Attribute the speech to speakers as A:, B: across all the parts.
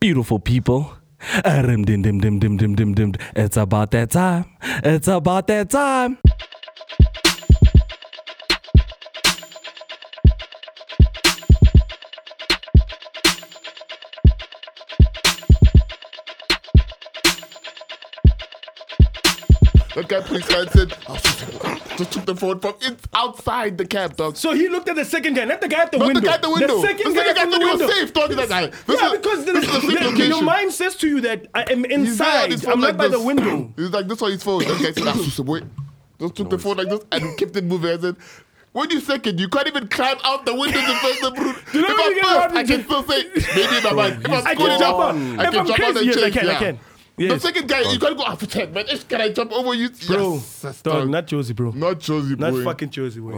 A: beautiful people. Dim dim dim dim dim dim dim dim. It's about that time. It's about that time.
B: That guy police guy said, "I'll shoot just took the phone from in, outside the cab, dog.
C: So he looked at the second guy, not the guy at the
B: Not
C: window.
B: the guy at the window.
C: second
B: This
C: guy
B: nigga
C: at
B: got
C: the
B: the
C: window.
B: safe. Talk to that guy. This
C: yeah,
B: is-
C: because the,
B: this is a safe
C: the- your
B: location.
C: mind says to you that I
B: He's
C: am
B: there on
C: inside.
B: his phone
C: I'm
B: like
C: not by the
B: this.
C: window.
B: He's like, this one his phone. That guy said, "I'll shoot boy. Just took the phone like this and kept it moving. I said, when you second, you can't even climb out the window to face the brood.
C: You know
B: if
C: when
B: I'm
C: you get
B: first,
C: robbed,
B: I
C: you
B: can
C: just-
B: still say, maybe in my mind, if I'm
C: I
B: scoring,
C: can jump out.
B: I
C: If
B: can
C: I'm
B: jump out
C: crazy,
B: and
C: yes, I
B: change,
C: can, I
B: yeah.
C: can.
B: The
C: Yes.
B: second guy, you gotta go "Ah, after check, man. Ish, Can I jump over you?
C: Bro,
B: Yes, yes,
C: dog,
B: dog.
C: not Josie, bro.
B: Not Josie,
C: Not
B: boy.
C: fucking Josie, boy.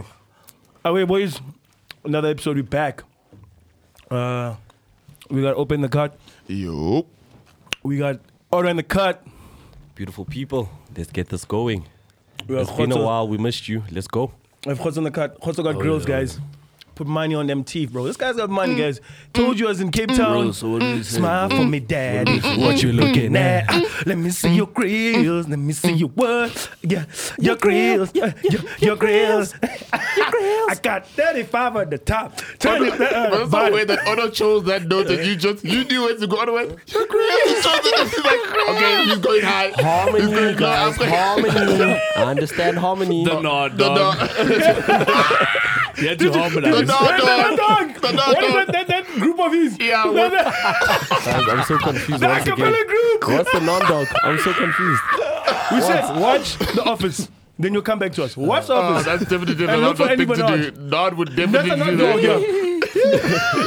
C: Oh. Away, boys. Another episode, we back. Uh, we got Open the Cut.
B: Yo.
C: We got Order in the Cut.
A: Beautiful people, let's get this going.
C: We got
A: It's been a
C: Khotso-
A: while. We missed you. Let's go.
C: If Khotso in the Cut. Khotso
A: Oh,
C: got grills, guys. Put money on them teeth, bro. This guy's got money, guys. Told you I was in Cape Town. Smile for me, daddy.
A: Mm. What you looking
C: Nah,
A: at?
C: uh, let me see your grills. Let me see your what? Yeah, Mm. your, grills. Yeah, your, your grills. Your grills. I got 35 at the top.
B: But,
C: 20 at the uh,
B: but that's the
C: bottom.
B: way that Otto chose that note that you just you knew where to go. Otherwise, you're crazy. He chose it. He's like, okay, he's going high. he's
A: Harmony,
B: going low.
A: guys.
B: I'm like,
A: Harmony. I understand harmony.
D: The nod,
B: The
D: dog.
B: dog.
D: You had to
B: The
D: harmonize.
B: dog.
C: That- that dog.
B: The
C: What is
B: dog.
C: that, that, that group of his?
B: Yeah,
C: That-
B: what-
C: that-
A: Guys, I'm so confused
C: The
A: once again.
C: acapella group.
A: What's the non-dog? I'm so confused.
C: We said, watch The Office. Then you'll come back to us. Watch The
B: Oh,
C: Office.
B: that's definitely
C: And
B: different.
C: not
B: Not
C: for
B: the thing
C: anybody
B: to do. Nod would
C: That's
B: definitely do
C: a non
B: that.
C: dog, yeah.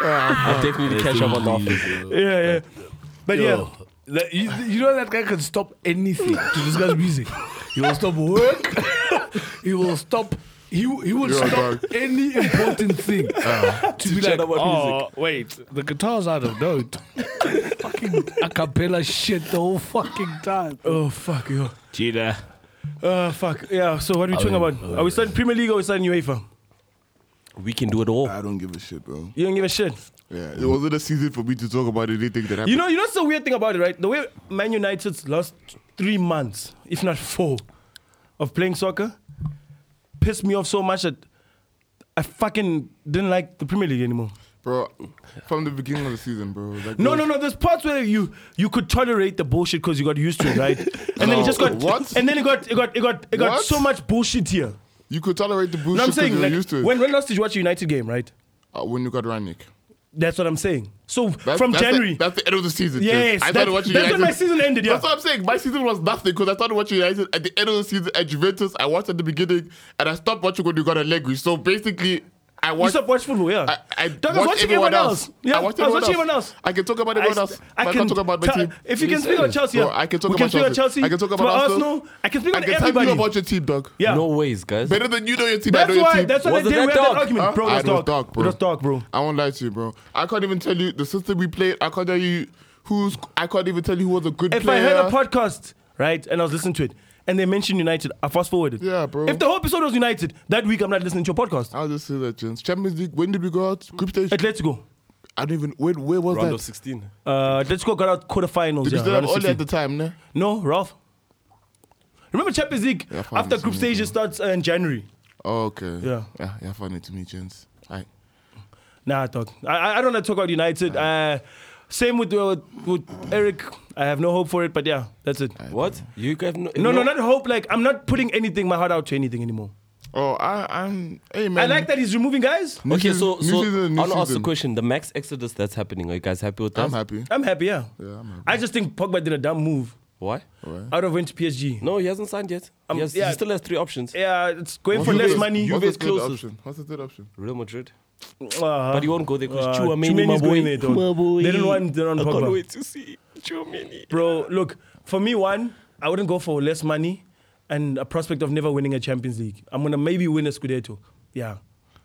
A: I definitely catch up on the office.
C: Yeah, yeah. But yeah.
D: Yo, that- you, you know that guy can stop anything to discuss music. He will stop work. he will stop. He, w- he will
B: You're a
D: stop
B: dog. Ah.
D: any important thing to, be like,
A: chat about
D: oh, wait, the guitar's out of note. fucking a cappella shit the whole fucking time.
C: Oh, fuck, yo.
D: Cheetah.
C: Uh, fuck. Yeah, so what are we talking about?
B: uh,
C: Are we starting Premier League or are we starting UEFA?
A: We can do it all.
B: Oh, I don't give a shit, bro.
C: You don't give a shit.
B: Yeah, it wasn't a season for me to talk about anything that happened.
C: You know, you know, what's the weird thing about it, right? The way Man United's last three months, if not four, of playing soccer, pissed me off so much that I fucking didn't like the Premier League anymore.
B: bro, from the beginning of the season, bro. Like,
C: No,
B: those-
C: no, no. There's parts where you you could tolerate the bullshit because you got used to it, right? And then
B: No,
C: it just got
B: what?
C: and then it got it got it got it got
B: What?
C: so much bullshit here.
B: You could tolerate the bullshit
C: No, I'm
B: 'cause
C: saying
B: you're
C: like
B: used to it.
C: when when last did you watch a United game, right?
B: Uh, when you got Rannick.
C: That's what I'm saying. So from
B: that's
C: January,
B: The, that's the end of the season.
C: Yes,
B: Yes, I
C: that's-
B: started watching
C: that's
B: United.
C: when my season ended, yeah.
B: That's what I'm saying. My season was nothing because I started watching United at the end of the season at Juventus. I watched at the beginning and I stopped watching when you got a leg. So basically, I
C: you
B: watched.
C: stopped watching football, yeah.
B: I, I
C: Dog,
B: watched everyone else.
C: Yeah,
B: I watched
C: was
B: everyone
C: watching
B: else.
C: everyone else.
B: I can talk about everyone else. but I can't talk about my
C: tell-
B: team.
C: If you can speak on Chelsea,
B: Bro, I can talk
C: we
B: about
C: can speak on
B: Chelsea.
C: Chelsea.
B: I can talk about Arsenal.
C: I can speak
B: I
C: on
B: can tell
C: everybody.
B: you about your team, dog.
C: yeah,
A: No ways, guys.
B: Better than you know your team. I
C: that's
B: know your
C: why.
B: team.
C: That's why
A: Was
C: they
A: it
C: didn't
A: that
C: have that
A: dark?
C: argument,
B: Huh?
C: bro.
B: Ah,
C: That's
B: it was
C: dark.
B: dark, bro.
C: It was dark, bro.
B: I won't lie to you, bro. I can't even tell you the system we played. I can't tell you who's. I can't even tell you who was a good
C: If I
B: player.
C: heard a podcast, right, and I was listening to it, and they mentioned United, I fast forwarded.
B: Yeah, bro. Ah,
C: If the whole episode was United, that week I'm not listening to your podcast.
B: I'll just say that, gents. Champions League. When did we go out? Group stage.
C: Atletico.
B: I don't even. When, where was
A: Round
B: that?
A: of 16.
C: Uh, Atletico got out quarterfinals.
B: Did
C: yeah,
B: you still have
C: round of
B: Ole
C: 16.
B: at the time, nah?
C: No, Ralph. Remember Champions League
B: Yeah, I found
C: after
B: this
C: group
B: in
C: stages starts uh, in January.
B: Oh, okay.
C: Yeah.
B: Yeah, yeah, funny to me, gents. All right.
C: Nah, dog. I- I, I don't want to talk about United. Uh, same with, uh, with Eric. I have no hope for it, but yeah, that's it.
A: What? You have no,
C: No, no, not hope. Like I'm not putting anything my heart out to anything anymore.
B: Oh, I, I'm. Hey, man.
C: I like that he's removing guys.
B: New
A: Okay,
B: season-
A: so,
B: new
A: so
B: season, new
A: I'll ask the
B: season.
A: question. The max exodus that's happening, are you guys happy with that?
B: I'm happy.
C: I'm happy. Yeah.
B: Yeah, I'm happy.
C: I just think Pogba did a dumb move.
A: Why?
B: Right.
C: I would have went to PSG.
A: No, he hasn't signed yet.
C: Um,
A: he, has,
C: yeah.
A: he still has three options.
C: Yeah, it's going for
B: What's
C: less
B: the-
C: money.
B: What's
A: Juve's
B: the third
A: closest.
B: option? What's the third option?
A: Real Madrid.
B: uh-huh.
C: Uh,
A: But he won't go there because
C: uh,
A: Chouameni,
C: Tchouameni's
A: my boy.
C: going there, dog. They don't want- they don't
A: I
C: want Pogba.
A: can't wait to see Chouameni.
C: Bro, look, for me, one, I wouldn't go for less money and a prospect of never winning a Champions League. I'm gonna maybe win a Scudetto. Yeah,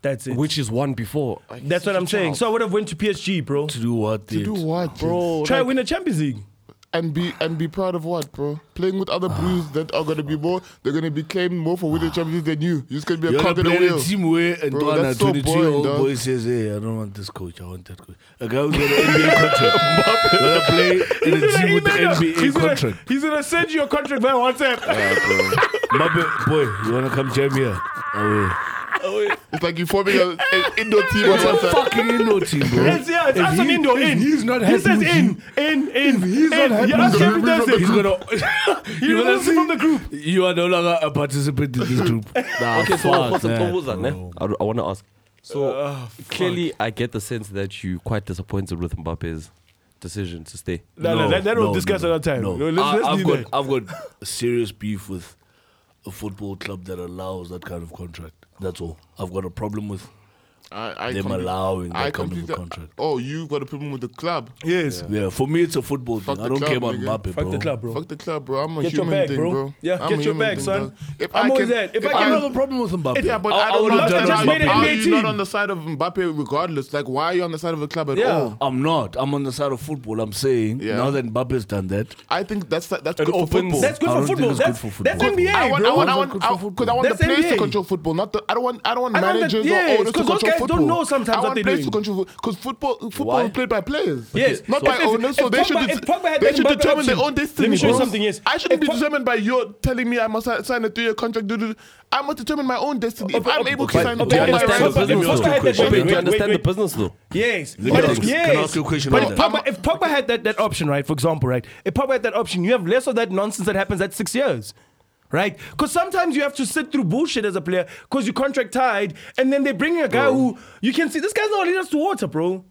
C: that's it.
A: Which is one before.
C: that's what I'm saying. So I would have went to PSG, bro.
D: To do what?
B: To do what,
D: Bro,
B: gents?
C: Try to win a Champions League.
B: and be and be proud of what, bro? Playing with other Blues that are gonna be more, they're gonna be claimed more for winning championships than you. You're just gonna be a
D: You're
B: cog in the
D: playing a
B: wheel.
D: team where and
B: Bro,
D: one
B: that's so
D: 22 year old
B: boring,
D: boy
B: dog.
D: says, Hey, I don't want this coach, I want that coach. A guy who's got an NBA contract. Gonna play in a team with an NBA contract.
C: He's gonna send you a contract by WhatsApp.
D: Mbappe, boy, you wanna come jam here? Away.
B: It's like you forming a, an indoor team on
D: It's a
B: WhatsApp.
D: fucking Indo team, bro.
C: It's, yeah, it's
D: If
C: Asan
D: he-
C: Indo
D: if
C: in.
D: He's not happy.
C: He says
D: with you,
C: in, in, in.
D: he's not
C: in.
D: happy,
C: You
D: he's
C: ask
D: gonna
C: him if
B: remove
C: there's
B: him.
C: a-
D: He's gonna. you're gonna
C: removes him
D: see
C: from the group.
D: You are no longer a participant in this group.
A: Nah,
E: Okay, so
A: fuck
E: what's the
A: that,
E: proposal, ne?
D: Ah, bro.
E: eh? I,
D: Uh,
E: want to ask. So clearly, I get the sense that you quite disappointed with Mbappe's decision to stay.
C: No, no, that, that
D: no,
C: we'll discuss
D: no,
C: another time.
D: no.
C: No,
D: I,
C: let's, let's
D: I've
C: leave
D: got
C: that.
D: I've got a serious beef with a football club that allows that kind of contract. That's all. I've got a problem with
B: I, I
D: them
B: compl-
D: allowing that kind of a
B: completely-
D: contract.
B: Oh, you got a problem with the club?
C: Yes.
D: Yeah, for me it's a football
B: Fuck
D: thing.
B: the
D: I don't
B: club,
D: care about
B: nigga.
D: Mbappe, bro.
C: Fuck the club, bro.
B: Fuck the club, bro. I'm a
C: Get your
B: human
C: bag,
B: thing,
C: bro.
B: bro.
C: Yeah,
B: I'm
C: get
B: a
C: your
B: human
C: bag,
B: thing,
C: son.
B: dog. If
C: I'm
B: I
C: always
B: can,
C: there. If I
D: I
C: can-
D: don't have a problem with Mbappe.
B: Yeah, but
D: I-
B: I,
D: I
B: don't
D: would've
B: understand
D: done
B: why-
D: it with Mbappe.
B: How are
C: Made
B: you
C: it
B: not
C: 18.
B: on the side of Mbappe regardless? Like, why are you on the side of the club at
C: Yeah.
B: all?
D: I'm not. I'm on the side of football. I'm saying
B: Yeah.
D: now that Mbappe's done that,
B: I think that's that's good for
E: opens-
B: football.
C: That's good
D: I
C: for
D: don't think
C: football.
D: it's good
C: That's,
D: for football.
C: that's NBA,
B: I want,
C: bro.
B: I want, I
D: That's
B: want,
D: good
B: I
D: for
B: want,
D: football.
B: because I want
C: That's
B: the players
C: NBA.
B: to control football. Not the, I don't want, I don't want
C: I don't
B: managers
C: think- yeah,
B: or owners to
C: because those
B: control
C: guys don't
B: football.
C: know sometimes
B: I
C: what
B: want
C: they're
B: players
C: doing.
B: to control because football, football
E: Why?
B: is played by players.
C: Yes.
B: not
C: So
B: by
C: if- if-
B: owners. So
C: if
B: they should,
C: Pogba-
B: det-
C: if Pogba had
B: they
C: that
B: should
C: Mbappe
B: determine their
C: option-
B: own destiny.
C: Let me show you
B: bro.
C: something, yes.
B: I shouldn't
C: If
B: be
C: Pog-
B: determined by your telling me I must sign a three-year contract. dude. I must determine my own destiny. If I'm able to
E: But
B: sign
E: do
B: a
E: you understand
C: but-
E: the
C: but-
E: business
C: but-
E: though?
C: but- but-
E: Wait, Do you
C: wait,
E: understand the
C: wait.
E: business though?
C: Yes.
D: Let me
C: But
D: ask
C: if-
D: you-
C: yes.
D: can I ask you a question
C: But
D: about
C: if
D: that?
C: Pogba, if Pogba had that, that option, right, for example, right, if Pogba had that option, you have less of that nonsense that happens at six years. Right? Because sometimes you have to sit through bullshit as a player because you contract tied and then they bring in a guy who you can see this guy's not gonna lead us to water, bro.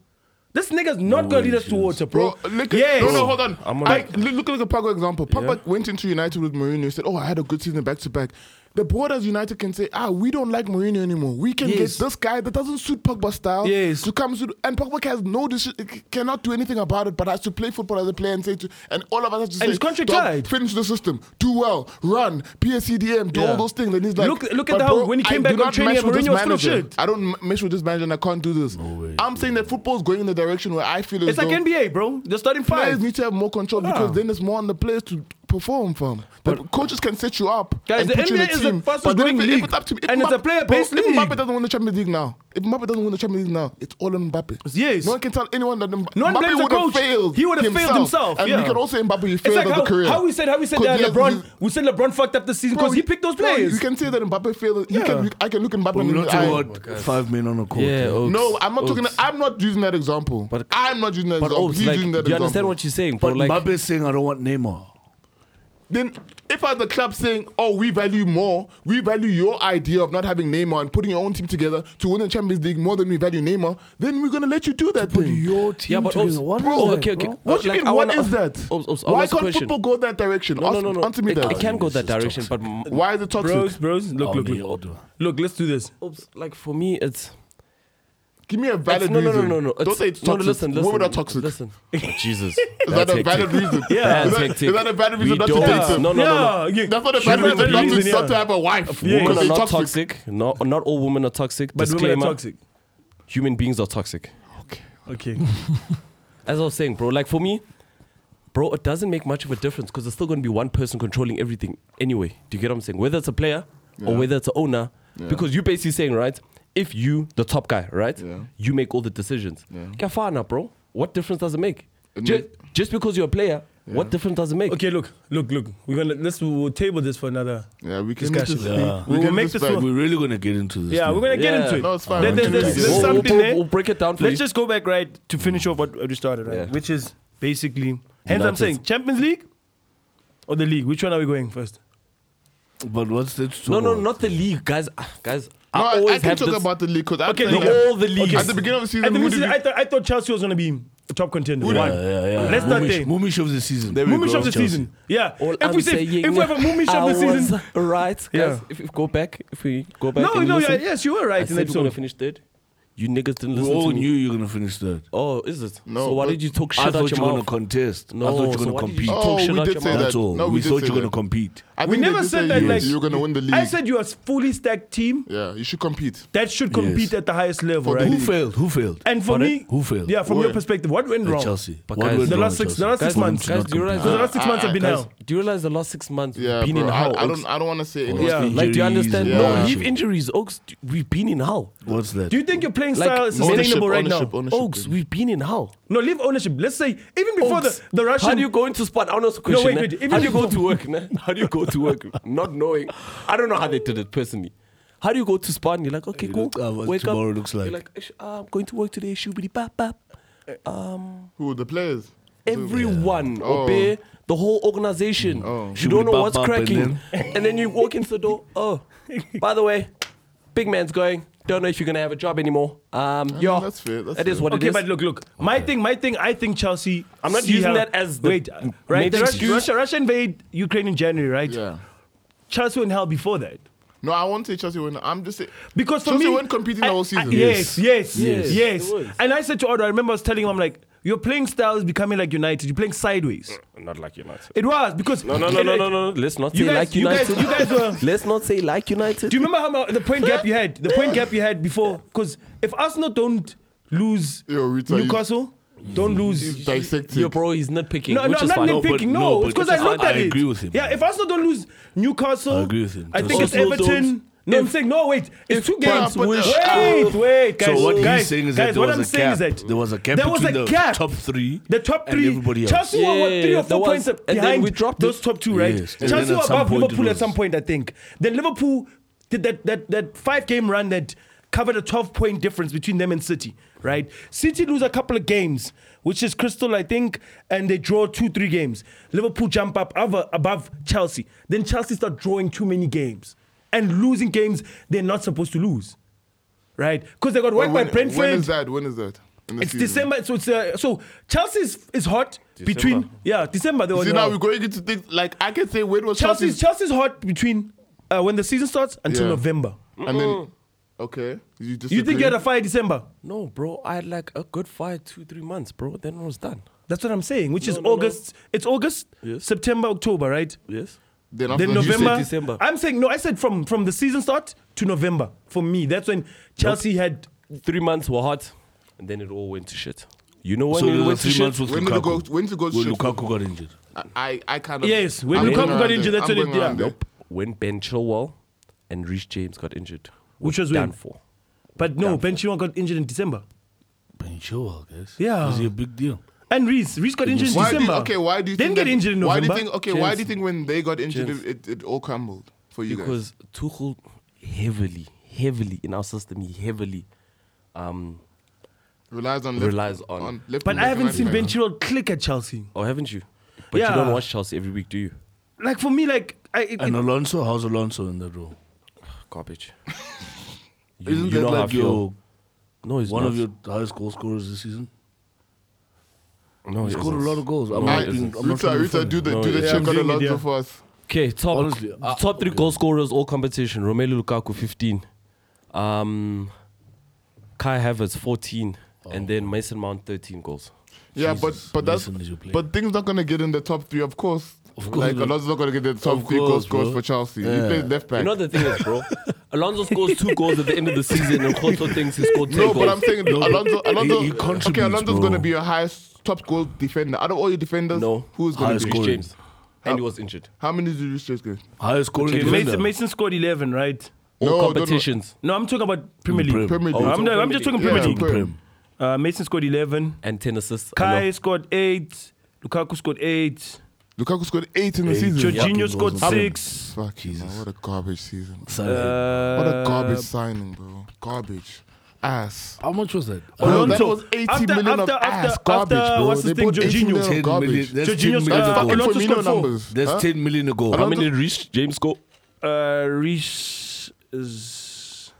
C: This nigga's not gonna lead us to water, bro.
B: Bro, look at,
C: yes.
B: no, no, hold on.
E: I'm
B: I'm
E: on
B: I, look, look at the Pogba example. Pogba went into United with Mourinho and said, "Oh, I had a good season back to back." The board as United can say, "Ah, we don't like Mourinho anymore. We can
C: Yes.
B: get this guy that doesn't suit Pogba's style
C: Yes.
B: to come to." And Pogba has no deci- cannot do anything about it, but has to play football as a player and say to, and all of us have to say,
C: he's contract
B: "Dog,
C: tied."
B: Finish the system, do well, run, PSCDM, do
C: Yeah.
B: all those things." And he's like,
C: Look- look at
B: "But
C: how
B: bro,
C: when he
B: I
C: came
B: do
C: back on
B: not
C: training
B: mesh
C: at
B: with this
C: Mourinho was full of
B: manager.
C: shit.
B: I don't m- mesh with this manager, and I can't do this. I'm saying that football is going in the direction where I feel as
C: It's like
B: though-
C: NBA, bro. They're starting
B: players
C: five. Ah.
B: need to have more control because then it's more on the players to perform from. The coaches can set you up
C: Guys,
B: and
C: the
B: put you in a
C: NBA is
B: team.
C: the fastest
B: but then
C: growing
B: if,
C: league,
B: if it's up to me, if
C: and it's a
B: Mbappe-
C: player-based
B: bro,
C: league.
B: If Mbappe doesn't win the Champions League now, if Mbappe doesn't win the Champions League now, it's all Mbappe.
C: Yes.
B: No one can tell anyone that Mb-
C: No one blames
B: Mbappe
C: the
B: would have
C: coach.
B: failed.
C: He would have failed himself,
B: And
C: yeah.
B: we can also say Mbappe he
C: It's
B: failed
C: like
B: as
C: how,
B: a career.
C: how we said how we said
B: Because
C: that
B: he has-
C: LeBron
B: he-
C: we said LeBron fucked up the season
B: bro,
C: because he picked those
B: bro,
C: players.
B: You can say that Mbappe failed. You
C: Yeah.
B: can, you, I can look at Mbappe.
D: but we're
B: in
D: not
B: the eye.
D: talking about five men on a court.
E: Yeah.
D: right?
E: Oaks,
B: No, I'm not talking.
E: Oaks.
B: I'm not using that example.
E: But-
B: I'm not using that
E: But
B: example.
E: Oaks,
B: He's
E: like,
B: using
E: do
B: that
E: you
B: example.
E: understand what you're saying? But
D: But
E: like,
D: Mbappe's saying I don't want Neymar.
B: then if as the club saying, oh, we value more, we value your idea of not having Neymar and putting your own team together to win the Champions League more than we value Neymar, then we're gonna let you do that
D: Put
B: thing.
D: your team
E: yeah, but
D: together.
E: Oaks,
D: What is
E: bro,
D: that,
E: okay, okay.
D: bro?
B: What
E: Uh,
B: do you
E: like,
B: mean?
E: I
B: what
E: wanna- oh,
B: is that?
E: Oaks, Oaks, I wanna
B: Why
E: ask a
B: can't
E: question.
B: football go that direction?
E: No, no,
B: Ask-
E: no, no.
B: Answer me
E: It-
B: that.
E: It can go
D: This
E: that
D: is
E: direction, but
D: toxic.
E: m-
B: Why is it toxic?
C: Bros, bros, look,
D: Oh,
C: look,
D: me,
C: look.
D: I'll do it.
C: Look, let's do this.
E: Oaks, like for me, it's
B: Give me a
E: It's-
B: valid
E: no, no,
B: reason.
E: no, no, no.
B: Don't say it's
E: no,
B: toxic.
E: Listen, listen,
B: Women are toxic.
E: Listen. Jesus.
B: Is that a valid reason?
C: Yeah.
B: Is
E: That's
B: that,
E: hectic.
B: is that a valid
E: We
B: reason not to
E: don't-
B: date them?
E: No, no, no,
C: Yeah, yeah.
B: That's not a
C: Should
B: valid
C: we
B: reason
C: have a
B: not to,
C: reason,
B: not to
C: yeah.
B: have a wife.
C: Yeah.
E: Women
B: Because
E: are
B: they're
E: not
B: toxic.
E: toxic. No, not all women are toxic.
C: But
E: Disclaimer:
C: women are toxic.
E: human beings are toxic.
C: Okay.
E: As I was saying, bro, like for me, bro, it doesn't make much of a difference because there's still going to be one person controlling everything anyway. Do you get what I'm saying? Whether it's a player or whether it's an owner, because you're basically saying, right, if you, the top guy, right,
B: Yeah.
E: you make all the decisions. Yeah. Kafana, bro, what difference does it make?
B: It
E: Ju-
B: make-
E: just because you're a player, what difference does it make?
C: Okay, look, look, look. We're gonna let's we'll table this for another.
B: Yeah, we can
C: Discussion.
B: just-
D: Yeah.
B: we
C: We'll
B: can
C: uh, make
B: just
C: this
B: back.
C: one-
D: We're really gonna get into this.
C: Yeah,
D: now.
C: we're gonna get
E: Yeah.
C: into it.
B: No, it's fine.
C: There-
B: We
C: there's,
B: can do
C: there's- there's
B: this.
E: We'll- we'll-
C: something
E: we'll-
C: there.
E: We'll break it down for
C: Let's
E: you.
C: just go back right to finish off what, what we started, right?
E: Yeah.
C: Which is basically hence I'm
E: United.
C: saying Champions League or the league. Which one are we going first?
D: But what's that? to
E: No,
D: talk
E: no,
D: about?
E: not the league, guys. Ah, Guys,
B: No, I,
E: I
B: I
E: always
B: can
E: have
B: talk
E: this.
B: about the league because
C: Okay,
E: Like,
C: Yeah.
E: all the leagues.
B: at the beginning of the
C: At
B: season,
C: the
B: who
C: beginning,
B: did we-
C: I, thought I thought Chelsea was gonna be a top contender.
D: Yeah,
C: One.
D: yeah, yeah.
C: Let's start
D: Mumish-
C: there.
D: Mumish of the season.
C: Mumish of the season. Yeah.
E: All
C: if
E: I'm
C: we say
E: saying
C: if we have a Mumish of the
E: I was
C: season.
E: right, guys.
C: Yeah.
E: If we go back, if we go back.
C: No,
E: and
C: no, yeah,
E: listen,
C: yes, you were right
E: I
C: in
E: said
C: that
E: we're gonna
C: song.
E: finish third. You niggas didn't
D: We
E: listen
D: all
E: to me.
D: knew you were gonna finish third.
E: Oh, is it?
B: No,
E: So why
B: but-
E: did you talk
D: I
E: shit
D: thought
E: out
D: you
E: your
D: were gonna
E: mouth?
D: contest.
E: No,
D: I thought you were
E: so
D: gonna
E: why did you
B: Oh,
E: talk
D: compete.
E: shit
B: we
E: out
B: did
E: your
B: say
E: mouth.
D: That's
B: that.
D: all.
B: No,
D: we
B: we did
D: thought
B: say
D: you were gonna
B: that.
D: compete.
B: I
C: We
B: think they
C: never
B: did
C: said
B: say
C: that.
B: you-
C: like
B: you're gonna win the league.
C: I said you are fully stacked team
B: yeah, you should compete.
C: that should compete
D: Yes.
C: at the highest level,
B: For
C: right?
D: Who failed? Who failed?
C: And for
D: But
C: me,
D: it- who failed?
C: Yeah, from your
B: Where?
C: perspective, what went
D: At
C: wrong?
D: Chelsea.
E: But
D: What
E: guys,
D: went
E: the
D: wrong
C: last
D: at
C: six- the
D: Chelsea?
C: last six
D: For them
C: months,
D: to not
E: guys, do you realize-
C: Because
D: compete.
C: the last six
B: I-
C: months have been
B: I-
C: hell.
E: Do you realize the last six months
B: Yeah,
E: we've been
B: bro,
E: in hell?
B: I, I
E: Oaks?
B: don't. I don't want to say anything.
C: Yeah.
E: Yeah, like do you
D: Injuries
E: understand?
D: and
E: No,
B: all that
E: leave
D: shit.
E: injuries, Oaks. d- We've been in hell.
D: What's that?
C: Do you think your playing
E: Like,
C: style is
E: ownership,
C: sustainable right now?
B: ownership, ownership.
E: Oaks, we've been in hell.
C: No, leave ownership. Let's say even before the,
E: Oaks,
C: the Russian.
E: How do you go into sport? I don't know. Question,
C: wait,
E: eh?
C: wait, even
E: how do you
C: before-
E: go to work? Ne? How do you go to work not knowing? I don't know how they did it personally. How do you go to sport and you're like, okay,
D: You
E: cool.
D: look at what
E: wake
D: tomorrow
E: up.
D: looks
E: You're
D: like.
E: like, "Ish, ah, I'm going to work today. Shoobity bap bap.
B: Who the players?
E: Everyone,
B: Oh.
E: obey the whole organization. You don't
D: Shoobity
E: know
D: Oh. bap
E: what's
D: bap and
E: cracking. and then you walk into the door. Oh, by the way, big man's going. Don't know if you're gonna have a job anymore. Um,
B: mean,
E: yo,
B: that's fair, that's
E: that is
B: fair.
E: what
C: Okay,
E: it is.
C: but look, look. My thing, my thing. I think Chelsea.
E: I'm not
C: see
E: using
C: how-
E: that as the
C: wait. Right, the
E: matrix
C: Rus-
E: used.
C: Russia, Russia invade Ukraine in January, right?
B: Yeah.
C: Chelsea were in hell before that.
B: No, I won't say Chelsea win. I'm just saying
C: Because for
B: Chelsea
C: me,
B: weren't competing
C: I-
B: the whole
C: I-
B: season.
C: yes, yes,
E: Yes.
C: yes,
E: Yes, they were.
C: And I said to Odo, I remember I was telling him, I'm like, your playing style is becoming like United. You're playing sideways.
E: Mm, not like United.
C: It was because
E: No, no, no, no, no, no. Let's not
C: You
E: say
C: guys-
E: like
C: you
E: United.
C: guys- you guys were-
E: Let's not say like United.
C: Do you remember how mu- the point gap you had? The point gap you had before? Because if Arsenal don't lose
B: Yo, Rita, you-
C: Newcastle, don't lose.
B: He's dissected.
E: Yo, bro, he's nitpicking,
C: No, no,
E: which
C: I'm
E: is
C: not
E: fine.
D: but-
C: nitpicking.
D: no,
C: No,
D: but
C: it's because
D: which
C: I
D: is
C: looked
D: fine.
C: at
D: I
C: it.
D: agree with him.
C: Yeah, if Arsenal don't lose Newcastle,
D: I agree with him.
C: I think it's
E: Arsenal
C: Everton.
E: don't-
C: No, I'm
E: if-
C: saying no. Wait, it's two games.
B: But- but-
C: wait, wait, guys.
D: so what
C: guys,
D: he's saying is
C: guys,
D: that there
C: what
D: was
C: I'm
D: a
C: saying
D: gap.
C: is that
D: there was a gap
C: there was
D: between
C: a
D: the
C: gap.
D: top three.
C: The top
D: and
C: three.
D: everybody else.
C: Chelsea were what, three
E: Yeah,
C: or
E: there
C: four
E: was-
C: points
E: and then
C: behind
E: we dropped
C: those
E: it.
C: top two, right?
D: Yes, and
C: Chelsea
D: then
C: were
D: at some
C: above
D: point it
C: Liverpool at
D: was-
C: some point, I think. Then Liverpool did that that that five game run that covered a 12 point difference between them and City, right? City lose a couple of games, which is Crystal, I think, and they draw two, three games. Liverpool jump up ava- above Chelsea. Then Chelsea start drawing too many games and losing games they're not supposed to lose. Right, because they got
B: When-
C: worked by Brentford.
B: When is that? When is that? In the
C: It's
B: season?
C: December, so it's uh, so Chelsea is, is hot between yeah December. They were
B: See
C: now.
B: now we're going into things like I can say when was
C: Chelsea's
B: Chelsea's,
C: Chelsea's hot between uh, when the season starts until
B: Yeah.
C: November.
B: and then okay you just
C: You think you had a fire December?
E: No, bro, I had like a good five, two, three months, bro. Then I was done.
C: That's what I'm saying. Which is
E: no, no.
C: August. It's August,
E: Yes.
C: September, October, right?
E: Yes.
B: then, after
C: Then
B: that you said
C: November,
B: Dece-
E: December.
C: I'm saying no. I said from from the season start to November for me. That's when Chelsea had
E: Three months were hot, and then it all went to shit. You know when
D: So
E: it
D: there were
E: went to
D: three
E: shit?
D: months with
B: When did it go-
D: Lukaku.
B: when did it go to
D: When
B: shit?
D: Lukaku got injured.
B: I I kind of
C: Yes, when Lukaku
B: going
C: got
B: around
C: injured,
B: there.
C: that's
B: I'm
C: when it-
B: going around
C: yeah.
B: there.
C: Nope.
E: When Ben Chilwell and Reece James got injured.
C: Which
E: We're
C: was
E: done
C: when?
E: for.
C: but no Ben Chilwell got injured in December
D: Ben Chilwell, guys.
C: Yeah.
D: Is he a big deal?
C: and Reese Reese got injured in
B: Why do you,
C: December.
B: okay, why do you
C: Then
B: think
C: get
B: that-
C: injured in
B: Why
C: November?
B: do you think okay? Why do you
E: Chelsea.
B: think when they got injured,
E: Chelsea.
B: it, it all crumbled for you guys?
E: Because Tuchel heavily, heavily in our system, he heavily um
B: Relies on left,
E: relies on-
B: left
C: But
B: back
C: I haven't
B: and
C: seen
B: right
C: Ben
B: back.
C: Chilwell click at Chelsea.
E: Oh, haven't you? But you don't
C: Yeah.
E: watch Chelsea every week, do you?
C: Like for me, like I, it,
D: And Alonso, how's Alonso in that role?
E: Garbage. you
D: Isn't
E: you
D: that
E: know how I
D: like
E: feel.
D: your
E: no, he's
D: one
E: not.
D: of your highest goal scorers this season?
E: No,
D: He
E: he
D: scored a
E: isn't.
D: lot of goals. I'm
E: No,
D: not
E: he
D: being-
E: isn't.
D: I'm not
B: Rita,
D: trying to
B: Rita,
D: defend
B: do
D: him.
B: the
C: No,
B: do the
C: yeah, I'm
B: check on
C: doing it,
B: Alonso
C: yeah.
B: for us.
E: Okay, top
D: Honestly, uh,
E: top three goal scorers all competition. Romelu Lukaku fifteen, um, Kai Havertz fourteen,
B: Oh.
E: and then Mason Mount thirteen goals.
B: Yeah,
D: Jesus,
B: but but that's
D: Mason is your player.
B: but things not gonna get in the top three, of course.
D: Of course
B: like
D: not.
B: Alonso's not gonna get the top
D: Of
B: three goal
D: course,
B: scores
D: bro.
B: for Chelsea. He
D: Yeah.
B: plays left back.
E: You know the thing is, bro. Alonso scores two goals at the end of the season, and Koto thinks he scored ten
B: No,
E: goals.
B: but I'm saying Alonso. Alonso
D: he
B: okay,
D: contributes,
B: Alonso's
D: bro.
B: going to be your highest top goal defender. Out of all your defenders,
E: No.
B: who's going
D: Highest
B: to be? Uh,
E: Reece
D: scoring.
E: James, and he was injured.
B: How many did you just get?
D: Highest scoring
C: it, Mason,
D: defender.
C: Mason scored 11, right?
E: All
B: No, don't-
E: competitions,
C: No, I'm talking about Premier League.
D: Prem.
B: Premier
E: Oh,
B: League.
E: it's
C: I'm, not- I'm
E: Premier
C: just talking
E: League.
C: Premier
B: Yeah,
C: League.
B: Prem.
D: Prem.
C: Uh, Mason scored 11.
E: and ten assists.
C: Kai scored 8. Lukaku scored 8.
B: Lukaku scored eight in the
D: Eight.
B: season.
D: Yeah.
C: Jorginho
D: Fucking
C: scored
D: goals on
C: 6.
B: Fuck Jesus.
D: Jesus.
B: what a garbage season.
D: Sorry.
B: What a garbage
C: Uh,
B: signing, bro. Garbage. Ass.
D: How much was that?
B: Bro, that
C: Alonso.
B: was 80
C: After-
B: million
C: after-
B: of
C: after-
B: ass garbage,
C: after-
B: bro.
C: what's
B: they
C: his name,
B: bought 80 million
C: Jorginho?
B: of
D: 10
B: garbage.
D: million.
C: Jorginho
D: That's 10
C: scored-
D: million
B: That's
C: Uh,
B: fucking
D: goal.
C: Alonso
B: Firmino
C: scored four.
B: numbers.
D: That's
B: huh?
D: 10 million a goal.
E: How many did Reece James score?
C: uh, Reece is,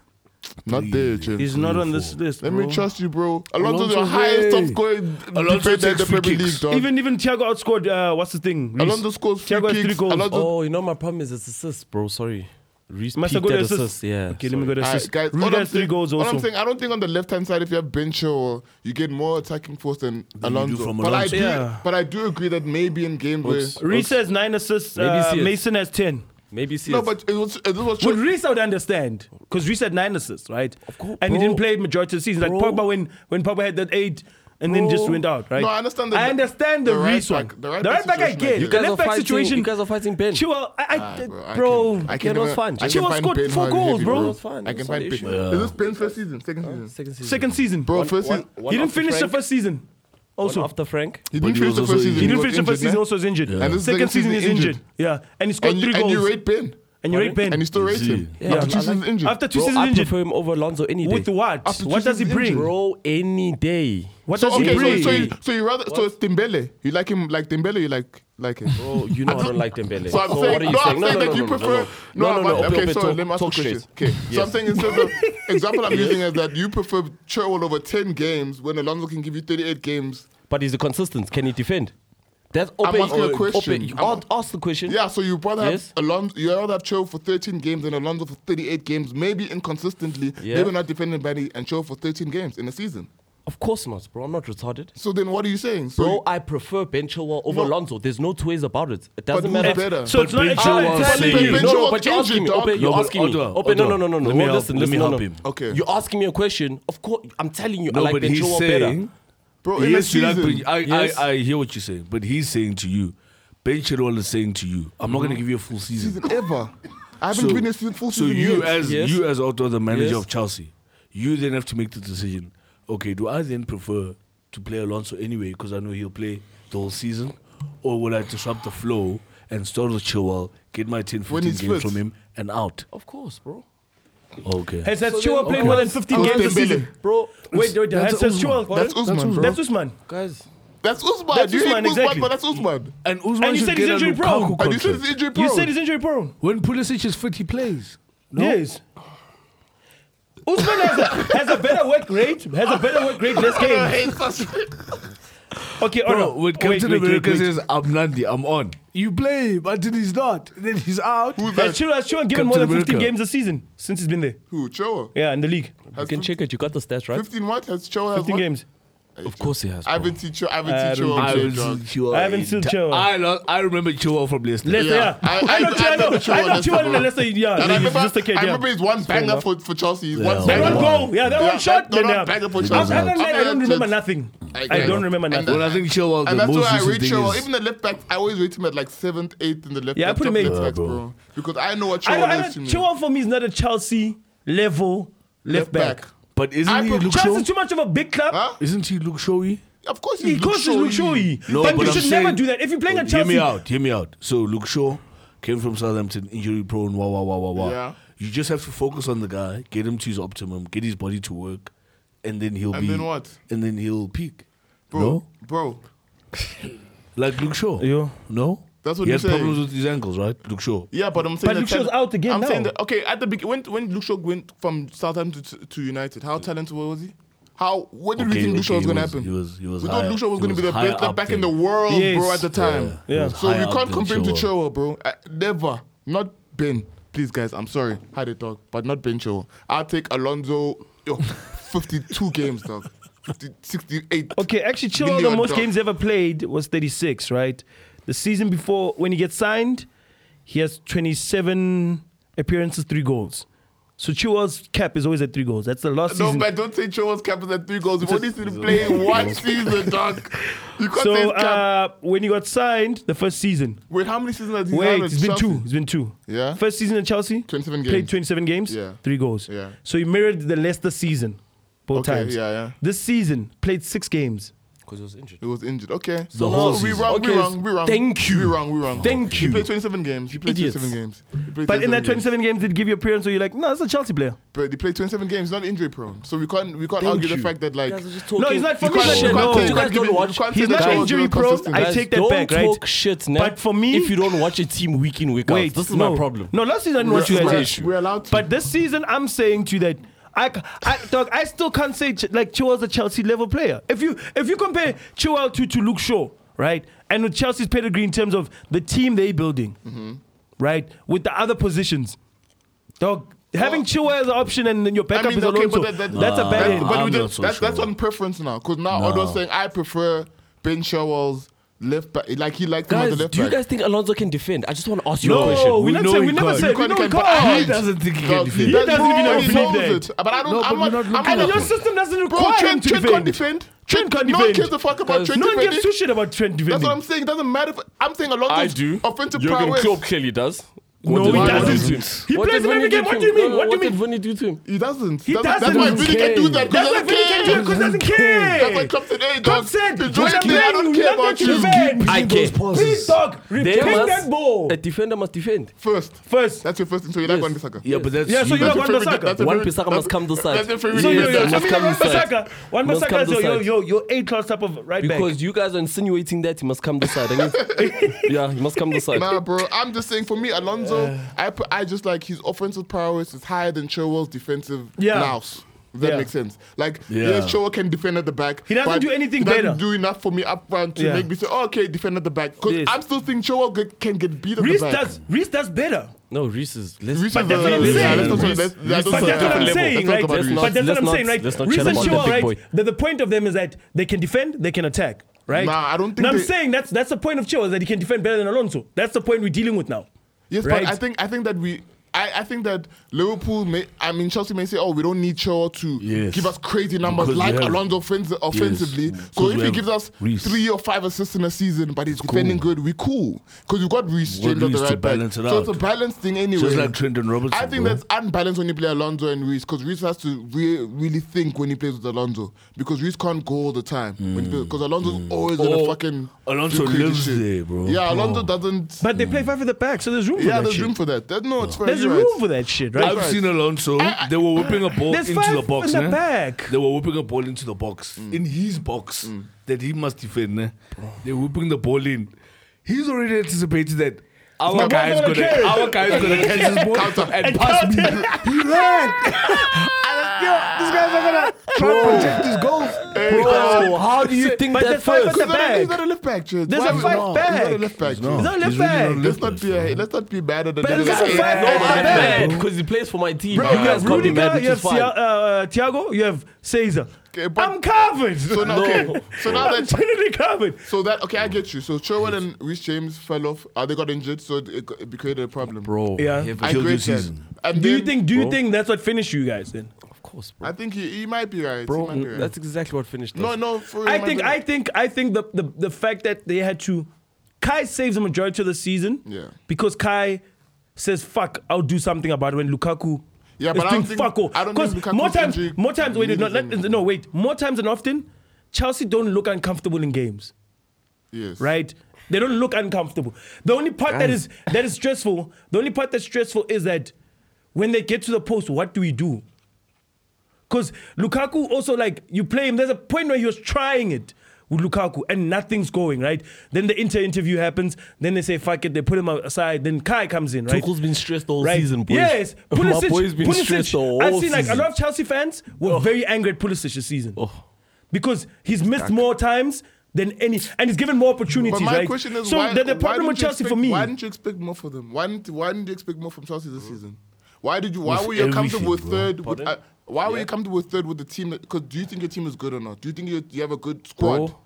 B: Not there, Jim.
C: is not on this list.
B: Let
C: bro.
B: me trust you, bro. Alonso's your
D: Alonso's
B: highest top
D: way.
B: scoring
D: Alonso
B: defender in
D: takes
B: the
D: free
B: Premier
D: kicks.
B: League, dog.
C: Even even Thiago outscored, uh, what's his thing? Reece.
B: Alonso scores free
C: Thiago has
B: kicks.
C: three goals.
B: Alonso
E: Oh, you know my problem is it's assists, bro. Sorry, Reese
C: Must I
E: peaked
C: go to
E: at
C: assist?
E: assists, Yeah.
C: Okay, let me go to
B: Alright,
C: assist.
B: guys, all
C: Oh, Rudiger
B: I'm
C: has three
B: saying-
C: goals
B: all I'm
C: also.
B: saying, I don't think on the left hand side, if you have Bencho, you get more attacking force than Alonso.
D: from
B: but I
D: Alonso.
B: do,
C: Yeah.
B: but I do agree that maybe in games where
C: Reese has nine assists.
E: Maybe
C: uh,
E: see it.
C: Mason has ten.
E: Maybe see.
B: no,
E: it's-
B: but it was it was
C: With Reese, I would understand because Reese had nine assists, right? Of
E: course,
C: and he
E: bro.
C: didn't play majority of the season.
E: Bro.
C: Like Pogba, when when Pogba had that eight. And then just went out, right?
B: No, I understand the-
C: I understand the,
B: the right
C: Reese one.
B: back- the right
C: the
B: back
C: right back, I
B: situation, I
C: get.
B: get. You
C: The
E: guys are
C: left back
E: fighting-
C: situation.
E: you guys are fighting Ben.
C: Chilwell, I, I,
B: Ah, bro, I
C: bro,
B: can, I
E: Ken
B: can
E: was
B: never-
E: fine.
B: I
E: Chilwell
B: can find
C: scored
B: Ben
C: four
B: hard and
C: goals,
B: heavy,
C: bro.
E: It's fine.
B: I can
E: It's
B: find
E: not an
B: Ben.
E: issue.
B: Is this Ben's first season? Second season?
E: second season.
C: second season,
B: Bro, first season.
E: one
C: he didn't
E: after
C: finish the
E: Frank,
C: first season.
E: Also,
C: Also,
E: after Frank,
B: He didn't
D: he
B: finish
D: was
B: the
D: also
B: first season.
D: injured.
C: he didn't
B: was
C: finish the first
B: injured,
C: season.
B: nah?
C: Also, is injured.
B: And this
C: Second season is injured. Yeah, and he scored
B: And
C: three
B: you, and
C: goals.
B: you rate Ben.
C: And you rate Ben.
B: And you still rate him.
E: Yeah.
B: After two
E: I like-
B: seasons injured.
C: after two
E: bro,
C: seasons
E: I
C: injured.
E: prefer him over Alonso any day.
C: With what?
B: After two
C: What does he
B: seasons
C: bring?
B: injured.
E: bro, any day.
C: What
B: So,
C: does he
B: okay, so,
C: bring?
B: so, you, so you rather so it's Dembele. You like him like Dembele. You like like him.
E: Bro, Oh, you know I don't like Dembele.
B: So I'm saying,
E: what are you
B: no, I'm
E: saying?
B: saying that you prefer.
E: No, no, no.
B: but-
E: Open,
B: Okay, sorry,
E: open,
B: let
E: talk-
B: me ask you a
E: talk
B: question.
E: straight.
B: Okay, so I'm saying instead of example I'm using is that you prefer Cherwell over 10 games when Alonso can give you 38 games.
E: But he's a consistent. Can he defend? That's open.
B: asking a question.
E: Open. You
B: I'm-
E: ask- ask the question.
B: Yeah, so you rather have
E: Yes.
B: Alonso, you rather have Cherwell for 13 games than Alonso for 38 games, maybe inconsistently.
E: Yeah.
B: Maybe not defending Benny and Cherwell for 13 games in a season.
E: Of course not, bro. I'm not retarded.
B: So then what are you saying? So
E: Bro, I prefer Ben Chilwell over
B: No.
E: Alonso. There's no two ways about it. It doesn't
B: who's
E: matter.
B: better?
C: So
D: But
C: it's not
D: Ben
C: actually telling
D: Chilwell-
E: No,
B: Ben
C: you.
E: no,
B: Chilwell
E: but you're
B: changed
E: asking me.
B: it up.
E: Open, you're
D: No, but
E: asking me.
D: Odwa,
E: Open, no, no,
D: Odwa,
E: no, no, no.
D: let
E: no,
D: me help-
E: listen,
D: let
E: listen,
D: me
E: no,
D: help
E: no.
D: him.
B: Okay.
E: You're asking me a question. Of course, I'm telling you,
D: No,
E: I like
D: but
E: Ben
D: he's
E: Chilwell
D: saying,
E: better.
B: bro, in a
D: yes, you like
B: season,
D: Ben- I,
E: Yes.
D: I, I hear what you're saying, but he's saying to you, Ben Chilwell is saying to you, I'm not going to give you a full season.
B: season ever. I haven't
D: So,
B: been a se- full
D: so
B: season
D: you
B: yet.
D: as
E: Yes.
D: you as Otto, the manager
E: Yes.
D: of Chelsea, you then have to make the decision. Okay, do I then prefer to play Alonso anyway because I know he'll play the whole season, or will I disrupt the flow and start with Chilwell, get my 10,
B: When
D: 15
B: he's
D: games
B: fit.
D: from him, and out?
E: Of course, bro.
D: Okay.
C: Has that
E: So
C: Chua
E: then-
C: played
E: okay.
C: more than 15
B: How's
C: games this
B: Dembele?
C: season? Bro, wait, wait,
D: that's
C: that's, that's
D: Usman.
C: Chua.
B: That's Usman, bro.
C: That's Usman.
E: Guys,
B: That's Usman.
C: That's
B: you hate
C: Usman,
B: Usman,
C: exactly.
B: but that's Usman.
D: and
C: And
D: Usman
C: you
D: should
C: said
D: get
C: he's
D: a
C: injury
D: Lukaku
C: prone.
B: And you said
D: contract.
B: it's injury prone.
C: You said he's injury prone.
D: When Pulisic is fit, he plays.
C: Yes. Usman has a, has a better work rate. Has a better work rate this
B: I
C: game.
B: hate such-
C: Okay, all
D: Bro,
C: right.
D: when Captain America says, I'm Nandi, I'm on. You play him until he's not. Then he's out.
B: Who's
C: Has
B: that?
C: Chua, has Chua given more
D: Captain
C: than 15
D: America.
C: games this season since he's been there?
B: Who? Cho?
C: Yeah, in the league.
E: you
B: Has
E: can check it. You got the stats, right?
B: 15 what? Has Cho has
C: 15
B: what?
C: games.
E: Of course he has.
B: I haven't seen Cho. I haven't seen Cho.
C: I don't
B: I'm
D: I, haven't
B: so
D: seen
B: drunk.
D: Chilwell
C: I haven't
D: in
C: seen
D: ti-
C: Chilwell.
D: I, lo- I remember Chilwell from Leicester.
C: Leicester,
B: Yeah.
C: yeah.
B: I-
C: I,
B: I- I
C: know Chua, I know.
B: remember Chua
C: I know
B: Leicester,
C: Chua in the
B: bro.
C: Leicester, yeah.
B: And I
C: he's
B: remember,
C: just a kid,
B: I
C: yeah.
B: remember his one banger
C: enough.
B: for, for Chelsea. His
D: Yeah.
B: one
C: That
B: banger.
C: one goal, yeah, that
B: Yeah,
C: one
B: that-
C: shot. Then,
B: that
C: yeah.
B: banger for
C: Other
B: Chelsea.
C: than that, I
B: Okay,
C: don't remember
B: that's-
C: nothing.
B: I-
C: I
B: yeah.
C: don't remember
B: And
C: nothing.
D: Well, I think Chilwell, the
B: And that's
D: most
B: why I
D: recent
B: rate
D: thing
B: Cho.
D: is...
B: Even the left back, I always rate him at like 7th, 8th in the left
C: Yeah, I
B: back.
C: put him
B: top
C: eighth.
B: left
D: Yeah,
B: backs,
D: bro.
B: bro. Because I know what
C: I don't, I
B: Cho is to
C: don't,
B: me.
C: Chilwell for me is not a Chelsea level left,
B: Left
C: back.
B: back.
D: But isn't
B: I
D: he
B: put
D: Luke
C: Chelsea
D: Shaw?
C: is too much of a big club.
B: Huh?
D: Isn't he Luke Shawy?
B: Of course he's
C: He coaches Luke Shoei.
D: No,
C: but,
D: but
C: you
D: I'm
C: should
D: saying-
C: never do that. If you're playing at
D: Hear
C: Chelsea,
D: me out. Hear me out. So Luke Shaw came from Southampton, injury prone. Wow, wow, wow, wow, wow.
B: Yeah.
D: You just have to focus on the guy, get him to his optimum, get his body to work, and then he'll
B: And
D: be.
B: then what?
D: And then he'll peak.
B: Bro,
D: No,
B: bro.
D: like Luke Shaw.
C: Yeah.
D: No.
B: That's what
D: he
B: you're
D: had problems
B: saying.
D: with his ankles, right? Luke Shaw.
B: Yeah, but I'm saying
C: But
B: that
C: Luke Shaw's
B: talent-
C: out again
B: I'm
C: now.
B: saying that okay at the beginning when when Luke Shaw went from Southampton to, to United, how talented was he? How what did we
D: Okay,
B: think Luke Shaw was
D: okay, he
B: going to
D: was-
B: happen?
D: he was- he was
B: we
D: higher-
B: thought Luke Shaw was
D: he
B: going to be the
D: was higher
B: best
D: up
B: left back in the
D: than-
B: world, bro.
C: Yes.
B: At the time,
D: he was
B: so
D: higher
B: you
D: up
B: can't
D: than
B: compare him to
D: Chilwell.
B: Chilwell, bro. I, never, not Ben. Please, guys, I'm sorry, had it dog, but not Ben Chilwell. I'll take Alonso, yo, 52 games, dog, 50, 68.
C: okay, actually, Chilwell, the
B: Million
C: most
B: dog.
C: games he ever played was 36, right? The season before, when he gets signed, he has 27 appearances, three goals. So Chilwell's cap is always at three goals. That's the last
B: No,
C: season.
B: but don't say Chilwell's cap is at three goals. We've only seen him play one season, dog. You can't say
C: so
B: his cap.
C: uh, when he got signed, the first season.
B: Wait, how many seasons has he
C: Wait,
B: had
C: it's
B: at
C: been
B: Chelsea?
C: two. It's been two.
B: Yeah.
C: First season at Chelsea.
B: 27
C: Played
B: games.
C: 27 games.
B: Yeah.
C: Three goals.
B: Yeah.
C: So he mirrored the Leicester season both
B: Okay,
C: times.
B: yeah, yeah.
C: This season, played six games.
E: Because he was injured.
B: He was injured. Okay.
D: The whole
B: we
D: season.
B: wrong, we
E: Okay,
B: wrong, we wrong.
E: thank you.
B: We wrong, we wrong.
E: Thank
B: He
E: you.
B: played 27 games. He played
E: Idiots.
B: 27 games. He played
C: But in that
B: games.
C: 27 games, did give you appearance where you're like, no, it's a Chelsea player.
B: But he played 27 games, not injury prone. So we can't we can't
E: Thank
B: argue the
E: you.
B: fact that like
E: Guys are just
C: No,
E: talking-
C: he's not
E: You
C: fucking
E: can't-
C: shit,
E: you
C: no.
E: can't-
C: You
E: You guys
B: give
E: don't
B: him-
E: watch.
B: you can't
C: He's
B: say that
C: not
B: Chilwell is
C: injury prone.
B: inconsistent.
C: I
E: Guys,
C: take that
E: don't
C: back, right?
E: talk shit, nah.
C: But for me-
E: if you don't watch a team week in week
C: Wait,
E: out, this is
C: no.
E: my problem.
C: No, last season I didn't
B: We're-
C: watch you
B: we're-
C: guys.
B: We're allowed to.
C: But this season, I'm saying to you that. I, c- I, dog, I still can't say Ch- like Chilwell's a Chelsea level player. If you if you compare Chilwell to, to Luke Shaw, right, and with Chelsea's
B: Mm-hmm.
C: pedigree in terms of the team they're building, right, with the other positions, Dog, having Chua as an option and then your backup is Alonso. that's a bad
B: that-
C: end.
B: But
D: I'm
B: we
D: not
B: just,
D: so
B: that's, that's
D: sure.
B: on preference now. Because now Odo's saying, I prefer Ben Sherwell's left back. Like, he likes him
E: Guys,
B: as a left
E: do you
B: back.
E: guys think Alonso can defend? I just want to ask you a question.
C: no, we,
D: We
C: not
D: know
C: say,
D: he
C: we never
D: can't.
C: said
B: You
C: we know
B: can't-
C: he
B: can't- I
D: He
C: can't.
B: hate
D: doesn't think he
B: Dog,
D: can
B: he
D: defend.
B: does-
C: doesn't even know
B: he
C: he
B: knows
C: believe
B: it. But I don't.
D: No,
B: I'm
D: but we're
B: not.
D: not
B: I'm
D: looking
B: not
D: at
B: your
D: him.
B: system.
C: System doesn't require
B: Bro,
C: him
B: Trent,
C: to
B: Trent
C: defend.
B: can't defend.
C: Trent can't
B: No one
C: defend.
B: cares the fuck about
E: Guys,
B: Trent
C: No one gives
B: defending.
C: two shit about Trent
B: That's
C: defending.
B: what I'm saying. Doesn't matter. If, I'm saying Alonso's
E: I do.
B: offensive
E: Jurgen
B: prowess.
E: Klopp clearly does.
C: No,
E: did
C: he
E: Wenger
C: doesn't.
E: do to him?
C: He
E: What
C: plays
E: did
C: in every
E: Wenger
C: game.
E: to
C: What
E: him?
C: do you mean?
E: No,
C: What do you
E: did
C: mean?
E: Vinny do to him?
B: He doesn't.
C: He
B: that's,
C: doesn't.
B: That's why
C: Doesn't
B: Vinny can do that.
E: care.
B: Because
C: That's
B: he
C: why
B: doesn't
C: Vinny
B: care.
C: can do it because he doesn't
B: That's why
C: care.
B: Klopp said, hey,
C: Klopp
B: dog.
C: said,
B: the
C: when
B: Joy
C: I'm
B: King, I
C: playing
B: don't
C: you,
B: care
C: not
B: about
C: that you
B: you.
C: defend.
E: I
D: those
E: care.
C: Please,
D: passes.
C: dog,
E: They
C: take
E: must-
C: that ball.
E: A defender must defend.
B: First.
C: First,
B: That's your first. So you like Wan Bissaka.
D: Yeah, but that's
C: Yeah, so
D: you.
C: you
B: That's
C: have
B: your
C: Wan
B: favorite-
C: Bissaka.
B: that's your
E: One
B: favorite-
E: Bissaka must
B: that's-
E: come this side.
B: That's your favorite.
C: So
E: Yeah,
C: yo,
E: that
C: yo,
E: must
C: Samir,
E: come
C: one
E: inside.
C: Masaka, one
E: Must
C: Masaka
E: come
C: is yo, yo,
E: inside.
C: yo, yo, eight class type of right back.
E: Because you guys are insinuating that he must come this side. And you- yeah, he must come this side.
B: Nah, bro. I'm just saying. For me, Alonso, I put, I just like his offensive prowess is higher than Chilwell's defensive
C: Yeah.
B: louse. Does that
C: Yeah.
B: make sense? Like,
D: Yeah.
B: yes, Chilwell can defend at the back.
C: He doesn't
B: but
C: do anything
B: he doesn't
C: better.
B: Do enough for me up front to
C: Yeah.
B: make me say, oh, okay, defend at the back. Because
C: Yes.
B: I'm still thinking Chilwell get, can get beat at
C: Reese
B: the back.
C: does, Reese does better.
E: No, Reese is. Let's,
B: Reece
C: But
B: is
C: that's
B: a-
C: what I'm
B: yeah,
C: saying.
B: let's not talk- let's- let's
C: But
B: not
C: that's what
B: talk
C: I'm
B: about-
C: saying,
B: let's not
C: right?
B: talk about
E: Let's
B: Reece.
E: not-
C: But that's what I'm saying, right?
E: let's
C: Reese
E: not
C: and
E: chat about that
C: Chua,
E: big
C: right?
E: boy.
C: The, the point of them is that they can defend, they can attack, right?
B: Nah, I don't think
C: And I'm
B: they-
C: saying that's that's the point of Chua is that he can defend better than Alonso. That's the point we're dealing with now.
B: Yes,
C: right?
B: but I think I think that we. I, I think that Liverpool may, I mean Chelsea may say, oh, we don't need Chilwell to
D: Yes.
B: give us crazy numbers
D: Because we
B: like
D: have-
B: Alonso offens- offensively. So
D: Because
B: if
D: we
B: he
D: have
B: gives us
D: Reece.
B: three or five assists in a season, but he's defending good, we cool because you've got Reece
D: Well,
B: James at the
D: Reece to
B: right back.
D: balance it
B: so it's a
D: out.
B: balanced thing anyway.
D: Just like Trent and Robertson,
B: I think
D: bro.
B: that's unbalanced when you play Alonso and Reece because Reece has to re- really think when he plays with Alonso because Reece can't go all the time because Alonso's always gonna
D: Mm. Or
B: fucking
D: Alonso
B: do crazy
D: lives
B: shit.
D: there, bro.
B: Yeah, Alonso doesn't.
C: But they play five at the back, so there's room for
B: Hmm. Yeah,
C: that
B: there's room
C: shit.
B: for that. That- no, it's fair.
C: There's
B: you're
C: room
B: right.
C: for that shit,
D: I've
C: right? Uh,
B: right.
D: seen Alonso. they were whipping a ball
C: There's
D: into
C: five
D: the
C: in
D: box.
C: the
D: ne?
C: back.
D: They were whipping a ball into the box in his box that he must defend. ne? They're whipping the ball in. He's already anticipated that our
C: My
D: guy's
C: ball's
D: gonna,
C: gonna carry.
D: our guy's gonna catch this ball and,
C: And
D: pass me.
C: counter.
D: He ran. And, yo, these guys are gonna try and project his goals.
E: Bro, how do you think
C: But
E: that
C: the five
E: first?
C: at the
B: He's not, a,
C: back.
B: he's not a left back, Chad.
C: There's
B: Why
C: a
B: is he
C: five
B: not?
C: back.
B: He's not a left back. Chad.
C: He's not left
D: He's really
C: back.
D: not left
B: Let's not be a, let's not be bad at the
C: But
B: let's
C: there's
B: not
C: a
B: be
C: five
B: bad at
C: back.
B: the-
C: Not bad.
E: because he plays for my team.
B: Bro,
E: you
B: you
E: guys
B: have
E: can't be mad,
C: Rudiger,
E: which
C: you
E: is
C: have
E: fine.
C: Sia- uh, Thiago, you have Caesar.
B: Okay, but-
C: I'm covered.
B: So now, okay. So now
C: I'm
B: that
C: totally covered.
B: so that okay, I get you. So Chilwell and Reece James fell off. Uh, they got injured, so it, it, it created a problem.
E: Bro,
C: Yeah.
E: heaven-
B: I
D: Killed your
B: agree. That.
D: season.
B: And
C: Do you
B: then-
C: think? Do you think that's what finished you guys then?
E: of course, bro.
B: I think he, he might be right.
C: Oh
B: he
E: Bro,
B: might be right.
E: Mm, that's exactly what finished.
B: no,
E: us.
B: no. For real,
C: I
B: might
C: think
B: be
C: I
B: right.
C: think I think the, the the fact that they had to Kai saves the majority of the season.
B: Yeah.
C: Because Kai says fuck, I'll do something about it when Lukaku
B: Yeah,
C: is
B: but I don't
C: doing
B: think-
C: fuck all.
B: I don't
C: Because
B: think
C: more
B: Lukaku's
C: times
B: injury
C: more times wait
B: means
C: no, not,
B: anything.
C: no wait more times than often Chelsea don't look uncomfortable in games
B: yes.
C: right? They don't look uncomfortable. The only part that is that is stressful, the only part that's stressful is that when they get to the post, what do we do? Because Lukaku also like you play him. There's a point where he was trying it with Lukaku and nothing's going right. Then the inter interview happens. Then they say fuck it. They put him aside. Then Kai comes in right.
E: Tuchel's been stressed the whole season, boys.
C: Yes,
E: my
C: Pulisic.
E: boy's been
C: Pulisic,
E: stressed the whole
C: I've seen like a
E: season. Oh.
C: lot of Chelsea fans were very angry at Pulisic this season because he's missed more times than any, and he's given more opportunities.
B: But my
C: right?
B: question is,
C: so
B: why,
C: the, the
B: why
C: problem
B: didn't
C: with
B: you
C: Chelsea
B: expect,
C: for me,
B: why didn't you expect more for them? Why didn't Why didn't you expect more from Chelsea this season? Why did you? Why
D: With
B: were you comfortable with
D: everything, bro.
B: third? With, uh, why were you comfortable with third with the team? Because do you think your team is good or not? Do you think you, you have a good squad
E: Bro,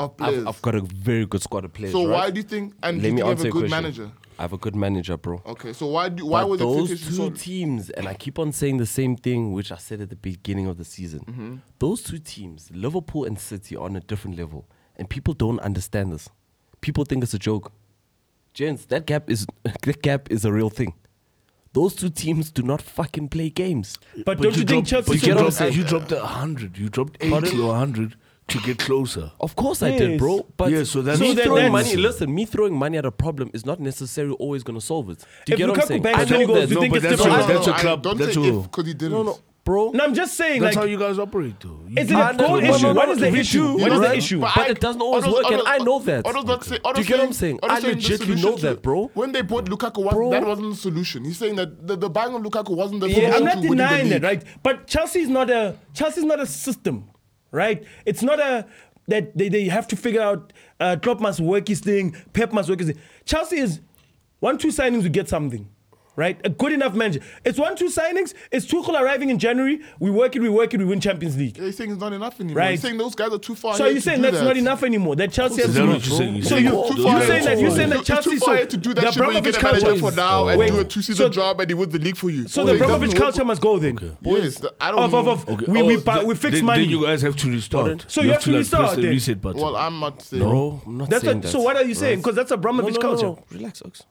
B: of players?
E: I've, I've got a very good squad of players.
B: so
E: right?
B: why do you think? And do you think you have a
E: your
B: good manager?
E: I have a good manager, bro.
B: Okay, so why do why
E: but
B: was
E: those two
B: expectations so?
E: teams, and I keep on saying the same thing, which I said at the beginning of the season. Those two teams, Liverpool and City, are on a different level, and people don't understand this. People think it's a joke. Gents, that gap is that gap is a real thing. Those two teams do not fucking play games.
C: but, don't you, think
D: dropped-
C: Chelsea?
D: but
E: get
D: you
E: what I'm
D: dropped,
E: saying?
D: you dropped a hundred. You dropped eighty
E: Pardon?
D: or hundred to get closer.
E: Of course I did,
C: Yes.
E: bro. But
D: Yeah, so that's-
E: me
C: So that-
E: throwing
C: that's-
E: money. Listen, me throwing money at a problem is not necessarily always going to solve it. Do you
C: If
E: get what I'm
C: Lukaku
E: saying?
C: bangs
E: I
C: twenty
E: know
C: goals,
E: that.
C: you
E: No,
C: think
E: but
C: it's
E: that's
C: different?
E: what-
D: No, no,
E: that's
D: your
B: I
D: club,
B: Don't
D: that's
B: say
D: your-
B: if because he didn't.
E: No, no, bro.
C: no, I'm just saying
D: That's
C: like.
D: how you guys operate, though. You
C: Is it
E: I
C: a
E: know,
C: goal
E: no, no,
C: issue?
E: no,
C: What
E: no,
C: is the
E: we
C: issue?
E: do,
C: What is
E: right?
C: the issue?
E: But it doesn't always
B: Odo's-
E: work, and
B: Odo's-
E: I know that.
B: Odo's not say- Odo's
E: Do you get what I'm
B: saying-
E: saying?
B: Odo's
E: I
B: saying the
E: legitly
B: solution
E: know
B: to-
E: that, bro.
B: When they bought Lukaku, was,
E: Bro.
B: that wasn't the solution. He's saying that the, the buying of Lukaku wasn't the solution.
C: Yeah, I'm not
B: to winning the
C: denying
B: league.
C: that, right? But Chelsea's not a Chelsea's not a system, right? It's not a that they, they have to figure out. Uh, Klopp must work his thing. Pep must work his thing. Chelsea is one two signings we get something, right? A good enough manager. It's one, two signings. It's Tuchel arriving in January. We work it, we work it, we win Champions League.
B: He's saying it's not enough anymore.
C: Right.
B: He's saying those guys are too far.
C: So
B: ahead
C: you're
B: Oh, to
C: saying
B: do
C: that's
B: that.
C: not enough anymore. That Chelsea has
D: Is that
C: to
D: what you're saying?
C: So
D: saying
C: you,
D: it's
B: Too
D: too
B: far
C: you're
D: ahead.
B: ahead.
C: saying that you're
D: Too
C: saying
D: ahead.
C: that
B: It's too
C: Chelsea's
B: far ahead to do
C: their
B: that shit when you
C: Abramovich
B: get a manager
C: culture
B: for
C: is-
B: now and
C: Wait.
B: do a
C: So-
B: two-season job and he wins the league for you.
C: So the
B: It doesn't
C: Abramovich
B: work.
C: culture must go then.
B: Yes, the- I don't.
C: Of, of,
B: know.
C: of, we, we, buy-
D: th-
C: we fix
D: then,
C: money.
D: Then you guys have to restart.
C: So you have to
D: like,
C: restart
D: press the
C: then.
D: reset button.
B: Well, I'm not saying.
E: Bro, I'm not
C: That's
E: saying
C: what,
E: that.
C: So what are you saying? Because that's
E: No,
C: Abramovich
E: no, no,
C: culture.
E: no. Relax, Ox.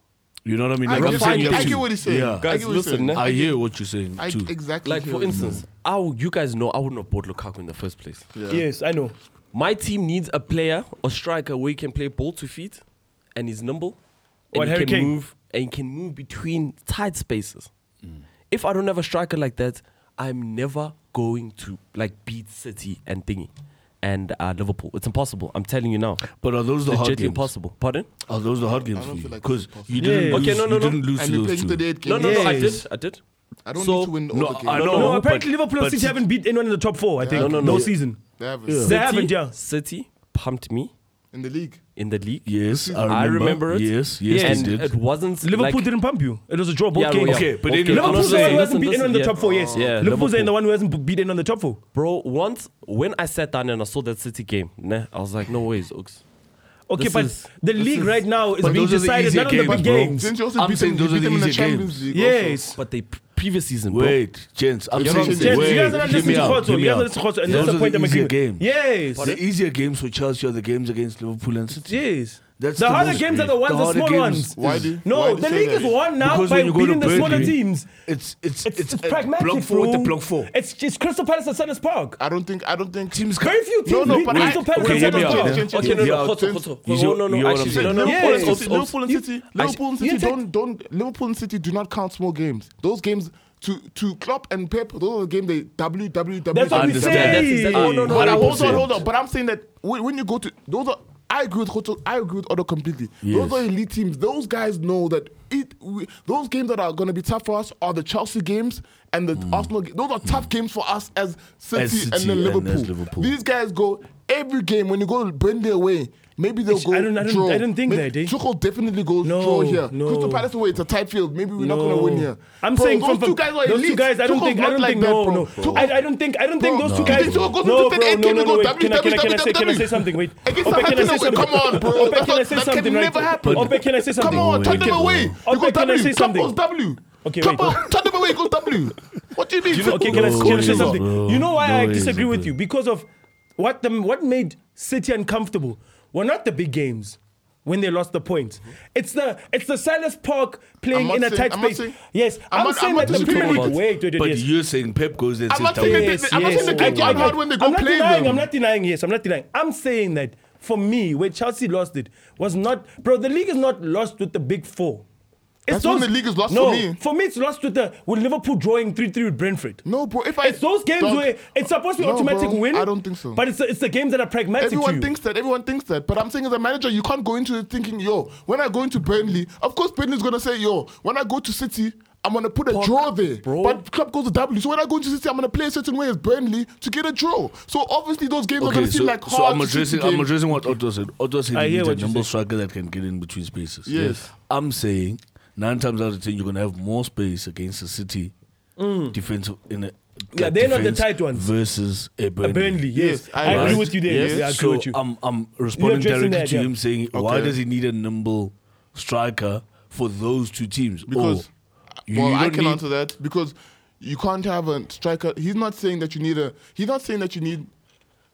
D: you know what I mean?
B: I
D: Like,
B: get
D: I'm
B: what
D: saying
B: he-
D: you have
B: I
D: to-
B: get what he's saying.
D: Yeah.
B: I get what he's
E: Guys, listen,
B: saying.
E: eh?
D: I hear what you're saying
B: I
D: too.
B: exactly.
E: Like
B: hear
E: for
B: what he's
E: instance, I, w- you guys know I wouldn't have bought Lukaku in the first place.
B: saying. Yeah.
C: Yes, I know.
E: My team needs a player or striker where he can play ball to feet, and he's nimble, and
C: What,
E: he
C: Harry
E: can
C: Kane?
E: move, and he can move between tight spaces. If I don't have a striker like that, I'm never going to like beat City and thingy, and uh, Liverpool. It's impossible. I'm telling you now.
D: But are those the hard
E: Legitly
D: games?
E: impossible. Pardon?
D: Are those the hard games
B: don't
D: for you?
B: feel like
D: Because
B: it's
D: you didn't
C: Yeah.
D: lose,
E: Okay, no, no,
D: you
E: no.
D: didn't lose
B: And
D: to
B: we
D: those
B: playing
D: two.
B: 38
E: No,
B: games.
E: no, no. I
C: Yes.
E: did. I did.
B: I don't
E: So-
B: need to win all
D: No,
B: the games.
D: I know.
E: No,
C: No,
E: but-
C: apparently Liverpool and
D: but-
C: City haven't beat anyone in the top four, I think.
B: no,
C: No,
B: no,
E: no.
C: season.
B: They have
C: They haven't, yeah.
E: City pumped me
B: in the league.
E: in the league.
D: Yes, I remember.
E: I remember it.
D: Yes, yes,
E: and
D: they did.
E: it wasn't
C: Liverpool
E: like,
C: didn't pump you. It was a draw both
E: Yeah,
C: games.
E: yeah.
D: Okay, but anyway,
E: I'm
C: Liverpool's
E: just
C: the one
E: saying,
C: who hasn't
E: listen,
C: beaten
E: listen,
C: in the
E: yeah.
C: top four, yes.
E: Yeah,
C: Liverpool's the
E: Liverpool.
C: one who hasn't beaten in the top four.
E: Bro, once when I sat down and I saw that City game, nah, I was like, no ways, Oaks.
C: Okay,
E: This
C: but
E: is-
C: the league right now is
D: But
C: being
D: those are the
C: decided
D: easier
C: not on the big
D: games, bro.
C: games.
B: Didn't you also
D: I'm
B: beat
D: saying
B: them, you
D: those are
B: beat
D: the
B: them in the
D: easier games.
B: Champions League?
C: Yes.
E: But the p- previous season, bro.
D: Wait, gents, I'm
B: You're
D: saying,
B: not-
D: wait,
B: gents,
C: Yes, you guys are
D: hear
C: not listening
D: me
C: to
D: out,
C: Kotso.
D: hear me
C: You guys
D: out.
C: are listening to Kotso. And that's
D: Those
C: the
D: are
C: point
D: the
C: I'm
D: easier
C: making.
D: games.
C: Yes.
D: The easier games for Chelsea are the games against Liverpool and City.
C: Yes.
D: That's
C: the,
D: the
C: harder
D: most-
C: games are the ones, the,
D: harder
C: small
D: games
C: ones.
B: Why do? why
C: No,
B: do you
C: the
B: say
C: league
B: that?
C: is won now
D: Because
C: by
D: when you go to
C: beating the smaller
D: Burnley,
C: teams.
D: It's it's
C: It's, it's,
D: uh,
C: pragmatic,
D: block four
C: bro.
D: with the block four.
C: It's, it's Crystal Palace at Sellers Park.
B: I don't think. I don't think.
D: Teams
C: Very few teams
B: no,
C: beat
B: but I-
C: Crystal Palace
D: okay,
C: at
D: hear me
C: Sellers
D: out.
C: Park.
D: Yeah.
E: Okay, no,
D: Yeah,
E: no, Hotso,
D: since-
E: Hotso.
D: you
E: Oh,
D: see-
E: no,
D: you hear
E: no,
D: what I'm
E: actually,
D: saying?
E: no, no, no.
C: Yeah.
E: Oaks,
B: Liverpool and
E: Oaks,
B: City,
E: Oaks.
B: Liverpool and City, Liverpool and
C: you
B: City
C: take-
B: don't don't Liverpool and City do not count small games. Those games to to Klopp and Pep, those are the game they WWW.
C: That's what we
D: Understand. That's
C: say.
E: exactly- Oh, no, no,
B: But I- hold on,
D: 100%.
B: hold on. But I'm saying that when, when you go to those are. I agree with Hoto, I agree with Otto completely.
D: Yes.
B: Those are elite teams. Those guys know that it. We, those games that are going to be tough for us are the Chelsea games and the Arsenal. ga- Those are tough games for us as City,
D: City
B: and then
D: and as
B: Liverpool.
D: Liverpool.
B: These guys go every game when you go Burnley away. Maybe they'll
C: It's-
B: go
C: I don't- I don't-
B: draw.
C: I don't think
B: Maybe-
C: that, eh?
B: Tuchel definitely goes
C: No,
B: draw here.
C: no.
B: Crystal Palace away, it's a tight field. Maybe we're not going to win here.
C: I'm
B: Bro,
C: saying
B: those
C: from, from
B: two guys are
C: those
B: elite.
C: two guys. I don't
B: Tuchel's
C: think. I
B: not
C: don't
B: like
C: think.
B: that,
C: no,
B: bro.
C: no.
B: Tuchel-
C: I, I don't think. I don't think
B: Bro,
C: those two
B: you
C: guys.
B: think Tuchel goes
C: no,
B: into
C: bro.
B: third
C: No,
B: and
C: no,
B: he
C: no.
B: goes
C: Wait. Can I can I can I say can I say
B: WWW?
C: something? Wait.
B: E? Against
C: Ope,
B: South
C: can I say
B: Africa,
C: something?
B: come on, bro.
C: Ope,
B: That's
C: can I
B: not-
C: say
B: that can
C: something? right?
B: never happen.
C: Ope, can I say something?
B: Come on, turn
C: Can-
B: them away. You
C: Ope,
B: go
C: can I say
B: W. E. Klopp
C: something?
B: goes W.
C: Okay,
B: Klopp
C: wait.
B: goes- Turn them away, goes W. What do you mean?
C: Okay, can I,
D: No
C: can I say
D: ways,
C: something?
D: bro.
C: You know why
D: No
C: I
D: ways,
C: disagree with
D: bro.
C: you? Because of what the what made City uncomfortable were not the big games when they lost the point. It's the it's the Silas Park playing
B: I'm
C: in a
B: not saying-
C: tight
B: I'm not
C: space.
B: saying-
C: yes,
B: I'm
C: I'm,
B: not-
C: saying
B: I'm
C: that
B: not
C: the
B: talking
C: Premier
D: about-
C: League. Wait, wait, wait.
D: But
C: yes.
D: you're saying Pep goes and
B: I'm
D: sits
B: not saying
D: down.
B: that- I'm not saying they get
C: I- I-
B: one hard when they go
C: I'm not
B: play
C: denying,
B: them.
C: I'm not denying, yes, I'm not denying. I'm saying that for me, where Chelsea lost it was not, bro, the league is not lost with the big four. It's
B: That's when the league is lost
C: no,
B: for me.
C: For me, it's lost with the with Liverpool drawing 3 3 with Brentford.
B: No, bro. If I
C: It's those games
B: Dog,
C: where it's supposed to be
B: no,
C: automatic
B: bro,
C: win.
B: I don't think so.
C: But it's the, it's the games that are pragmatic. to
B: Everyone
C: you.
B: thinks that. Everyone thinks that. But I'm saying, as a manager, you can't go into it thinking, "Yo, when I go into Burnley, of course Burnley's gonna say, "Yo, when I go to City, I'm gonna put a draw there." But club goes to W, so when I go into City, I'm gonna play a certain way as Burnley to get a draw. So obviously, those games are
D: Okay,
B: gonna
D: so,
B: seem like hard.
D: so I'm
B: to
D: addressing
B: City
D: I'm
B: games.
D: addressing what Otto said. Otto said
C: I
D: you
C: hear
D: need a
C: what you
D: number
C: say.
D: striker that can get in between spaces.
B: Yes.
D: I'm saying nine times out of ten you're gonna have more space against a city defensive in a
C: Mm. Yeah, they're not the
D: defense
C: tight ones.
D: versus a Burnley.
C: Burnley, yes.
B: Yes,
C: I,
B: I-
C: agree
B: Right.
C: with you there.
B: Yes.
C: Yeah, I agree
D: so
C: with you.
E: um,
D: I'm I'm responding
C: addressing
D: directly
C: that,
D: to
C: yeah.
D: him saying why
B: Okay.
D: does he need a nimble striker for those two teams?
B: because
D: or, Oh. you
B: well, I
D: don't
B: can
D: need-
B: answer that because you can't have a striker. He's not saying that you need a. He's not saying that you need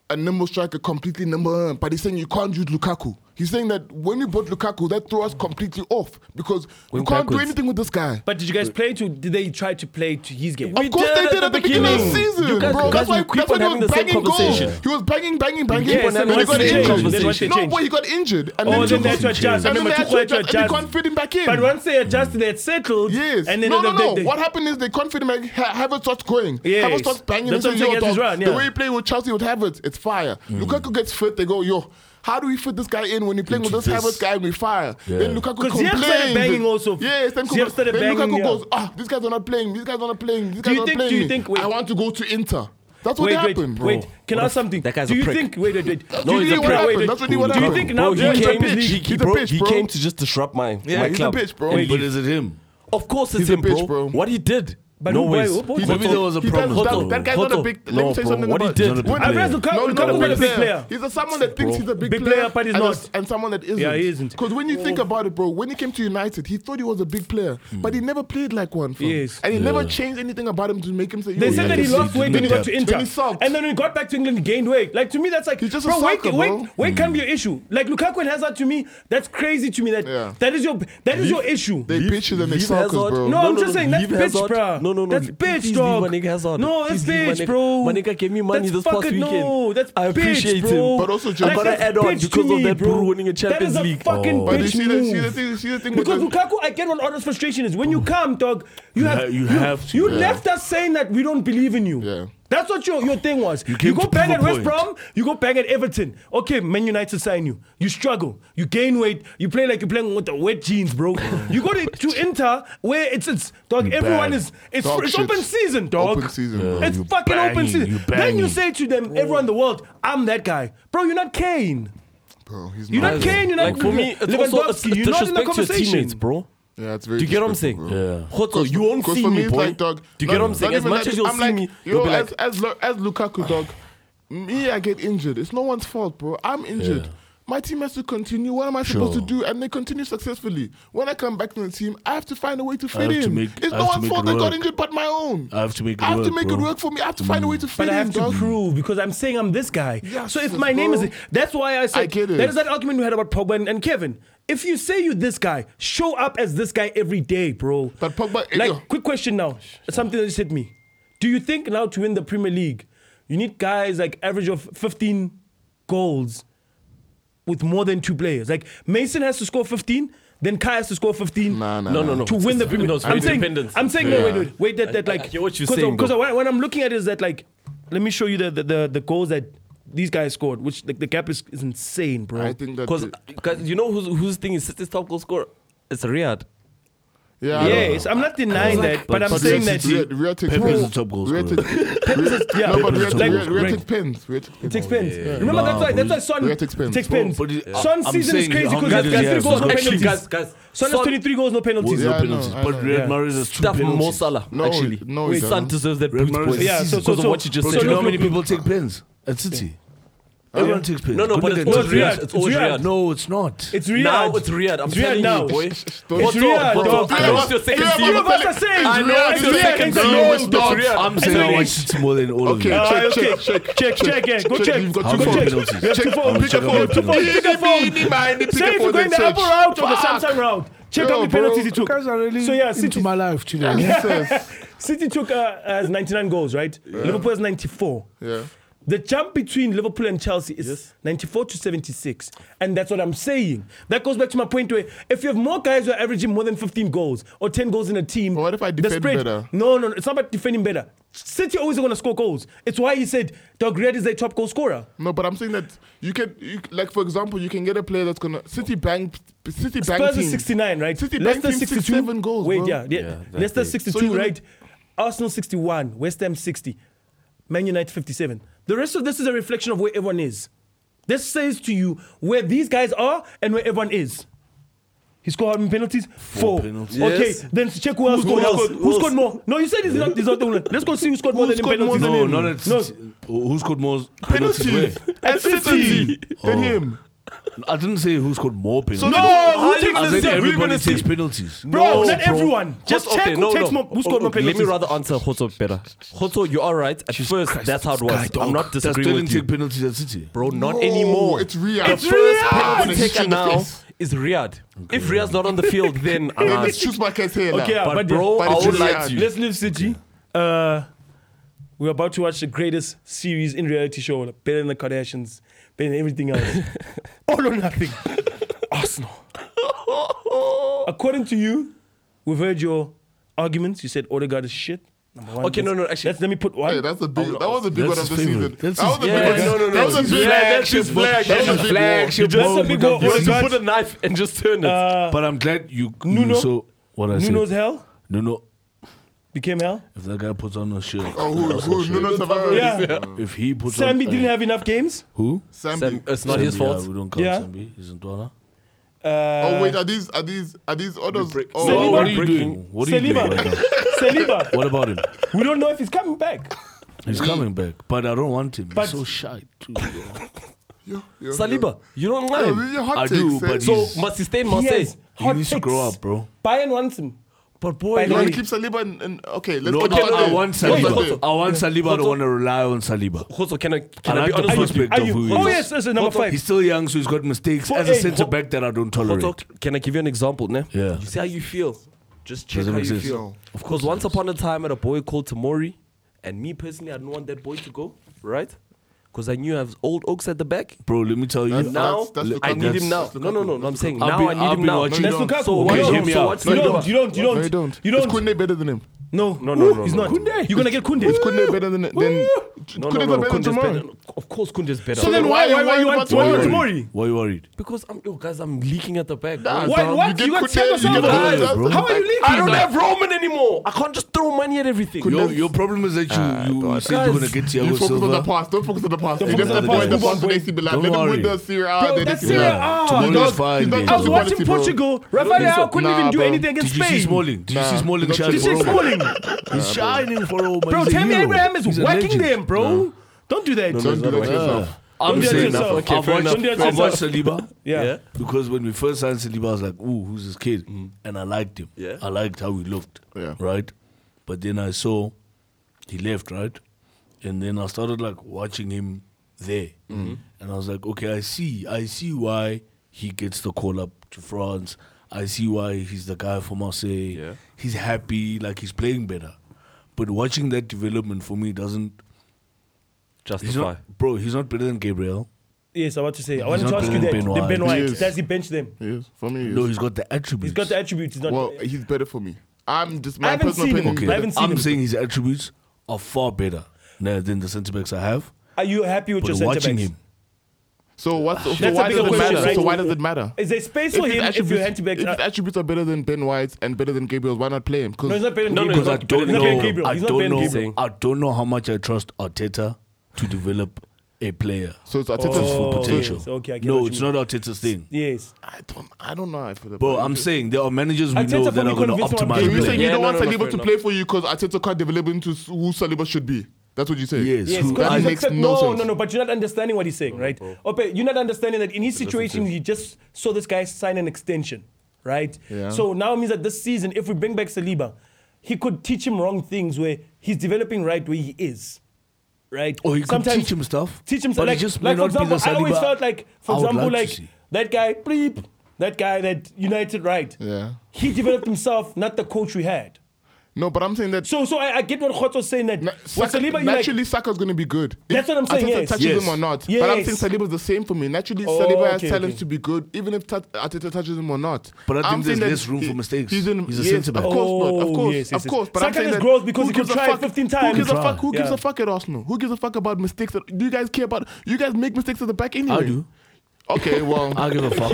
B: a nimble striker completely number one, but he's saying you can't use Lukaku. He's saying that when you bought Lukaku, that threw us completely off because you
E: Went
B: can't do
E: backwards.
B: anything with this guy.
C: but did you guys play to? Did they try to play to his game?
B: Of course they did at the beginning of the season,
E: You guys-
B: bro.
E: you
B: That's
E: guys
B: why,
E: keep
B: that's why
E: on
B: he
E: having the
B: was
E: same
B: banging goals.
E: conversation.
B: He was banging, banging, banging.
E: keep on
B: and then
E: having
B: he got
E: the same
B: injured.
E: conversation.
B: No, boy, he got injured. And
C: Oh, then
B: then
C: they
B: they
C: had to adjust. I
B: And then
C: remember
B: they had to
C: Tuchel had to
B: adjust. And
C: adjust.
B: we can't fit him back in.
C: But once they adjusted, they had settled.
B: Yes.
C: And then
B: no,
C: they,
B: no, no.
C: they-
B: what happened is they confident like, ha- Havertz starts going.
C: Yes.
B: Havertz starts banging.
C: That's
B: and
C: what
B: say,
C: I'm saying,
B: yo,
C: yes,
B: dog,
C: he's right, yeah. Mm.
B: The way you play with Chelsea with Havertz, it's fire. Lukaku gets fit. They go, yo, how do we fit this guy in when you're playing with
D: Into
B: this
D: this.
B: Havertz guy and we fire? Then Lukaku
C: 'Cause Ziyech
B: complains.
C: started banging also.
B: Yes. Then,
C: Ziyech
B: Kuku-
C: started
B: then
C: banging,
B: Lukaku
C: yeah.
B: goes, ah, these guys are not playing. These guys are not playing. These guys
C: you
B: are not
C: think-
B: playing.
C: do you think- wait.
B: I want to go to Inter. That's what
C: wait, wait,
B: happened, bro.
C: wait. Can I ask something?
E: That guy's
C: do
E: a
C: you
E: prick.
C: think? Wait, wait, wait.
B: Do you
C: he's
B: think what
C: a prick. Wait,
B: happened?
C: wait.
B: That's what he what
C: Do you
B: happened.
C: think now
E: Bro,
C: he's
E: he
C: a
E: came,
C: bitch?
E: he,
B: He's a
E: bro,
B: bitch,
E: he
B: bro.
E: came to just disrupt my,
B: Yeah,
E: my
B: he's a
E: club.
B: bitch, bro.
D: But is it him?
E: Of course it's
B: He's a
E: him, bro.
B: bitch, bro.
E: What he did.
C: But
E: no
C: who- why-
E: ways.
C: who- who-
B: He-
D: Maybe
B: he-
D: there was a
B: he
D: problem.
B: does-
E: Hold on,
B: That, that guy's not a
E: hold
B: big.
E: on.
B: Let
D: No,
B: me say
D: bro,
B: something
D: what he
B: about
D: did- He's not a
B: When-
D: big
C: I'd rather
D: player.
C: come
B: No,
C: no,
B: no, no, big
C: no, big
B: player.
C: player.
B: He's a, someone that thinks
D: Bro.
B: he's a big,
C: Big
B: player,
C: player, but he's
B: and
C: not.
B: a- and someone that isn't.
C: Yeah, he isn't.
B: Because when you think about it, bro, when he came to United, he thought he was a big player,
D: Hmm.
B: but he never played like one. fam.
C: Yes.
B: and he never changed anything about him to make him say.
C: They
B: "Yo,
C: said that he
B: yeah,
C: lost weight when he got to
B: When
C: Inter,
B: he sucked.
C: and then when he got back to England, he gained weight. Like to me, that's like
B: He's just a
C: bro, Mm. weight,
B: sucker, bro.
C: weight, weight can be an issue. Like Lukaku and Hazard to me, that's crazy to me. That
B: Yeah.
C: that is your that is your issue.
B: They pitch you and they
E: Leave
B: suckers,
E: Hazard.
B: bro.
C: No, I'm just saying, that's
E: leave
C: bitch,
E: Hazard.
C: bruh.
E: No, no, no.
C: That's
E: leave-
C: bitch,
E: please
C: dog.
E: Leave Manika Hazard.
C: No, that's
E: Please leave
C: bitch,
E: Manika-
C: bro.
E: Manika gave me money
C: That's
E: this past
C: fucking-
E: weekend.
C: no, that's
E: I
C: bitch,
E: appreciate
C: bro.
E: him.
B: But also,
E: I'm
B: Joe-
E: gonna
C: that's
E: add on
C: bitch to
E: because
C: me,
E: of that
C: bro.
E: Peru winning a Champions
C: that is
E: League.
C: A fucking
D: Oh.
C: bitch
B: But you see the,
C: move.
B: see the thing, see the thing with
C: Because
B: the-
C: Lukaku, I get what Otto's frustration is. When you come, dog, you
D: ha-
C: have
D: you have to,
C: you
D: yeah.
C: left us saying that we don't believe in you.
B: Yeah.
C: That's what your, your thing was. You,
D: came
C: go
D: to
C: bang
D: prove
C: at
D: a
C: West
D: point.
C: Brom, Um, you go bang at Everton. Okay, Man United sign you. You struggle. You gain weight. You play like you're playing with the wet jeans, bro. you go to, to Inter where it's it's dog, everyone is it's,
B: Dog
C: it's
B: shit.
C: open season, dog.
B: Open season, bro.
C: It's
D: You
C: fucking open
D: banging,
C: season.
D: you
C: then you
D: banging.
C: say to them, everyone in the world, I'm that guy. Bro, you're not Kane.
B: Bro, he's
C: You're not
B: nice.
C: Kane, you're not
E: Like for me, it's also it's,
C: Lewandowski,
E: it's
C: you're not in the
E: disrespect to your
C: conversation.
E: teammates, bro.
B: Yeah, it's very.
E: Do you get what I'm saying?
B: disrespectful, bro.
D: Yeah.
E: Hotso, you won't
B: Because
E: see
B: for
E: me,
B: it's
E: boy.
B: Like, dog,
E: Do you get
B: not-
E: what I'm saying?
B: not
E: As
B: even
E: much
B: that,
E: as you'll
B: I'm
E: see
B: like,
E: me,
B: yo,
E: you'll be
B: as,
E: like,
B: as, lo- as Lukaku, dog, me, I get injured. It's no one's fault, bro. I'm injured.
D: Yeah.
B: My team has to continue. What am I supposed to
D: Sure.
B: do? And they continue successfully. When I come back to the team, I have to find a way to fit
D: have to
B: in.
D: make-
B: it's
D: I
B: no
D: have to
B: one's
D: make
B: fault
D: it
B: I got
D: work.
B: injured, but my own.
D: I have to make it
B: I have to
D: work,
B: make it
D: bro.
B: work for me. I have to find a way to fit
C: But
B: in,
C: I have
B: dog.
C: to prove because I'm saying I'm this guy. so if
B: Yes,
C: my name
B: bro.
C: is, that's why I said
B: I get it.
C: that is that argument we had about Pogba and, and Kevin. If you say you this guy, show up as this guy every day, bro.
B: But Pogba- eh,
C: like
B: yo.
C: quick question now, something that just hit me. Do you think now to win the Premier League, you need guys like average of 15 goals with more than two players? Like Mason has to score 15, then Kai has to score 15.
B: Nah, nah,
E: no, no,
B: nah.
E: no.
C: To win the Premier
E: No,
C: League.
E: it's
C: I'm
E: very
C: saying,
E: dependent.
C: I'm saying, no,
B: Yeah.
C: wait, wait, wait, that, that
E: I-
C: like,
E: I hear what you're
C: cause,
E: saying,
C: Because
E: though.
C: what, what I'm looking at is that like, let me show you the the, the, the goals that these guys scored, which like the gap is, is insane, bro.
B: I think that.
E: because you know whose whose thing is City's top goal scorer? It's Riyad.
B: yeah, I don't know.
C: yes, I'm not denying that, but I'm
B: But
C: saying
B: Riyad-
C: that
B: Riyad-
C: he
B: Riyad takes
D: Pepe is
B: pins.
D: the top goal
B: Riyad
D: scorer.
B: takes-
C: yeah,
B: No, but
D: Pepe is
B: Riyad
D: the top
C: like,
D: goal
B: Riyad-
D: scorer.
B: Riyad
C: Rick-
B: takes pins. Riyad takes pins.
C: takes pins. Remember
D: Nah,
C: that's why that's
D: bro.
C: why Son
B: Riyad takes pins.
C: takes
B: Bro,
C: pins.
D: but it-
C: Son's
D: I'm
C: season is
D: saying
C: crazy
D: how
C: because
D: many
C: he has
D: did he
C: three
D: have?
C: goals, no
D: Actually,
C: penalties.
E: guys, guys,
C: Son has
E: Son-
C: 23 goals, no penalties.
B: Yeah,
D: no
B: I know,
D: penalties.
B: I
D: But
B: know.
D: Riyad
C: Yeah.
D: Mahrez has two
E: Stuff Mo
D: penalties.
E: Salah.
B: No,
E: actually,
B: no, he
E: his son
B: doesn't.
E: deserves that
D: Real
E: boost
D: Madrid
E: point
D: is- Yeah,
C: so-
E: because
C: so-
E: of what you just
D: Bro,
C: so
D: do
E: said.
D: you know how many
C: look,
D: people take pens at City? Everyone takes pens.
E: No, no,
D: Good
E: but
D: look
E: it's
D: at
E: always
D: City.
E: Riyad. It's always
C: Riyad.
E: Riyad.
D: No, it's not.
C: It's Riyad.
E: Now it's Riyad. I'm
C: It's
E: telling
C: Riyad
E: you,
C: now.
E: boy.
C: It's
E: What's up,
C: Riyad,
E: bro?
C: dog.
E: I
C: Riyad.
E: know it's your second
B: Riyad,
C: Three
E: season.
C: of us are saying.
E: I know
C: Riyad,
E: it's your
C: Riyad,
E: second
C: it's
E: season.
C: Riyad.
B: Lowest dog.
D: I'm saying I want City more than all of
B: Okay,
D: you.
C: Ah,
B: check,
C: okay.
B: check, check,
C: check, check, yeah. Go
B: check.
C: check.
B: You've got
C: Go
D: two
C: check.
D: penalties.
C: You have two
D: Check.
C: phones.
D: I'll
C: Pick a
D: check out
C: phone. Two
D: the
C: phones. Pick a phone.
B: Eeny, miny, pick a
C: Say if you're
B: phone
C: going
B: and
C: the
B: search.
C: Apple route or the
B: Fuck.
C: Samsung route. Check
B: Yo,
C: out the
B: bro.
C: penalties he
B: You
C: took.
D: guys are really
C: so yeah,
D: into
C: City,
D: my life today.
B: Jesus.
C: City took uh, as 99 goals, right? Liverpool has 94.
B: Yeah.
C: The jump between Liverpool and Chelsea is 94 to 76. And that's what I'm saying. That goes back to my point where if you have more guys who are averaging more than 15 goals or 10 goals in a team.
B: But what if I
C: the
B: defend
C: spread-
B: better?
C: No, no, no. It's not about defending better. City always going to score goals. It's why he said Doug Redd is their top goal scorer.
B: No, but I'm saying that you can, you, like for example, you can get a player that's gonna City Bank, City Bank
C: Spurs
B: team.
C: is 69, right?
B: City
C: Leicester
B: Bank team
C: 62.
B: 67 goals.
C: Wait,
B: bro.
C: yeah. yeah.
D: that's
C: Leicester
D: big.
C: 62,
B: So you're gonna-
C: right? Arsenal 61, West Ham 60, Man United 57. The rest of this is a reflection of where everyone is. This says to you where these guys are and where everyone is. He scored how many penalties? Four.
D: penalties.
C: Okay,
E: Yes.
C: then check who else
E: Who
C: scored.
E: scored-
C: else.
E: who
C: Who scored
E: else?
C: more? No, you said he's not, he's not the winner. Let's go see who scored more
B: Who
C: than
B: scored
C: him
B: more
C: penalties.
B: than
D: No,
B: him?
D: not at
C: No.
D: City. Who scored more penalties?
B: penalties
D: where?
B: at City than him.
D: I didn't say who scored more penalties.
C: No,
B: I
C: who takes
D: I
C: this?
D: said
C: We're
D: everybody
C: gonna see.
D: takes penalties.
C: Bro,
E: No,
C: not
E: bro.
C: everyone. Just
E: Hotso-
C: check
E: okay,
C: who
E: no,
C: takes
E: no. Oh,
C: more, who scored more
E: Okay,
C: penalties.
E: Let me rather answer Hotso better. Hotso, you are right. At first, that's how it was. I'm not
D: Does
E: disagreeing
D: Sterling
E: with you.
D: take penalties at City?
E: Bro, not
B: No,
E: anymore.
B: it's Riyad.
E: The
B: It's
E: first
B: Riyad.
E: penalty
B: It's straight
E: taker
B: in the
E: now
B: face.
E: is Riyad. If Riyad's not on the field, then I'm
B: Then
E: out.
B: it's choose my case here
C: Okay,
B: now.
C: yeah,
E: But,
C: but
E: bro,
B: but
E: I
B: it's
E: would
B: Riyad.
E: like to.
C: Let's leave City. Uh, we're about to watch the greatest series in reality show, like, better than the Kardashians, better than everything else. All or nothing. Arsenal. According to you, we've heard your arguments. You said Odegaard is shit. Number one.
E: Okay, no, no, actually-
C: Let's, let me put one.
B: Hey, that's a big. That was a big
D: That's
B: one of the
D: his
B: season.
D: favorite.
B: That was
D: That's
B: a
D: his-
B: big
D: Yeah,
B: one.
D: no, no, no.
B: That was a
D: His
B: big
D: flagship
B: one.
D: book.
B: That was a big
D: Flagship
B: one.
E: Just
C: That's a
E: a
C: big
E: big
C: goal.
E: You
C: Odegaard-
E: put a knife and just turn it.
D: But I'm glad you,
C: Nuno-
D: you saw what I
C: Nuno's
D: said.
C: Uh, hell
D: Nuno,
C: became hell.
D: if that guy puts on a shirt,
B: Oh, who? Who? Nuno Tavares.
C: Yeah.
D: if he puts on
C: Sambi didn't have enough games.
D: who?
B: Sambi.
E: Sam, it's not his
D: Sambi,
E: fault.
D: Yeah, we don't count
C: Yeah.
D: Sambi. He's in Dwana.
B: oh wait, are these are these are these orders?
D: Break-
B: Oh,
D: Well,
C: Saliba-
D: what are you doing? What are you doing?
C: Saliba.
D: right now?
C: Saliba.
D: What about him?
C: We don't know if he's coming back.
D: He's coming back, but I don't want him.
C: But-
D: He's so shy too. bro.
B: yo, yo,
E: Saliba, you don't
B: yo.
E: want
B: Yo,
E: him.
B: these are hot
D: I
B: takes,
D: do,
B: eh?
D: but
B: so
E: So
D: he's-
E: must he stay in
C: He
E: Marseille?
C: has
D: He
C: hot
D: needs to
C: takes.
D: grow up, bro.
C: Bayern wants him.
E: But boy,
C: By
B: you
C: the
E: like,
B: want
C: way-
B: to keep Saliba and, and okay, let's
D: No,
B: go. to
D: no, I
B: Mbappe. Let's
D: want
B: go
D: Saliba.
B: to Mbappe.
D: I want Saliba. I don't
E: Also-
D: want to rely on Saliba.
E: Hoso, can I can I,
D: I like
E: be
D: the
E: honest with you?
D: prospect
C: Are
D: of
C: you-
D: who he
C: Oh,
D: is.
C: yes, yes, number
D: Also,
C: five.
D: He's still young, so he's got mistakes
C: For-
D: as a
C: hey,
D: centre
C: for-
D: back that I don't tolerate.
E: Hoso, can I give you an example? Ne?
D: Yeah.
E: You see how you feel. Just check
D: Doesn't
E: how
D: make
E: you
D: sense.
E: feel. Of course, once upon a time, I had a boy called Tamori, and me personally, I didn't want that boy to go, right? Because I knew I have old oaks at the back.
D: Bro, let me tell you.
B: That's-
E: Now
B: that's the
E: I need
B: context.
E: him now.
B: That's the
E: No, no, no,
B: context.
E: no. I'm saying
D: I've
E: now
D: been-
E: I
D: I've
E: need him
D: been
E: now.
D: watching-
C: That's
B: don't.
C: Lukaku.
E: So
C: You
E: what-
D: Okay,
C: don't.
D: hear me
C: You
D: out.
C: don't.
D: No, you
C: You don't.
B: No, you
C: You don't.
B: don't.
C: You
B: Is
C: don't.
B: Kunde better than him?
C: No.
E: No, no,
C: Ooh,
E: no,
C: He's
E: no,
C: not.
E: no.
C: You're gonna get Kunde.
B: Is Kunde better than then?
E: No,
B: Kunde's
E: no,
B: not
E: no.
B: better than
E: Kunde's better.
B: Tomorrow.
E: Of course, Kunde's better.
C: So then
B: Why
C: why
B: you
C: why why
B: worried
C: you
B: about
C: want
D: Why you
B: Tomori?
C: Tomori?
D: worried?
C: Tomori?
D: Why you worried?
E: Because I'm, yo, guys, I'm leaking at the back.
B: Nah,
E: bro.
C: Why-
B: dog,
C: what?
B: get
C: You gotta
B: Kunde,
C: save yourself.
B: get
D: Guys,
B: Kunde.
D: bro.
C: How are you leaking?
E: I don't have Roman anymore. I can't just throw money at everything.
D: Your, your problem is that you, you, you said you're going to
E: Guys,
D: get
B: You
D: Thiago
B: focus on the
D: Silva.
B: past. Don't focus on the past. Hey,
D: focus
B: Let
D: on
B: them
D: the
B: play the
D: past.
B: ball
D: Don't
B: today. see, Milan.
D: worry.
B: Let them win the Serie A.
C: Bro,
B: then
C: that's
B: they see
C: Serie
B: Milan.
C: A.
B: Tomorrow
D: Tomorrow
B: is
D: is
B: not
D: fine, dude.
C: I was
B: Chelsea
C: watching
B: quality, bro.
C: Portugal. Rafael couldn't
B: Nah,
C: even do
B: bro.
C: anything
D: Did
C: against
D: you see
C: Spain.
D: Smalling? Did you
B: Nah,
D: see Smalling
B: not
D: shine
C: This
D: for
B: Chelsea.
C: is
D: Roma?
C: falling.
D: He's shining for Roma.
C: Bro,
D: He's a
C: Tammy
D: hero.
C: Abraham is
D: He's a
C: whacking
D: legend.
C: them, bro. Don't do that.
B: Don't do that to
D: Yeah.
B: yourself.
D: I'm
C: do that
D: saying
C: to yourself.
D: enough. I've
C: Okay, fair
D: watched-
C: enough.
D: I've watched Saliba.
C: Yeah.
E: Yeah.
D: Because when we first signed Saliba, I was like, ooh, who's this kid? And I liked him.
E: Yeah.
D: I liked how he looked.
B: Yeah.
D: Right? But then I saw he left, right? And then I started like watching him there. And I was like, okay, I see. I see why he gets the call up to France. I see why he's the guy for Marseille.
E: Yeah.
D: He's happy, like he's playing better. But watching that development for me doesn't. He's
E: Justify.
D: not, bro, he's not better than Gabriel.
C: Yes, I want to say. I wanted
D: not
C: to ask you
D: better
C: that.
D: than Ben
C: The Ben
D: White.
C: White.
B: Yes.
C: Does he bench them?
B: Yes, for me.
D: No,
B: yes.
D: he's got the attributes.
C: He's got the attributes. He's not.
B: Well, he's better for me. I'm just
C: I
B: my
C: haven't
B: personal
C: seen him.
B: opinion.
C: Okay.
B: is
C: I
B: better.
C: haven't seen
D: I'm
C: him.
D: saying his attributes are far better now than the centre backs I have.
C: Are you happy with
D: But
C: your centre
D: watching
C: backs?
D: him,
B: So what? So,
C: a
B: why does
C: bigger
B: it
C: question,
B: matter?
C: right?
B: So why does it matter?
C: Is there space for
B: his
C: him if your
B: attributes-
C: centre backs?
B: if his
C: are-
B: attributes are better than Ben White and better than Gabriel's, why not play him?
C: No,
B: Because
C: he's not better than
E: No, no,
C: Gabriel.
E: he's
D: because I
E: not better
D: don't
E: than
C: Ben
D: know,
C: Gabriel.
D: I
C: He's not Ben
D: don't know,
C: Gabriel.
D: I don't know how much I trust Arteta to develop a player
B: so it's
D: to its
B: Arteta's
D: full
C: Oh,
D: potential.
C: yes. Okay, I get what
D: no,
C: you
D: it's not Arteta's thing.
C: Yes.
B: I don't, I don't know. I feel
D: Bro,
B: about
D: I'm
B: it.
D: saying there are managers we
C: Arteta
D: know that
C: probably
D: are going to
C: convinced him I'm
D: optimize
B: Okay, you're
C: Yeah,
D: players.
B: saying you
E: yeah,
B: don't
E: no,
B: want
E: no, no,
B: Saliba
E: fair
B: to
E: enough.
B: play for you because Arteta can't develop into s- who Saliba should be. That's what you say.
D: Yes.
C: Yes,
D: who-
C: because
B: that
C: he's
B: makes
C: accept-
B: no
C: no,
B: sense.
C: no, no. But you're not understanding what he's saying, right?
D: Oh,
C: Ope, you're not understanding that in his situation, he just saw this guy sign an extension, right?
B: Yeah.
C: So now it means that this season, if we bring back Saliba, he could teach him wrong things where he's developing right where he is, right?
D: Or Oh, he could teach him stuff,
C: Teach him
D: but
C: stuff.
D: it
C: Like,
D: just may
C: like for
D: not be the
C: example, I always
D: Saliba
C: felt like, for
D: I would
C: example,
D: like
C: like
D: to see.
C: that guy, bleep, that guy that United, right?
B: Yeah.
C: He developed himself, not the coach we had.
B: No, but I'm saying that.
C: So, so I, I get what Khoto's saying that
B: Na-
C: with
B: Saka,
C: Saliba, you're like,
B: naturally, Saka's going to be good.
C: That's what I'm saying,
B: Arteta
C: yes.
B: touches
D: Yes.
B: him or not. But I'm
C: Yes.
B: saying Saliba's the same for me. Naturally,
C: Oh,
B: Saliba has
C: okay,
B: talent
C: okay.
B: to be good, even if tat- Arteta touches him or not.
D: But I think
B: I'm
D: there's
B: saying that
D: less room for mistakes. He's a
B: yes,
D: centre-back.
B: Of course not.
C: Oh,
B: Of course,
C: yes, yes,
B: of
C: yes.
B: course. But I'm
C: Saka
B: saying
C: is
B: that
C: gross because
B: who
C: he could
B: gives a
C: try it
B: fuck-
C: 15
B: Who
C: times.
B: gives a
D: Try.
B: fuck? Who gives
C: Yeah.
B: a fuck at Arsenal? Who gives a fuck about mistakes? That, do you guys care about? You guys make mistakes at the back anyway.
D: I do.
B: Okay, well,
D: I give a fuck.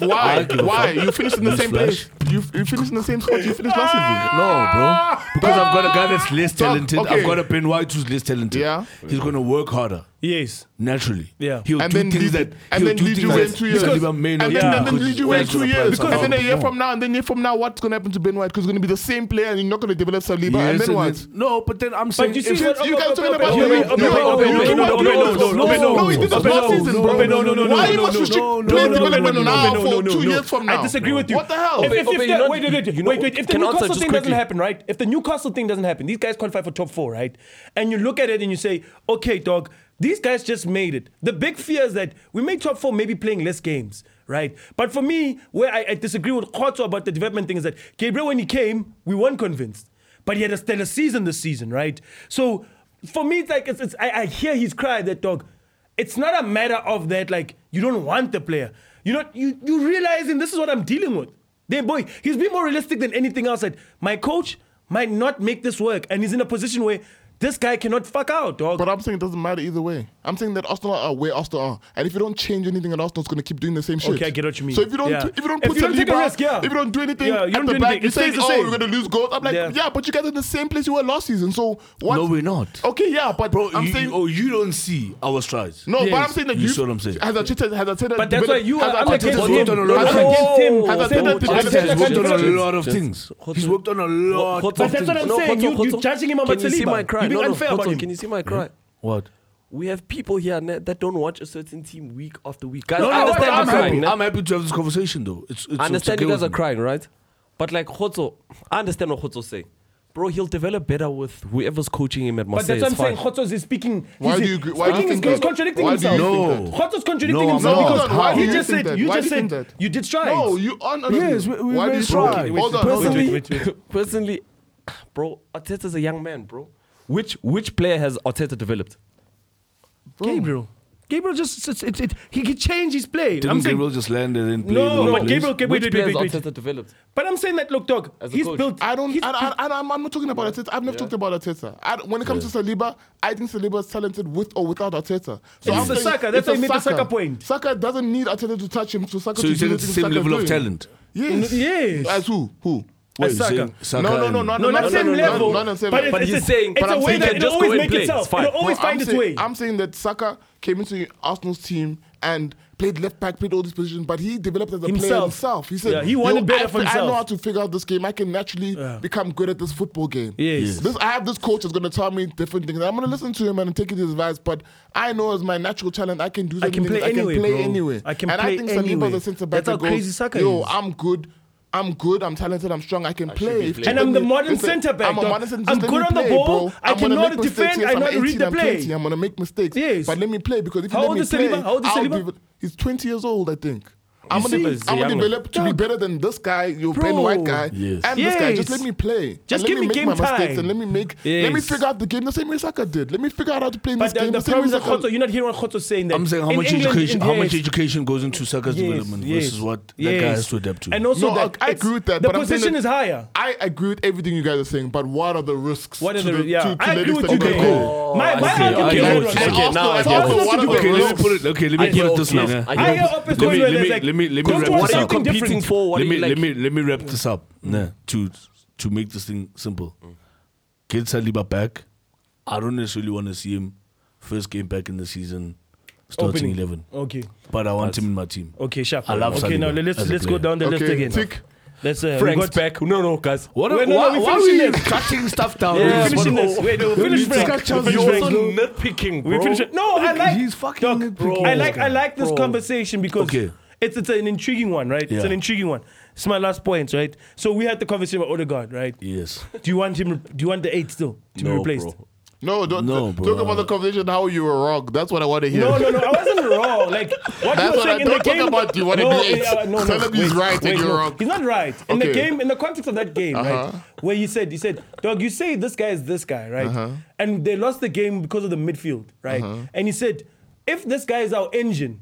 B: why?
D: give a
B: Why?
D: fuck.
B: You finished in the
D: That's
B: same place. You you finished in the same spot. You finished last season.
D: No, bro. Because I've got a guy that's less
B: Dog,
D: talented.
B: Ah, okay.
D: I've got a Ben White who's less talented.
B: Yeah.
D: He's going to work harder.
C: yes.
D: Naturally.
C: Yeah.
D: He'll
B: and
D: do
B: then
D: things
B: lead,
D: that
B: and
D: he'll
B: then
D: do
B: lead
D: things
B: you
D: that
B: in two years,
D: Saliba may
B: and then,
D: not do
B: and then
D: because
B: lead you
D: he's
B: in two
D: gonna plan
B: years,
D: something
B: and then a year
D: out.
B: from now, and then a year from now, what's gonna happen to Ben White? Because it's gonna be the same player, and you're not gonna develop Saliba,
D: Yes,
B: and then what?
D: no, but then I'm saying
C: you
D: if
C: see
D: it's-
C: what-
B: You guys talking
C: Open,
B: about
C: open,
B: Saliba? You-
C: open, open,
B: you-
C: open,
B: you-
C: open,
B: you-
C: open,
B: you-
C: open,
B: you-
C: open, open,
B: No, he did this
D: open,
B: last
D: open,
B: season,
D: no,
B: bro.
D: open, no, no, no,
B: Why
D: no,
B: you
D: no,
B: must
D: no,
B: restrict
D: no, no,
B: player
D: no,
B: development
D: no, no,
B: now
D: no,
B: for
D: no, no,
B: two
D: no.
B: years from now?
C: I disagree with you.
B: What the hell?
C: If, if,
E: Ope,
C: if
E: you
C: that,
E: know-
C: wait, wait, wait,
E: you know-
C: wait, wait. If the
E: can I answer
C: Newcastle
E: just
C: thing doesn't
E: quickly?
C: happen, right? If the Newcastle thing doesn't happen, these guys qualify for top four, right? And you look at it and you say, okay, dog, these guys just made it. The big fear is that we made top four, maybe playing less games, right? But for me, where I, I disagree with Koto about the development thing is that Gabriel, when he came, we weren't convinced. But he had a stellar season this season, right? So for me, it's like, it's, it's, I, I hear his cry that, dog, it's not a matter of that, like, you don't want the player. You know, you, you realizing this is what I'm dealing with. Then, boy, he's been more realistic than anything else. That my coach might not make this work, and he's in a position where this guy cannot fuck out, dog.
B: But I'm saying it doesn't matter either way. I'm saying that Arsenal are where Arsenal are, and if you don't change anything, at Arsenal's going to keep doing the same shit.
C: I get what you mean.
B: So if you don't,
C: Yeah.
B: if you don't
C: If
B: put
C: you don't take a
B: Saliba,
C: risk, yeah.
B: if you don't do anything
C: Yeah, you
B: at
C: don't
B: the
C: do
B: back,
C: anything.
B: you're
C: It stays
B: saying,
C: the
B: oh,
C: same.
B: we're going to lose goals. I'm like,
C: Yeah.
B: yeah. but you guys are in the same place you were last season. So what?
D: No, we're not.
B: Okay, yeah, but
D: Bro,
B: I'm
D: you,
B: saying.
D: you- oh, you don't see our strides.
B: no, but
C: Yes.
B: I'm saying that
D: You
B: you.
D: saw what I'm saying.
B: Has Arteta, has Arteta
C: But that's why you
B: has
C: are. I'm
B: Arteta
C: against
D: Arteta's
C: him.
D: worked on a lot of
C: I'm
D: things.
C: against
B: Has
C: him. Same
B: Arteta
C: with
B: developed-
C: Arteta.
D: Arteta has worked on a
E: Gents,
D: lot of
E: gents,
D: things.
E: gents.
D: He's worked on a lot.
E: Hot-
D: of
C: But that's what I'm
E: No,
C: saying.
E: Khotso,
C: You- you're
E: Khotso,
C: judging him on
E: Can you see
C: Saliba.
E: my cry?
C: You're being
E: No, no,
C: unfair about
E: Khotso,
C: him.
E: Can you see my cry?
D: What?
E: We have people here ne- that don't watch a certain team week after week. Guys,
D: No,
E: I
D: no,
E: understand
D: I'm
E: you're
D: happy.
E: crying. ne?
D: I'm happy to have this conversation though. It's, it's,
E: I understand
D: it's okay
E: you guys are
D: with me.
E: crying, right? But like Hotso, I understand what Hotso's saying. Bro, he'll develop better with whoever's coaching him at
C: But
E: Marseille.
C: that's what I'm
E: It's
C: saying.
E: fine.
C: Khotos is speaking.
B: Why
C: he's-
B: do you agree- why do you
C: speaking
B: think
C: is- he's
B: that?
C: contradicting
B: Why do you
C: himself.
B: think
D: that? No.
C: Khotos contradicting
D: No, I'm
C: himself
D: not.
C: because
B: Why do
C: he
B: you
C: just
B: think
C: said
B: that?
C: you
B: Why
C: just
B: do you think
C: said
B: that?
C: you did try.
B: No, you on.
D: Yes, we- we
B: Why do
D: very
B: you
D: strong.
B: Hold on, hold on.
E: Personally,
C: wait, wait,
E: personally, bro, Arteta's a young man, bro. Which which player has Arteta developed?
C: Gabriel. Gabriel just it's, it's, it, he can change his play.
D: Didn't
C: I'm saying
D: Gabriel just land and then play the
C: no,
D: way he
C: but
D: plays?
C: Gabriel, Gabriel,
E: which
C: wait,
E: player
C: wait,
E: has
C: wait,
E: Arteta developed?
C: But I'm saying that look, dog,
E: As a
C: he's
E: coach.
C: built.
B: I don't.
C: he's-
B: I, I, I, I'm I'm not talking about Arteta. I've never talked about Arteta. I, when it comes to Saliba, I think Saliba is talented with or without Arteta. So
C: It's
B: I'm
C: a
B: saying
C: Saka. That's
B: it's
C: why
B: a
C: you made the Saka point.
B: Saka doesn't need Arteta to touch him. So Saka.
D: So
B: to
D: you
B: do
D: said
B: the
D: it's the
B: things
D: same
B: Saka's
D: level of
B: doing.
D: talent.
B: Yes.
C: Yes.
B: As who? Who?
D: Wait,
C: Saka.
D: saying Saka
B: no, no, no,
D: and-
B: no,
C: no,
B: no,
C: not
B: no,
C: same
B: no,
C: level.
B: No, no, same
C: but
B: level.
E: But
C: it's,
E: he's
C: it's,
E: saying-
C: it's
E: but
C: a
E: I'm
C: way
E: saying
C: that
E: that
C: it
E: just
C: always
E: go and
C: make
E: play.
C: itself.
E: It's fine.
C: It'll always
B: No,
C: find
B: I'm
C: its
B: saying-
C: way.
B: I'm saying that Saka came into Arsenal's team and played left back, played all these positions, but he developed as a player
C: Himself.
B: himself. He said,
C: Yeah, he wanted
B: "Yo,
C: better
B: I,
C: for
B: fi- I know
C: himself."
B: how to figure out this game. I can naturally become good at this football game.
C: Yes. Yes.
B: This, I have this coach that's going to tell me different things. I'm going to listen to him and take his advice, but I know as my natural talent, I can do
C: I can
B: certain things.
C: play anyway,
B: I can play
C: bro.
B: anywhere.
C: I can
B: and
C: play
B: I think Saliba's
C: anywhere.
B: a centre back
C: That's how
B: that goes,
C: crazy Saka
B: Yo,
C: is."
B: I'm good. I'm good. I'm talented. I'm strong. I can play. If
C: And I'm the
B: Chidinma-
C: modern
B: if it-
C: centre back,
B: I'm a
C: dog.
B: modern centre
C: I'm
B: back.
C: good
B: Let
C: on
B: me
C: the
B: play,
C: ball.
B: bro.
C: I
B: I'm gonna
C: cannot
B: make mistakes.
C: defend. I
B: I'm
C: know how to read
B: 18,
C: the
B: I'm
C: play.
B: 20. I'm gonna make mistakes.
C: Yes.
B: But let me play because if you
C: How
B: let
C: old
B: me
C: is
B: play,
C: Saliba? How old is
B: I'll
C: Saliba?
B: be- he's 20 years old, I think. I'm
C: see?
B: gonna,
C: He's
B: I'm gonna
E: young.
B: develop to be
C: Dog.
B: better than this guy, your
C: Bro.
B: Ben White guy,
D: Yes.
B: and this guy. Just
C: Yes.
B: let me play.
C: Just
B: and
C: give
B: let
C: me
B: make
C: game
B: my mistakes
C: time.
B: and let me make. Let me
C: Yes.
B: figure out the game the same way Saka did. Let me figure out how to play in
C: But
B: this
C: the,
B: game
C: the
B: the same way
C: problem is that Khotso,
B: Saka.
C: you're not hearing what Khotso's saying. That
D: I'm saying how
C: in
D: much
C: England,
D: education,
C: in-
D: how much
C: yes.
D: education goes into Saka's
C: Yes,
D: development
C: yes,
D: versus what that
C: yes.
D: guy has to adapt to.
C: And also,
B: No,
C: that
B: I, I
C: it's-
B: agree with that.
C: The
B: but I'm saying
C: position
B: that
C: is higher.
B: I agree with everything you guys are saying, but what are the risks?
C: What are
B: to
C: the yeah?
B: to- to
C: I
B: let
C: agree
B: it
C: with you.
B: go?
C: there. my my
E: I see.
C: argument
E: Okay,
C: is
E: now
C: right
E: it's-
C: on that.
E: okay, now I
B: it's
E: get it.
B: also one of the
D: okay,
B: risks.
D: let's put it. Okay, let me
E: I
D: put
E: get
D: it
E: it,
D: this
E: okay.
D: way.
E: I
D: yeah.
E: get
C: I
E: it.
C: hear Opus
D: Let me-
C: going
D: let
C: like, like,
D: me- let me- let
C: go
D: me wrap
C: towards
E: What
D: this
E: are you
D: Something
C: something
E: competing
C: different.
E: for? What
D: let
E: do you
D: me
E: like?
D: let me let me wrap this up nah, to to make this thing simple. Get Saliba back. I don't necessarily want to see him first game back in the season starting
C: Opening.
D: eleven,
C: Okay,
D: but I want him in my team.
C: okay, sharp.
D: I love
C: Okay,
D: Saliba
C: now let's
D: as a
C: let's go
D: player.
C: down the list
B: Okay,
C: again.
B: tick.
C: Let's uh, we
E: Frank's
C: got-
E: back. No, no, guys.
D: What?
C: Wait, no,
D: why,
C: no, we
D: why are
C: finishing
D: you
C: this.
D: cutting stuff down?
E: Yeah,
C: We're
E: Yes,
C: finishing
E: but-
C: this. Wait, no, finish Frank.
D: Charles,
C: We'll finish
D: you're
C: Frank.
D: also
E: nitpicking,
C: We finish it. No, I like.
D: He's fucking
C: Doc,
D: nitpicking.
C: I like. I like this
E: Bro.
C: conversation because
D: Okay.
C: it's it's an intriguing one, right? It's
D: Yeah.
C: an intriguing one. It's my last point, right? So we had the conversation about Odegaard, right?
D: Yes.
C: Do you want him? re- Do you want the eight still to be
E: No,
C: replaced?
E: bro.
B: No, don't
D: No,
B: t-
D: bro.
B: talk about the conversation how you were wrong. That's what I want to hear.
C: No, no, no. I wasn't wrong. Like what
B: That's
C: you were
B: what I
C: saying in the
B: don't talk
C: game.
B: about. You want to
C: no,
B: be eight.
C: yeah, no, no.
B: Tell him he's
C: Wait,
B: right
C: wait,
B: and you're
C: no.
B: wrong.
C: He's not right. In the
B: Okay.
C: game, in the context of that game,
B: Uh-huh.
C: right? Where he said, he said, "Dog, you say this guy is this guy, right?"
B: Uh-huh.
C: And they lost the game because of the midfield, right? And he said, "If this guy is our engine,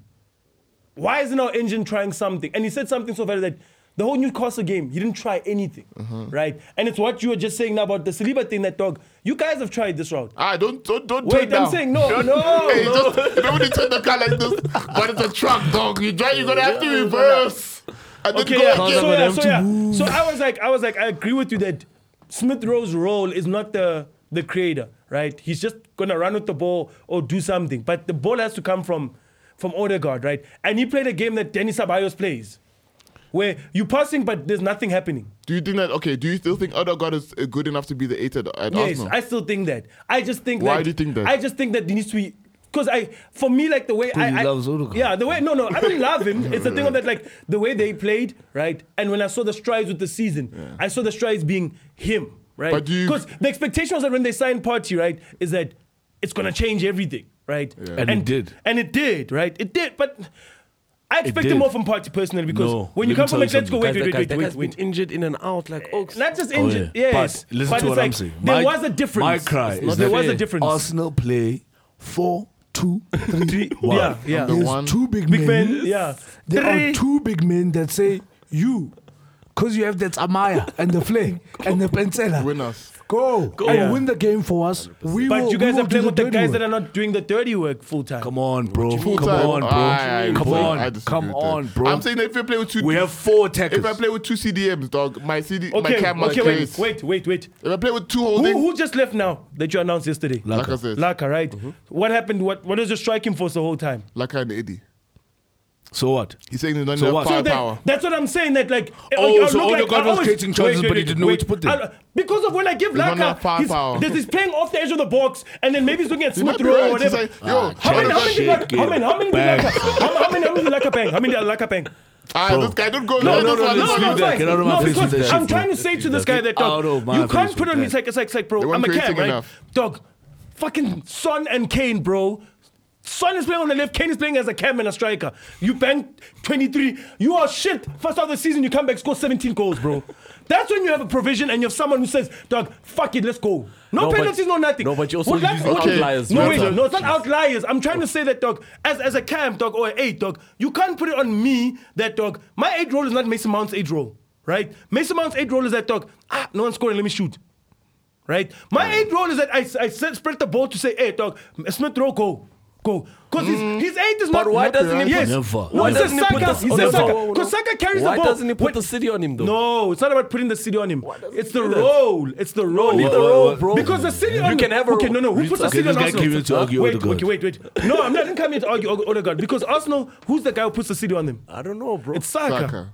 C: why isn't our engine trying something?" And he said something so valid that. The whole Newcastle game, he didn't try anything,
B: Uh-huh.
C: right? And it's what you were just saying now about the Saliba thing. That dog, you guys have tried this route.
B: Ah, don't don't don't
C: Wait,
B: turn down.
C: I'm saying no,
B: Don't-
C: no,
B: Hey,
C: no.
B: just you know when you turn the car like this, but it's a truck, dog. You drive, you're gonna have to reverse. And then
C: Okay,
B: go
C: yeah.
B: again.
C: So, yeah, so, yeah. so I was like, I was like, I agree with you that Smith Rowe's role is not the the creator, right? He's just gonna run with the ball or do something, but the ball has to come from from Odegaard, right? And he played a game that Dennis Ceballos plays, where you passing but there's nothing happening.
B: Do you think that okay? Do you still think Odegaard is uh, good enough to be the eight at, at
C: Yes,
B: Arsenal?
C: I still think that. I just think
B: Why
C: that.
B: do you think that?
C: I just think that he needs to be. Because I, for me, like the way I,
D: he
C: I-
D: loves Odegaard.
C: yeah, the way no, no, I don't love him. It's the thing of that, like the way they played, right? And when I saw the strides with the season, I saw the strides being him, right?
B: But do you-
C: Because the expectation was that when they signed Party, right, is that it's gonna change everything, right?
D: And it did.
C: and it did, right? It did, but. I expected
D: did.
C: more from Party personally because
D: No,
C: when you
D: let me
C: come from
D: tell you
C: Atletico,
D: something.
C: wait,
E: Guys,
C: wait,
E: that guy-
C: wait,
E: that
C: wait,
E: guy's been
C: wait,
E: injured in and out like oaks.
C: not just
D: Oh,
C: injured,
D: yeah.
C: yes.
D: But listen
C: but
D: to
C: it's
D: what
C: like,
D: I'm saying.
C: There
D: My-
C: was a difference.
D: My cry
C: It's
D: is
C: not-
D: that
C: there was a
E: fair.
C: difference.
D: Arsenal play four, two, three, one.
C: Yeah, yeah.
B: The
D: There's
B: one.
D: two big,
C: Big
D: men.
C: men, yeah.
D: There
C: Three.
D: are two big men that say you.
F: Because you have that Amaya and the Flay and the Pensela.
B: Winners.
F: Go. And
C: Yeah.
F: win the game for us. We
C: But
F: will,
C: you
F: we
C: guys
F: will
C: are playing
F: do
C: with the
F: dirty
C: guys
F: work.
C: that are not doing the dirty work full time.
D: Come on, bro.
B: Full
D: Come
B: time.
D: on, bro.
B: Aye, aye,
D: Come
B: bro. I
D: on.
B: disagree
D: Come
B: with that.
D: on, bro.
B: I'm saying if you play with two,
D: we have four attackers.
B: if I play with two CDMs, dog, my CD, my
C: Okay,
B: cam, my
C: okay, wait,
B: case.
C: wait, wait, wait.
B: If I play with two
C: Who,
B: holding,
C: who just left now that you announced yesterday?
B: like I said,
C: Laka, right?
B: Mm-hmm.
C: What happened? What what was your striking force the whole time?
B: like an Eddie.
D: So what?
B: He's saying he doesn't
D: So
B: have
D: what? So
C: that-
B: firepower.
C: that's what I'm saying. That like, I-
D: Oh,
C: I
D: so
C: look
D: Odegaard
C: I
D: was creating chances, but he didn't know where to put them.
C: I- because of when I give
B: not enough
C: Laka,
B: firepower.
C: he's, this is playing off the edge of the box, and then maybe he's looking at
B: He might
C: Smith
B: be
C: Rowe or
B: right. He's
C: whatever.
B: like, yo,
C: How many? How many? did
D: Shake
C: Laka- How
D: it
C: many? How many? did
D: back.
C: Laka- How how many? How many? did Laka bang? How many? did Laka bang?
B: Ah, this guy don't go.
D: No, no,
B: this
D: no,
B: one-
D: no,
B: this
D: no,
B: one-
D: no,
C: it's
D: that.
C: fine.
D: Get out of my face with
C: because
D: that shit,
C: I'm
D: bro.
C: trying to say to this guy that dog,
D: Get out of my
C: you
D: face
C: can't put
D: with
C: on me.
D: that.
C: It's like, it's like, it's like,
B: They
C: bro, I'm
B: weren't
C: a cam,
B: creating
C: right?
B: enough.
C: Dog, fucking Son and Kane, bro. Son is playing on the left, Kane is playing as a cam and a striker. You bang 23, you are shit. First half of the season, you come back, score 17 goals, bro. That's when you have a provision and you have someone who says, dog, fuck it, let's go. No,
E: No, but-
C: penalties, no nothing.
E: no, but you also
C: Would
E: use
C: would-
E: outliers,
C: No,
E: man.
C: wait, no, it's not outliers. I'm trying to say that, dog, as, as a cam, dog, or an eight, dog, you can't put it on me that, dog, my eight roll is not Mason Mount's eight roll, right? Mason Mount's eight roll is that, dog, ah, no one's scoring, let me shoot, right? My eight roll is that I, I said, spread the ball to say, hey, dog, Smith Rowe, go. Go, because his, his eight is not.
E: Mm. But why doesn't he put-
C: yes.
D: Never.
C: No,
E: Why
C: it's a
E: doesn't he put
C: Saka.
E: this-
C: It's a
E: Never.
C: Saka. Because Saka carries
E: Why
C: the ball.
E: doesn't he put
C: When-
E: the city on him though?
C: no, it's not about putting the city on him. It's the
E: do that?
C: role. It's the role.
E: leave the role, bro.
C: Because the city on
E: can have a
C: Okay, no, no. Who
E: role.
C: puts the
E: Okay,
C: city
D: this
C: on
D: guy
C: Arsenal?
D: came here to argue
C: wait,
D: Odegaard.
C: okay, wait, wait. No, I'm not I didn't come here to argue Ode- Odegaard because Arsenal, who's the guy who puts the city on them?
E: I don't know, bro.
C: It's Saka.
B: Saka.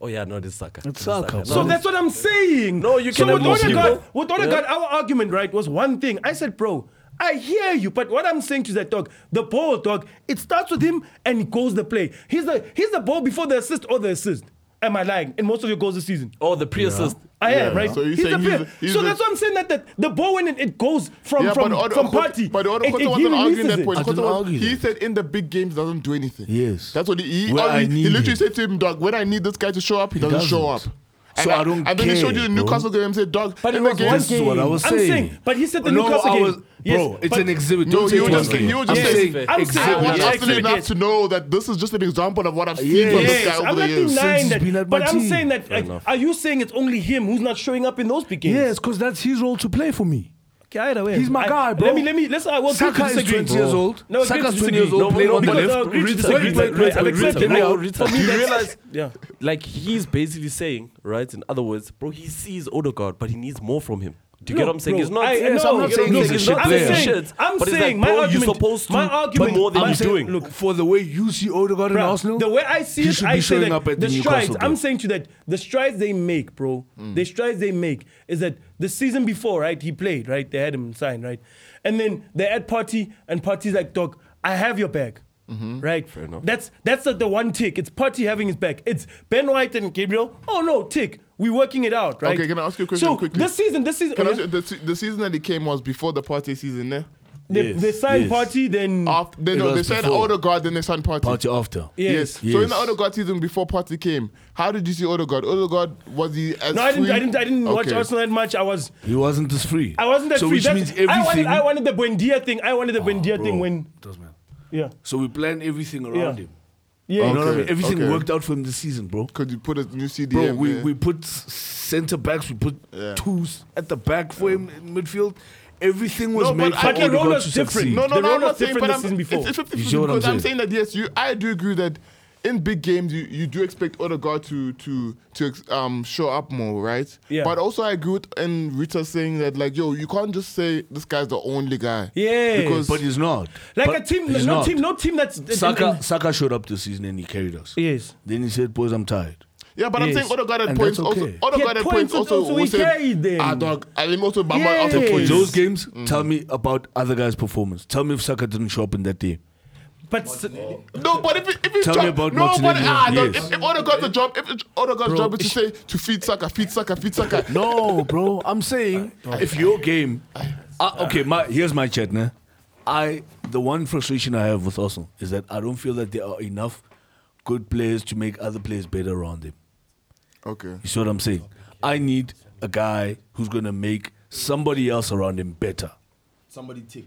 E: oh yeah, no, it's Saka. It's
D: Saka,
E: No,
C: So that's what I'm saying.
E: No, you
C: so
E: can
C: with
E: have more
C: Odegaard,
E: people.
C: with Odegaard, our argument, right, was one thing. I said, bro, I hear you, but what I'm saying to you is that dog, the ball, dog, it starts with him and he goes the play. He's the he's the ball before the assist or the assist. Am I lying? In most of your goals this season.
E: oh, the pre-assist.
C: I am,
B: Yeah.
C: right?
B: So you're
C: he's the
B: saying he's
C: player.
B: a- he's
C: so
B: a-
C: that's what I'm saying that, that the ball when it, it goes from
B: Yeah,
C: from,
B: but Od-
C: from
B: Kot-
C: party.
B: But Od-
C: it-
B: Kot
C: it- he
B: wasn't arguing
C: releases
B: that
C: it.
B: point.
D: I
B: Kot
D: didn't
B: was-
D: argue
B: He
D: that.
B: said in the big games doesn't do anything.
D: Yes.
B: That's what he. He,
D: Where I
B: he, he
D: need
B: literally
D: it.
B: said to him, dog. When I need this guy to show up, he, doesn't, show up.
D: doesn't.
B: And
D: So I don't
B: And then he showed you the
D: care, bro.
B: Newcastle game and said, dog.
E: But
B: in
E: it
B: the
E: was
B: game,
E: one
D: This is what I was
C: I'm
D: saying.
C: saying, but he said the
D: no,
C: Newcastle
D: I
C: game.
D: was,
C: Yes,
D: bro, it's
C: but-
D: an exhibit.
B: No,
D: Don't say
B: you were
D: it's
B: just
D: one game.
B: you were just
D: I'm
C: Yes,
B: saying.
E: fair.
C: I'm
B: I
C: saying
B: want
C: yes,
B: Arsenal
C: yes.
B: enough to know that this is just an example of what I've seen from this
C: Yes,
B: guy
C: I'm
B: over the
C: not
B: years.
C: denying
D: he's been
C: that.
D: at
C: But
D: my
C: I'm
D: team.
C: saying that. like, are you saying it's only him who's not showing up in those big games?
F: Yes, because that's his role to play for me.
C: Okay, either way.
F: He's my
C: I-
F: guy, bro.
C: Let me let me let's. uh, I will agree
D: Saka
C: to
D: is
C: disagree.
D: 20 years old.
C: No, agree to
D: Saka's 20
C: disagree.
D: years old,
C: No,
D: played
C: no,
D: on the
C: because
D: left.
C: I agree to
D: Wait,
C: disagree.
D: wait, wait,
C: I've
D: wait,
C: accepted
D: wait,
C: it.
D: wait.
E: For me,
D: Do you
E: that's-
D: realize-
C: Yeah.
E: Like he's basically saying, right? In other words, bro, he sees Odegaard, but he needs more from him. Do you get
C: No,
E: what I'm saying?
C: bro,
E: He's not.
C: I-
E: yes,
C: no,
E: I'm not
C: you
E: saying
C: know,
E: he's
D: he's a
E: not
D: shit
E: saying
D: player.
E: shit.
C: I'm
E: but it's
C: saying
E: like,
C: my
E: bro, you're
C: argument-
E: supposed to
C: my argument-
E: put more than
C: I'm
E: you're
C: saying-
E: doing.
C: look,
D: for the way you see Odegaard in
C: Bruh,
D: Arsenal,
C: The way I see
D: he
C: it,
D: should
C: I
D: be
C: say
D: showing
C: that
D: up at
C: the
D: the
C: strides.
D: Newcastle.
C: I'm
D: game.
C: saying to you that the strides they make, bro.
B: Mm.
C: The strides they make is that the season before, right? He played, right? They had him signed, right? And then they had party, and party's like, dog, I have your back.
B: Mm-hmm.
C: Right, Fair
E: enough.
C: that's that's the, the one tick. It's Party having his back. It's Ben White and Gabriel. Oh no, tick. We working it out, right?
B: Okay, can I ask you a question
C: So
B: quickly?
C: this season, this season,
B: Can
C: oh,
B: I
C: yeah?
B: say, the, se- the season that he came was before the party season, there.
C: they,
D: Yes,
C: they signed
D: yes.
C: Party, then
B: After, they,
D: Mm. It
B: no,
D: was
B: they signed
D: before.
B: Odegaard, then they signed party.
D: party after.
B: Yes.
C: yes.
B: So in the
D: Yes.
B: Odegaard season before party came, how did you see Odegaard? Odegaard was he as
C: No, I didn't.
B: free?
C: I didn't. I didn't watch
B: Okay.
C: Arsenal that much. I was.
D: He wasn't this free.
C: I wasn't that
D: so
C: free.
D: which
C: That's-
D: means everything. Oh,
C: I wanted, I wanted the Buendia thing. I wanted the Buendia
D: Bro,
C: thing when.
D: does man.
C: Yeah.
D: So we plan everything around
C: Yeah.
D: him.
C: Yeah.
D: You know what I
B: Okay,
D: mean? Everything
B: okay.
D: worked out for him this season, bro.
B: Could you put a new CD?
D: Bro, we, we put centre backs, we put twos at the back for him in midfield. Everything was
B: No,
D: made
B: but
D: for
B: I think
D: Odegaard
C: Ronald's
D: to
C: different.
D: succeed.
B: No, no,
C: The
B: no.
C: role
B: I'm not
C: was
B: saying,
C: different
B: but
C: the
B: I'm,
C: season
B: it's,
C: before.
B: it's 50
D: You see what I'm
B: because I'm saying
D: saying?
B: that yes, you. I do agree that in big games you, you do expect Odegaard to to to ex- um show up more, right?
C: Yeah.
B: But also I agree with and Rita saying that like yo, you can't just say this guy's the only guy.
C: Yeah.
B: Because
D: But he's not.
C: Like
D: But
C: a team. No
D: he's not.
C: team. No team that's.
D: Saka, Saka showed up this season and he carried us.
C: Yes.
D: Then he said, "Boys, I'm tired."
B: yeah, but I'm
C: Yes.
B: saying Odegaard at
D: And
B: points
D: that's
B: also.
D: okay.
B: Odegaard
C: Yeah,
B: at points
C: points
B: also.
C: also he
B: also
C: carried them.
B: Ah, dog. I mean, also Bamba
C: Yeah.
B: after
D: For
C: Yes.
B: points.
D: those games, tell me about other guys' performance. Tell me if Saka didn't show up in that day.
C: But
B: No, but if, it- if it's
D: Tell
B: job,
D: me about
B: no, but
D: Martinelli.
B: ah, dog,
D: Yes.
B: if, if Odegaard's job, if it's Odegaard's job is to say to feed Saka, feed Saka, feed Saka.
D: No, bro. I'm saying if your game, I, okay. My here's my chat, nah. I the one frustration I have with Arsenal is that I don't feel that there are enough good players to make other players better around them.
B: Okay.
D: You see what I'm saying? I need a guy who's gonna make somebody else around him better.
G: Somebody tick.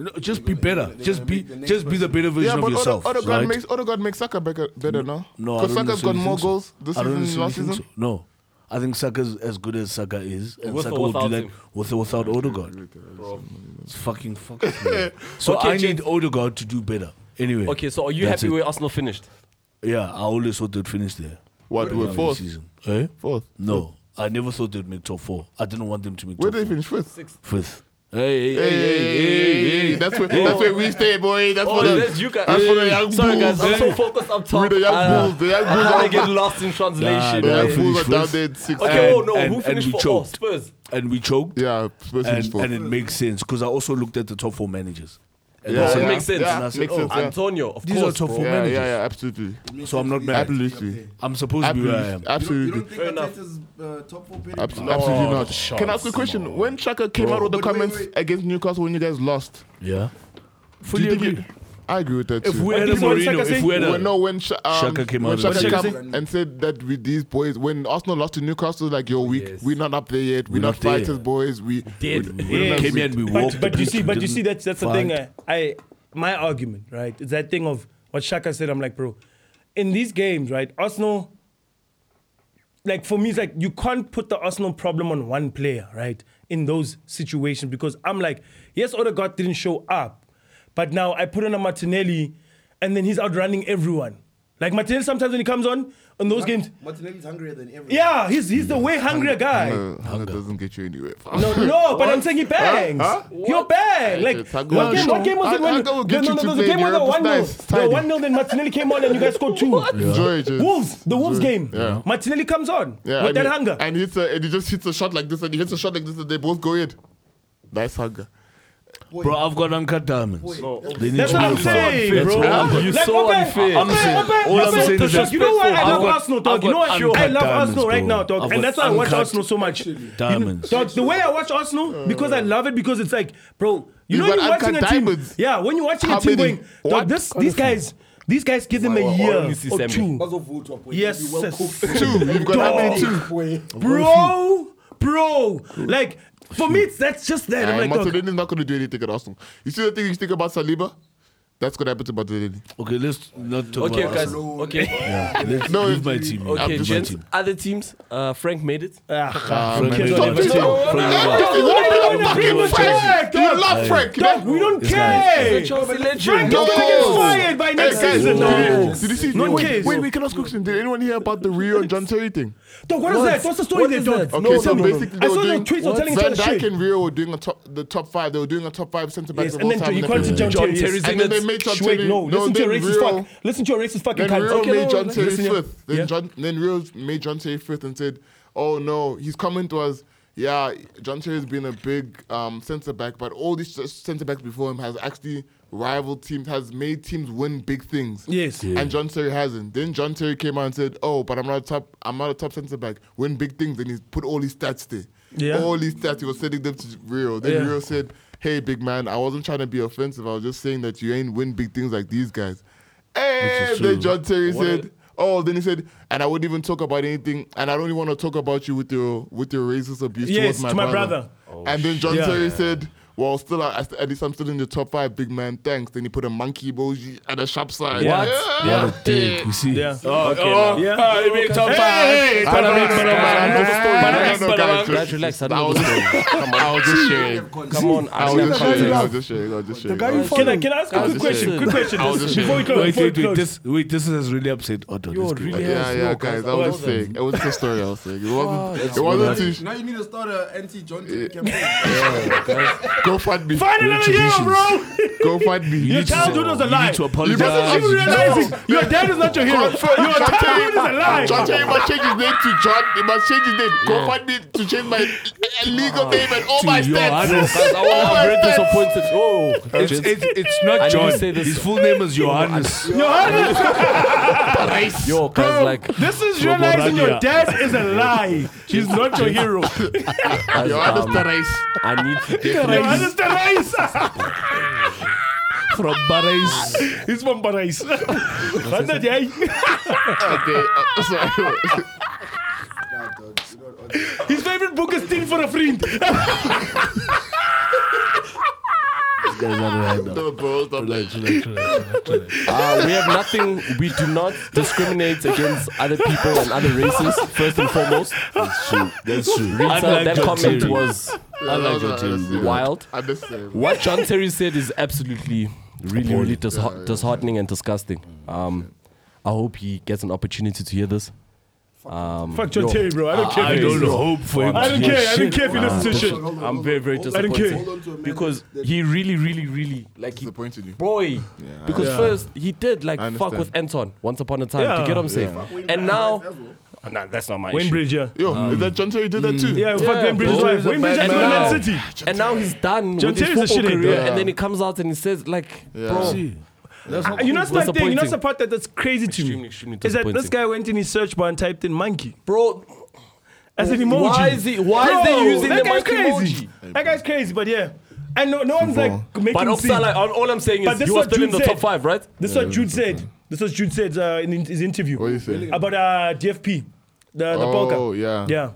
D: No, just be better. Just be just be the better version
B: Yeah,
D: of
B: but
D: yourself.
B: Odegaard
D: right?
B: makes Odegaard makes Saka better, better no?
D: No, I
B: because
D: don't
B: Saka's got
D: necessarily
B: more
D: think so.
B: goals this
D: I don't
B: season than
D: necessarily
B: last
D: think
B: season.
D: so. No, I think Saka's as good as Saka is, and
E: With or
D: Saka will do
E: without
D: that
E: him?
D: with or without Odegaard. It's fucking fucking. weird. so
E: Okay,
D: I need
E: James.
D: Odegaard to do better. Anyway.
E: Okay, so are you
D: that's
E: happy
D: it.
E: where Arsenal finished?
D: Yeah, I always thought they'd finish there.
B: What
D: This
B: with fourth?
D: season. Eh?
B: Fourth.
D: No, I never thought they'd make top four. I didn't want them to make
B: Where
D: top
B: did they
D: four.
B: finish fifth?
D: fifth. Hey, hey, hey, hey, hey,
B: Hey,
D: hey.
B: that's where
D: Oh.
B: that's where we stay, boy. That's
E: Oh,
B: for the
E: that's you guys.
B: that's for the young
E: Sorry, guys.
B: bulls.
E: I'm so focused up top.
B: With the young
D: Uh,
E: I-
B: bulls, the young
E: I
B: bulls
E: kinda
B: are-
E: get lost in translation.
B: the
D: Yeah,
B: young
E: man.
D: I
B: bulls
D: finished
B: are down
D: fifth.
B: there at six.
E: Okay,
D: And-
E: oh no,
D: and-
E: who
D: and
E: finished
D: we
E: for oh,
D: choked.
E: Spurs?
D: And we choked.
B: Yeah, Spurs finished
D: and,
B: fourth.
D: and it makes sense because I also looked at the top four managers. And
B: Yeah,
D: I
E: So
D: said,
E: it
B: yeah,
E: makes sense.
B: yeah,
E: And I said,
B: makes
E: oh,
B: sense, yeah.
E: Antonio, of
D: These are
E: course.
D: top
E: bro.
D: four
B: Yeah,
D: managers.
B: yeah, yeah, absolutely,
D: So I'm not mad.
B: absolutely,
D: I'm supposed to be where I am.
B: absolutely, absolutely.
G: You don't think Arteta's uh, top four period?
B: Abs- absolutely not. Can I ask a question? When Chaka came out with the
G: But wait,
B: comments
G: wait.
B: against Newcastle when you guys lost,
D: Yeah.
B: do you think you- I agree with that
D: If
B: too.
D: we had a
C: did Wan Bissaka
D: Mourinho,
C: say?
D: if we had
B: When- no,
D: a,
B: when Sha- um,
D: Xhaka came
B: when
D: out and
B: Xhaka
C: said-
B: came out and said that with these boys, when Arsenal lost to Newcastle, like yo, we
D: Yes.
B: we're not up there yet. We're,
D: We're
B: not,
D: not there.
B: fighters, boys. We
E: Dead.
B: we- we're
C: Yeah.
B: not-
D: came here and we
C: But,
D: walked. the
C: but you
D: pitch,
C: see,
D: we
C: but you
D: didn't
C: see, that's that's the thing.
D: fight.
C: I, I my argument, right? It's that thing of what Shaka said. I'm like, bro, in these games, right? Arsenal, like for me, it's like you can't put the Arsenal problem on one player, right? In those situations, because I'm like, yes, Odegaard didn't show up, but now I put on a Martinelli, and then he's outrunning everyone. Like Martinelli, sometimes when he comes on on those games,
G: Martinelli's hungrier than ever.
C: yeah, he's he's the way hungrier guy.
B: Uh, that doesn't get you anywhere. fam.
C: No, no, but I'm saying he bangs.
B: Huh?
C: He'll bang. Like,
B: it's
C: what,
B: Hago.
C: game, what game was it
B: Hago
C: when?
B: will get you
C: no, no,
B: to
C: no,
B: play
C: the game was
B: in
C: a
B: Europe.
C: 1 0.
B: It's tidy.
C: The 1 0, then Martinelli came on and you guys scored two.
B: Enjoy it, James.
C: Wolves, the Wolves
B: Enjoy it.
C: game.
B: Yeah.
C: Martinelli comes on
B: Yeah, and
C: with that
B: he-
C: hunger.
B: And hits a, and he just hits a shot like this, and he hits a shot like this, and they both go in. That's hunger.
D: Bro, I've got uncut diamonds. They need
C: That's
D: to
C: what I'm
D: be found.
C: saying,
D: That's
C: bro.
D: what I've got.
E: You
C: Like,
E: so
C: Mbappe,
E: unfair.
D: I'm
C: Mbappe,
D: saying-
C: Mbappe,
D: all I'm
C: Mbappe.
D: saying is that-
C: you know why I
D: I've
C: love
D: got-
C: Arsenal,
D: I've
C: dog? You know
D: got
C: what? I
D: uncut
C: love Arsenal
D: diamonds,
C: right
D: bro.
C: now, dog,
D: I've got
C: and that's why I watch
D: uncut
C: Arsenal so much.
D: Diamonds.
C: Dog, the way I watch Arsenal because I love it because it's like, bro,
B: You
C: you know
B: Uh. got
C: you're watching a
B: uncut
C: team.
B: diamonds.
C: Yeah, when you're watching
B: How
C: a team
B: many?
C: going,
B: What?
C: dog, this, these guys, these guys give them a year
E: only see
C: or
E: Sambi.
C: two. Yes,
G: Well
C: sis.
G: cooked.
B: Two. You've got how many two?
C: bro, bro. Like for me, it's, that's just that.
B: Aye,
C: I'm like, dog,
B: Martinelli is not going to do anything at Arsenal. You see the thing you think about Saliba? That's going to happen to Martinelli.
D: Okay, let's not talk
E: Okay,
D: about
E: guys.
D: Arsenal.
E: Okay,
D: Let's
B: No,
D: leave
B: it's-
D: my team. man.
E: okay,
D: Leave my
E: gents.
D: team.
E: Other teams. Uh, Frank made it.
C: ah,
B: Um,
D: Frank
C: okay,
D: Lampard.
C: let's go.
D: Frank Lampard.
C: Dog, we don't wanna bring the track,
B: You
C: dog.
B: love Frank.
C: Dog, we don't care. Frank is
B: No.
C: gonna get fired by next
B: Hey, guys,
C: season.
B: did,
C: dog.
B: you, did you see?
C: No
B: wait,
C: case.
B: wait, we can ask question. Did anyone hear about the Rio and John Terry thing?
C: Dog, what is that? What's the story
E: What
C: there,
E: is
C: dog?
E: that?
B: Okay, so basically
C: I
B: they
C: saw
B: were
C: the
B: doing
C: tweets were telling each
B: Van
C: other
B: Dijk
C: shit.
B: and Rio were doing a top, the top five. They were doing a top five centre backs
C: Yes,
B: of
C: and
B: all
C: then
B: time.
C: you
B: and
C: can't
B: then-
C: see John
E: John
C: Terry's
E: Terry's
B: And
E: in
B: then they
E: it.
B: made John
C: Sh- Wait,
B: Terry-
C: no, listen to
B: then
C: your racist
B: Rio-
C: fuck. Listen to your racist fucking
B: Then
C: cunt.
B: Rio
C: Okay,
B: made
C: no,
B: John
C: no,
B: Terry
C: listen, yeah.
B: fifth. Then
C: Yeah.
B: John then Rio made John Terry fifth and said, "Oh no." His comment was, "Yeah, John Terry's been a big um, centre back, but all these centre backs before him has actually rivaled teams, has made teams win big things."
C: Yes.
B: And John Terry hasn't. Then John Terry came out and said, "Oh, but I'm not a top. I'm not a top centre back. Win big things." And he put all his stats there.
C: Yeah.
B: All his stats. He was sending them to Rio. Then
C: Yeah.
B: Rio said, "Hey, big man. I wasn't trying to be offensive. I was just saying that you ain't win big things like these guys." And
D: is
B: then
D: true.
B: John Terry said, "Oh." Then he said, "And I wouldn't even talk about anything. And I don't even want to talk about you with your with your racist abuse
C: Yes,
B: towards my
C: to my
B: brother."
C: brother.
B: and then John
C: Yeah.
B: Terry said. Well, still, I, I- at least I'm still in the top five, big man. Thanks. Then he put a monkey emoji at a sharp side.
C: What?
D: What a dick. You see?
C: Yeah.
D: Oh, okay.
C: Yeah.
D: He made top
B: Hey,
D: five.
B: no, no, no, no, no,
D: Panama,
B: no, no, no, guys,
D: Panama.
B: just-
E: relax, I
B: I
E: know
B: was just sharing. I was just sharing.
E: Come on,
B: I
E: I
B: was
E: don't
B: just
E: have
B: sharing. I
E: context.
B: was just sharing. I was just
F: guy you
B: sharing.
F: follow-
C: Can I can I ask a quick
B: just
C: question?
E: saying.
C: Quick question.
B: I was just
C: Before we
B: saying.
C: close,
D: Wait,
C: before we
D: wait, wait.
C: close.
D: This, wait, this has really upset Otto. This guy.
E: really
B: Yeah, yeah, guys. I was just saying. It was just a story. I was saying. It wasn't. It wasn't.
G: Now you need to start uh, an anti-John Terry campaign.
B: to- Go find me.
C: Find another year, bro.
B: Go find me.
C: Your childhood was a
D: You
C: lie.
D: need to
B: You must-
D: apologize.
B: you
C: I'm realizing your dad is not your hero. Your
B: Confirm. John
C: childhood is a
B: Terry-
C: lie.
B: John Terry must change his name to John. He must change his name. Go find me to change my legal name and all my
D: Your
B: stats.
D: Johannes.
E: I want I'm very disappointed. Oh,
D: It's,
E: gents.
D: it's, it's
E: I
D: not
E: need to
D: John.
E: say this.
D: His full name is Johannes.
E: yo, guys, like
C: This is realizing your
D: Roborania.
C: dad is a lie. He's not your hero.
E: guys,
B: Johannes
E: um,
B: Terrace.
E: I need to
C: Your
E: definitely.
C: dad is the race.
D: From Barais.
C: He's from Paris. Wanda,
B: Okay.
C: yeah.
B: uh, Sorry.
G: Nah, dog, you know what, honestly.
C: His favorite book is Teen for a Friend.
D: not right now.
B: No, bro, stop
D: Relax, relax, relax, relax.
E: Uh, we have nothing. We do not discriminate against other people and other races. First and foremost,
D: That's true. That's true.
E: I felt that
D: your
E: comment
D: theory.
E: was
B: Yeah, that
D: like
B: was
D: your team.
B: unnecessary.
E: Wild.
B: Unnecessary.
E: what John Terry said is absolutely really, really disha-
B: yeah.
E: disheartening and disgusting. Um, I hope he gets an opportunity to hear this.
C: Fuck John Terry, bro. I don't care.
D: Ah, I
C: if he
D: don't
C: listens.
D: hope for him.
C: I don't
D: to
C: care.
D: hear
C: I don't
D: shit.
C: care if he listens to shit.
G: Hold on, hold
E: I'm
G: on,
E: very, very
G: hold
C: I
G: on.
C: don't care.
E: disappointed
G: Hold on to a minute.
E: because
G: That-
E: he really, really, really like he.
B: Disappointed you.
E: Boy, because first he did like
B: I
E: fuck with Anton once upon a time. Do
C: Yeah.
E: you get what I'm saying?
G: Fuck, we
E: And
G: know
E: now, Oh,
G: that's Ezra.
E: nah, that's not my
C: Wayne
E: issue.
C: Bridge, yeah.
B: Yo, is that John Terry did that too?
C: Yeah, fuck
E: Yeah,
C: Wayne Bridge.
E: bro.
C: wife. Wayne Bridge
E: He's a
C: at
E: bad
C: Man
E: man.
C: City.
E: And now he's done
C: John
E: with his
C: Terry's a
E: football
C: shithead,
E: career,
B: though.
E: and then he comes out and he says, like, bro,
D: See,
C: Uh, You know what's the thing? You know what's the
E: Disappointing.
C: part that, that's crazy to
E: Extremely,
C: me?
E: extremely
C: is that this
E: disappointing.
C: guy went in his search bar and typed in monkey
E: bro,
C: as an emoji.
E: Why is he- why is they
C: Bro,
E: using
C: that
E: the
C: guy's
E: monkey
C: crazy. That guy's crazy, but yeah, and no, no one's like making.
E: But
C: him see-
E: Opsala, all all I'm saying
C: But
E: is
C: that's
E: you were
C: what
E: still in the
C: Jude
E: top
C: said.
E: five, right?
C: This is what Jude said. This was Jude said uh, in in his interview.
B: What do you say?
C: about uh, DFP, the the
B: Oh,
C: Polka.
B: yeah.
C: Yeah.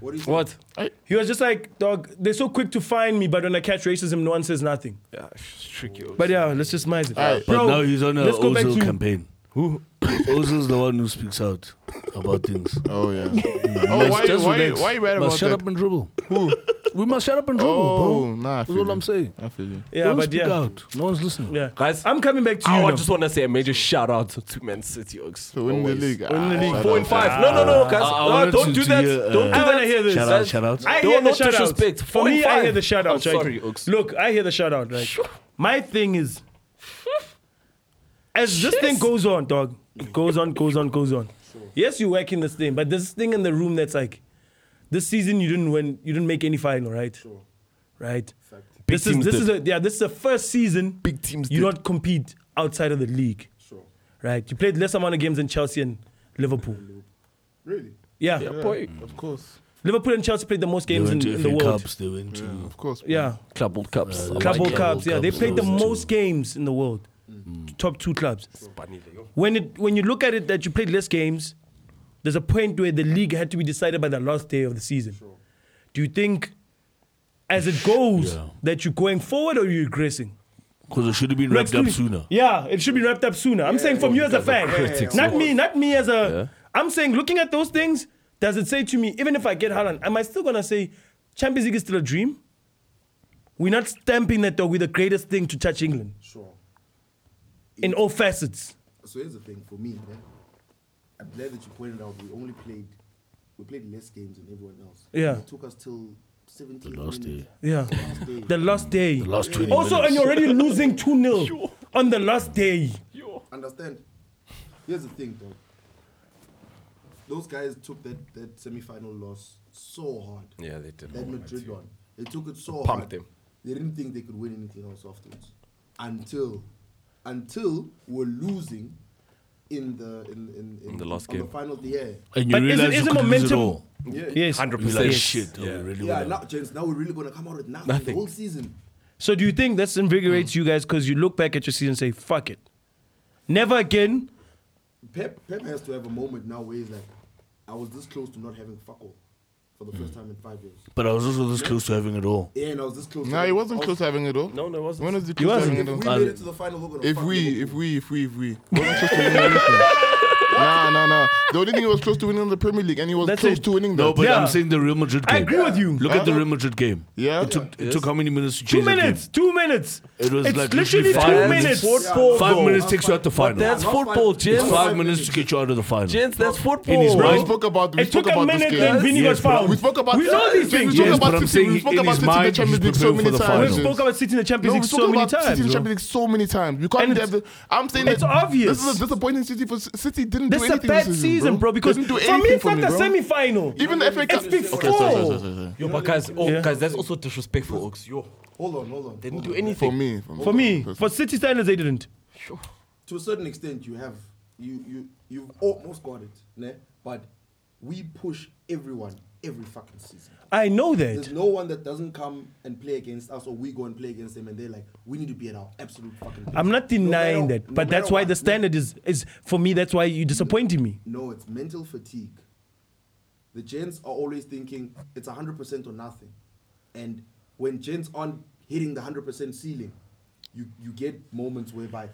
G: What do you think?
E: What?
C: He was just like, dog, they're so quick to find me, but when I catch racism, no one says nothing.
D: yeah, it's tricky.
C: But yeah, let's just mind it.
B: Alright.
D: But
C: Bro,
D: now he's on a
C: let's go back
D: Ozil
C: to-
D: campaign. Who? Ozil's the one who speaks out about things.
B: Oh, yeah. oh, why,
D: Just
B: why,
D: relax.
B: why you mad about
D: Must shut
B: that?
D: up and dribble. we must shut up and dribble,
B: Oh,
D: bro.
B: nah. I
D: That's all
B: feel
D: I'm
B: you.
D: saying.
B: I feel you.
C: yeah,
D: Don't
C: but
D: speak
C: yeah.
D: out. No one's listening.
C: Yeah.
E: Guys,
C: I'm coming back to you.
E: Oh, I
C: now.
E: just want to say a major shout out to Man City. Oaks.
B: So win the
E: Always.
B: league. Ah,
C: Win the league.
B: shout
E: Four and
B: out.
E: five. No, no, no, guys.
D: Uh, I
E: No,
D: wanted
E: don't
D: to-
E: do
D: to
E: that.
D: hear, uh,
E: don't do
C: I
E: that.
C: wanna hear this.
D: Shout out, shout out.
C: I
E: Don't-
C: hear the
E: not
C: shout
E: disrespect.
C: out.
E: Four
C: For
E: and
C: me, I
E: five.
C: hear the shout out.
E: I'm
C: right?
E: sorry, Oaks.
C: Look, I hear the shout out. Right? My thing is, as this thing goes on, dog, it goes on, goes on, goes on. Yes, you're working this thing, but there's this thing in the room that's like, this season you didn't win, you didn't make any final, right? Right. This is
E: teams
C: this
E: did.
C: is a, yeah this is the first season
E: Big teams
C: you
E: did.
C: don't compete outside of the league, right? You played less amount of games than Chelsea and Liverpool.
G: Really?
C: Yeah,
E: Boy,
B: Of course.
C: Liverpool and Chelsea played the most
D: They
C: games in,
D: went to
C: in
D: FA
C: the world.
D: Cups. They went to
B: Of course.
C: Yeah,
E: Club World Cups.
D: Uh,
C: Club
D: Like
C: World
D: Club
C: Cups.
D: World
C: Yeah, they
D: Cups,
C: played the
D: those two.
C: most games in the world. Top two clubs. When it when you look at it that you played less games, there's a point where the league had to be decided by the last day of the season. Do you think, as it goes,
D: Yeah.
C: that you're going forward or you're regressing?
D: because it should have been wrapped
C: Let's
D: up
C: do-
D: sooner.
C: Yeah, it should be wrapped up sooner. I'm saying from you as a fan, not me, not me as a. I'm saying looking at those things, does it say to me, even if I get Haaland, am I still gonna say Champions League is still a dream? We're not stamping that dog with the greatest thing to touch England
G: Sure.
C: in all facets.
G: So here's the thing for me, yeah? I'm glad that you pointed out we only played we played less games than everyone else.
C: Yeah.
G: It took us till 17 the
D: last
G: minutes.
C: Yeah.
G: Last day.
C: The last day.
D: Last 20
C: also, and
D: minutes.
C: you're already losing 2 0 on the last day.
G: Understand? Here's the thing, though. Those guys took that that semi-final loss so hard.
E: Yeah, they did.
G: That Madrid one. They took it so
E: Pumped
G: hard.
E: them.
G: They didn't think they could win anything else afterwards. Until until we're losing in the in in, in,
E: the last
G: on
E: game.
G: The final of the year.
D: And you
C: But is it-
D: realize
C: is
D: you
C: it
D: could lose it
C: momentum-
D: all.
C: Yes.
D: You're
E: 100%.
D: like,
E: Yes.
D: shit, oh, we really
G: Yeah,
D: went
G: now James, now we're really gonna come out with nothing, the
E: Nothing.
G: whole season.
C: So do you think this invigorates you guys because you look back at your season and say, fuck it. Never again.
G: Pep, Pep has to have a moment now where he's like, I was this close to not having fuck all for
E: Mm.
G: the first time in five years.
D: But I was also this close to having it all.
G: Yeah, and I was this close. to
B: Nah, he
G: having-
B: wasn't
G: I
B: close
G: was-
B: to having it all. No,
E: no, it wasn't.
B: When was he close to
C: wasn't.
B: having it all?
G: If we made it to the final, we're gonna
B: If
G: fuck
B: we,
G: Liverpool.
B: if we, if we, if we. Wasn't close to winning anything. Nah, nah, nah. The only thing he was close to winning was the Premier League, and he was
C: That's
B: close
C: it.
B: to winning that.
D: No, but
C: Yeah.
D: I'm saying the Real Madrid game.
C: I agree with you.
D: Look at the Real Madrid game.
B: Yeah.
D: It took, it
E: Yes.
D: took how many minutes to
C: Two
D: change that game?
C: minutes. Two minutes.
D: It was
C: it's
D: like
C: literally
D: literally
C: two
D: five
C: minutes.
D: minutes.
E: Football.
D: Five
E: though.
D: minutes takes you out the final.
E: That's
G: not
E: football,
G: five-
E: Jens.
D: It's five minutes to get you out of the final.
E: Jens, that's
D: In his
B: Bro,
E: football.
B: we
D: mind-
B: spoke about. We
C: It
B: spoke
C: took a
B: about this
C: minute,
B: game.
C: then Vinny
D: Yes,
C: got
D: bro.
C: fouled.
B: We spoke about
C: We know these
B: we
C: things.
B: spoke
D: Yes,
B: about
D: but I'm
B: City,
D: saying
B: we spoke
D: in
B: about
D: his
B: City in the
D: mind,
B: Champions
D: he's
B: League so
D: preparing
B: many
D: for the
B: times.
D: finals.
C: We spoke about City in the Champions
B: No, we
C: League so
B: spoke
C: many
B: about City in the
C: times.
B: Champions League so many times. We can't
C: And
B: have
C: it's-
B: the, I'm saying
C: it's
B: that
C: obvious.
B: This is a disappointing city for City. Didn't
C: This
B: do
C: is a
B: anything
C: bad
B: this
C: season, bro, because
B: Didn't do
C: for
B: anything
C: me, it's
B: for
C: not
B: me,
C: the
B: bro.
C: semi final.
B: Even the FA Cup.
C: It's before.
B: Okay, sorry, sorry, sorry, sorry.
E: Yo, but guys, oh,
C: Yeah.
E: guys, that's also disrespectful, Oaks. Yo,
G: hold on, hold on.
E: they didn't
G: hold
E: do
G: on.
B: For
E: anything.
B: me, for me,
C: For me, for City standards, they didn't.
G: To a certain extent, you have you you you've almost got it, ne? But we push everyone every fucking season.
C: I know
G: There's
C: that.
G: no one that doesn't come and play against us, or we go and play against them, and they're like, we need to be at our absolute fucking. Best.
C: I'm not
G: No
C: denying
G: matter-
C: that,
G: no
C: but
G: matter
C: that's why
G: what,
C: the standard is is for me. That's why you disappointed me.
G: No, it's mental fatigue. The gents are always thinking it's 100% or nothing. And when gents aren't hitting the 100% ceiling, you you get moments whereby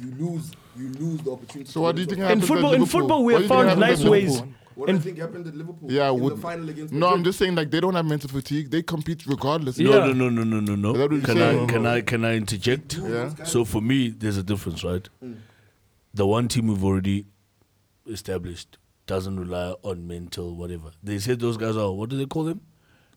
G: you lose you lose the opportunity.
B: So what do you think
C: In
B: happened
C: football,
B: at
C: in
B: Liverpool?
C: football, we
B: What do you think
C: have found
B: happened at
C: nice ways.
B: Liverpool?
G: What do
C: in-
G: you think happened at Liverpool?
B: Yeah, I
G: in the
B: would.
G: final against.
B: No, I'm
G: Madrid?
B: just saying like they don't have mental fatigue. They compete regardless.
D: No,
C: Yeah.
D: no, no, no, no, no,
B: That
D: no.
B: would be
D: Can I,
B: terrible.
D: can I, can I interject?
B: Yeah.
D: So for me, there's a difference, right? The one team we've already established doesn't rely on mental whatever. They said those guys are what do they call them?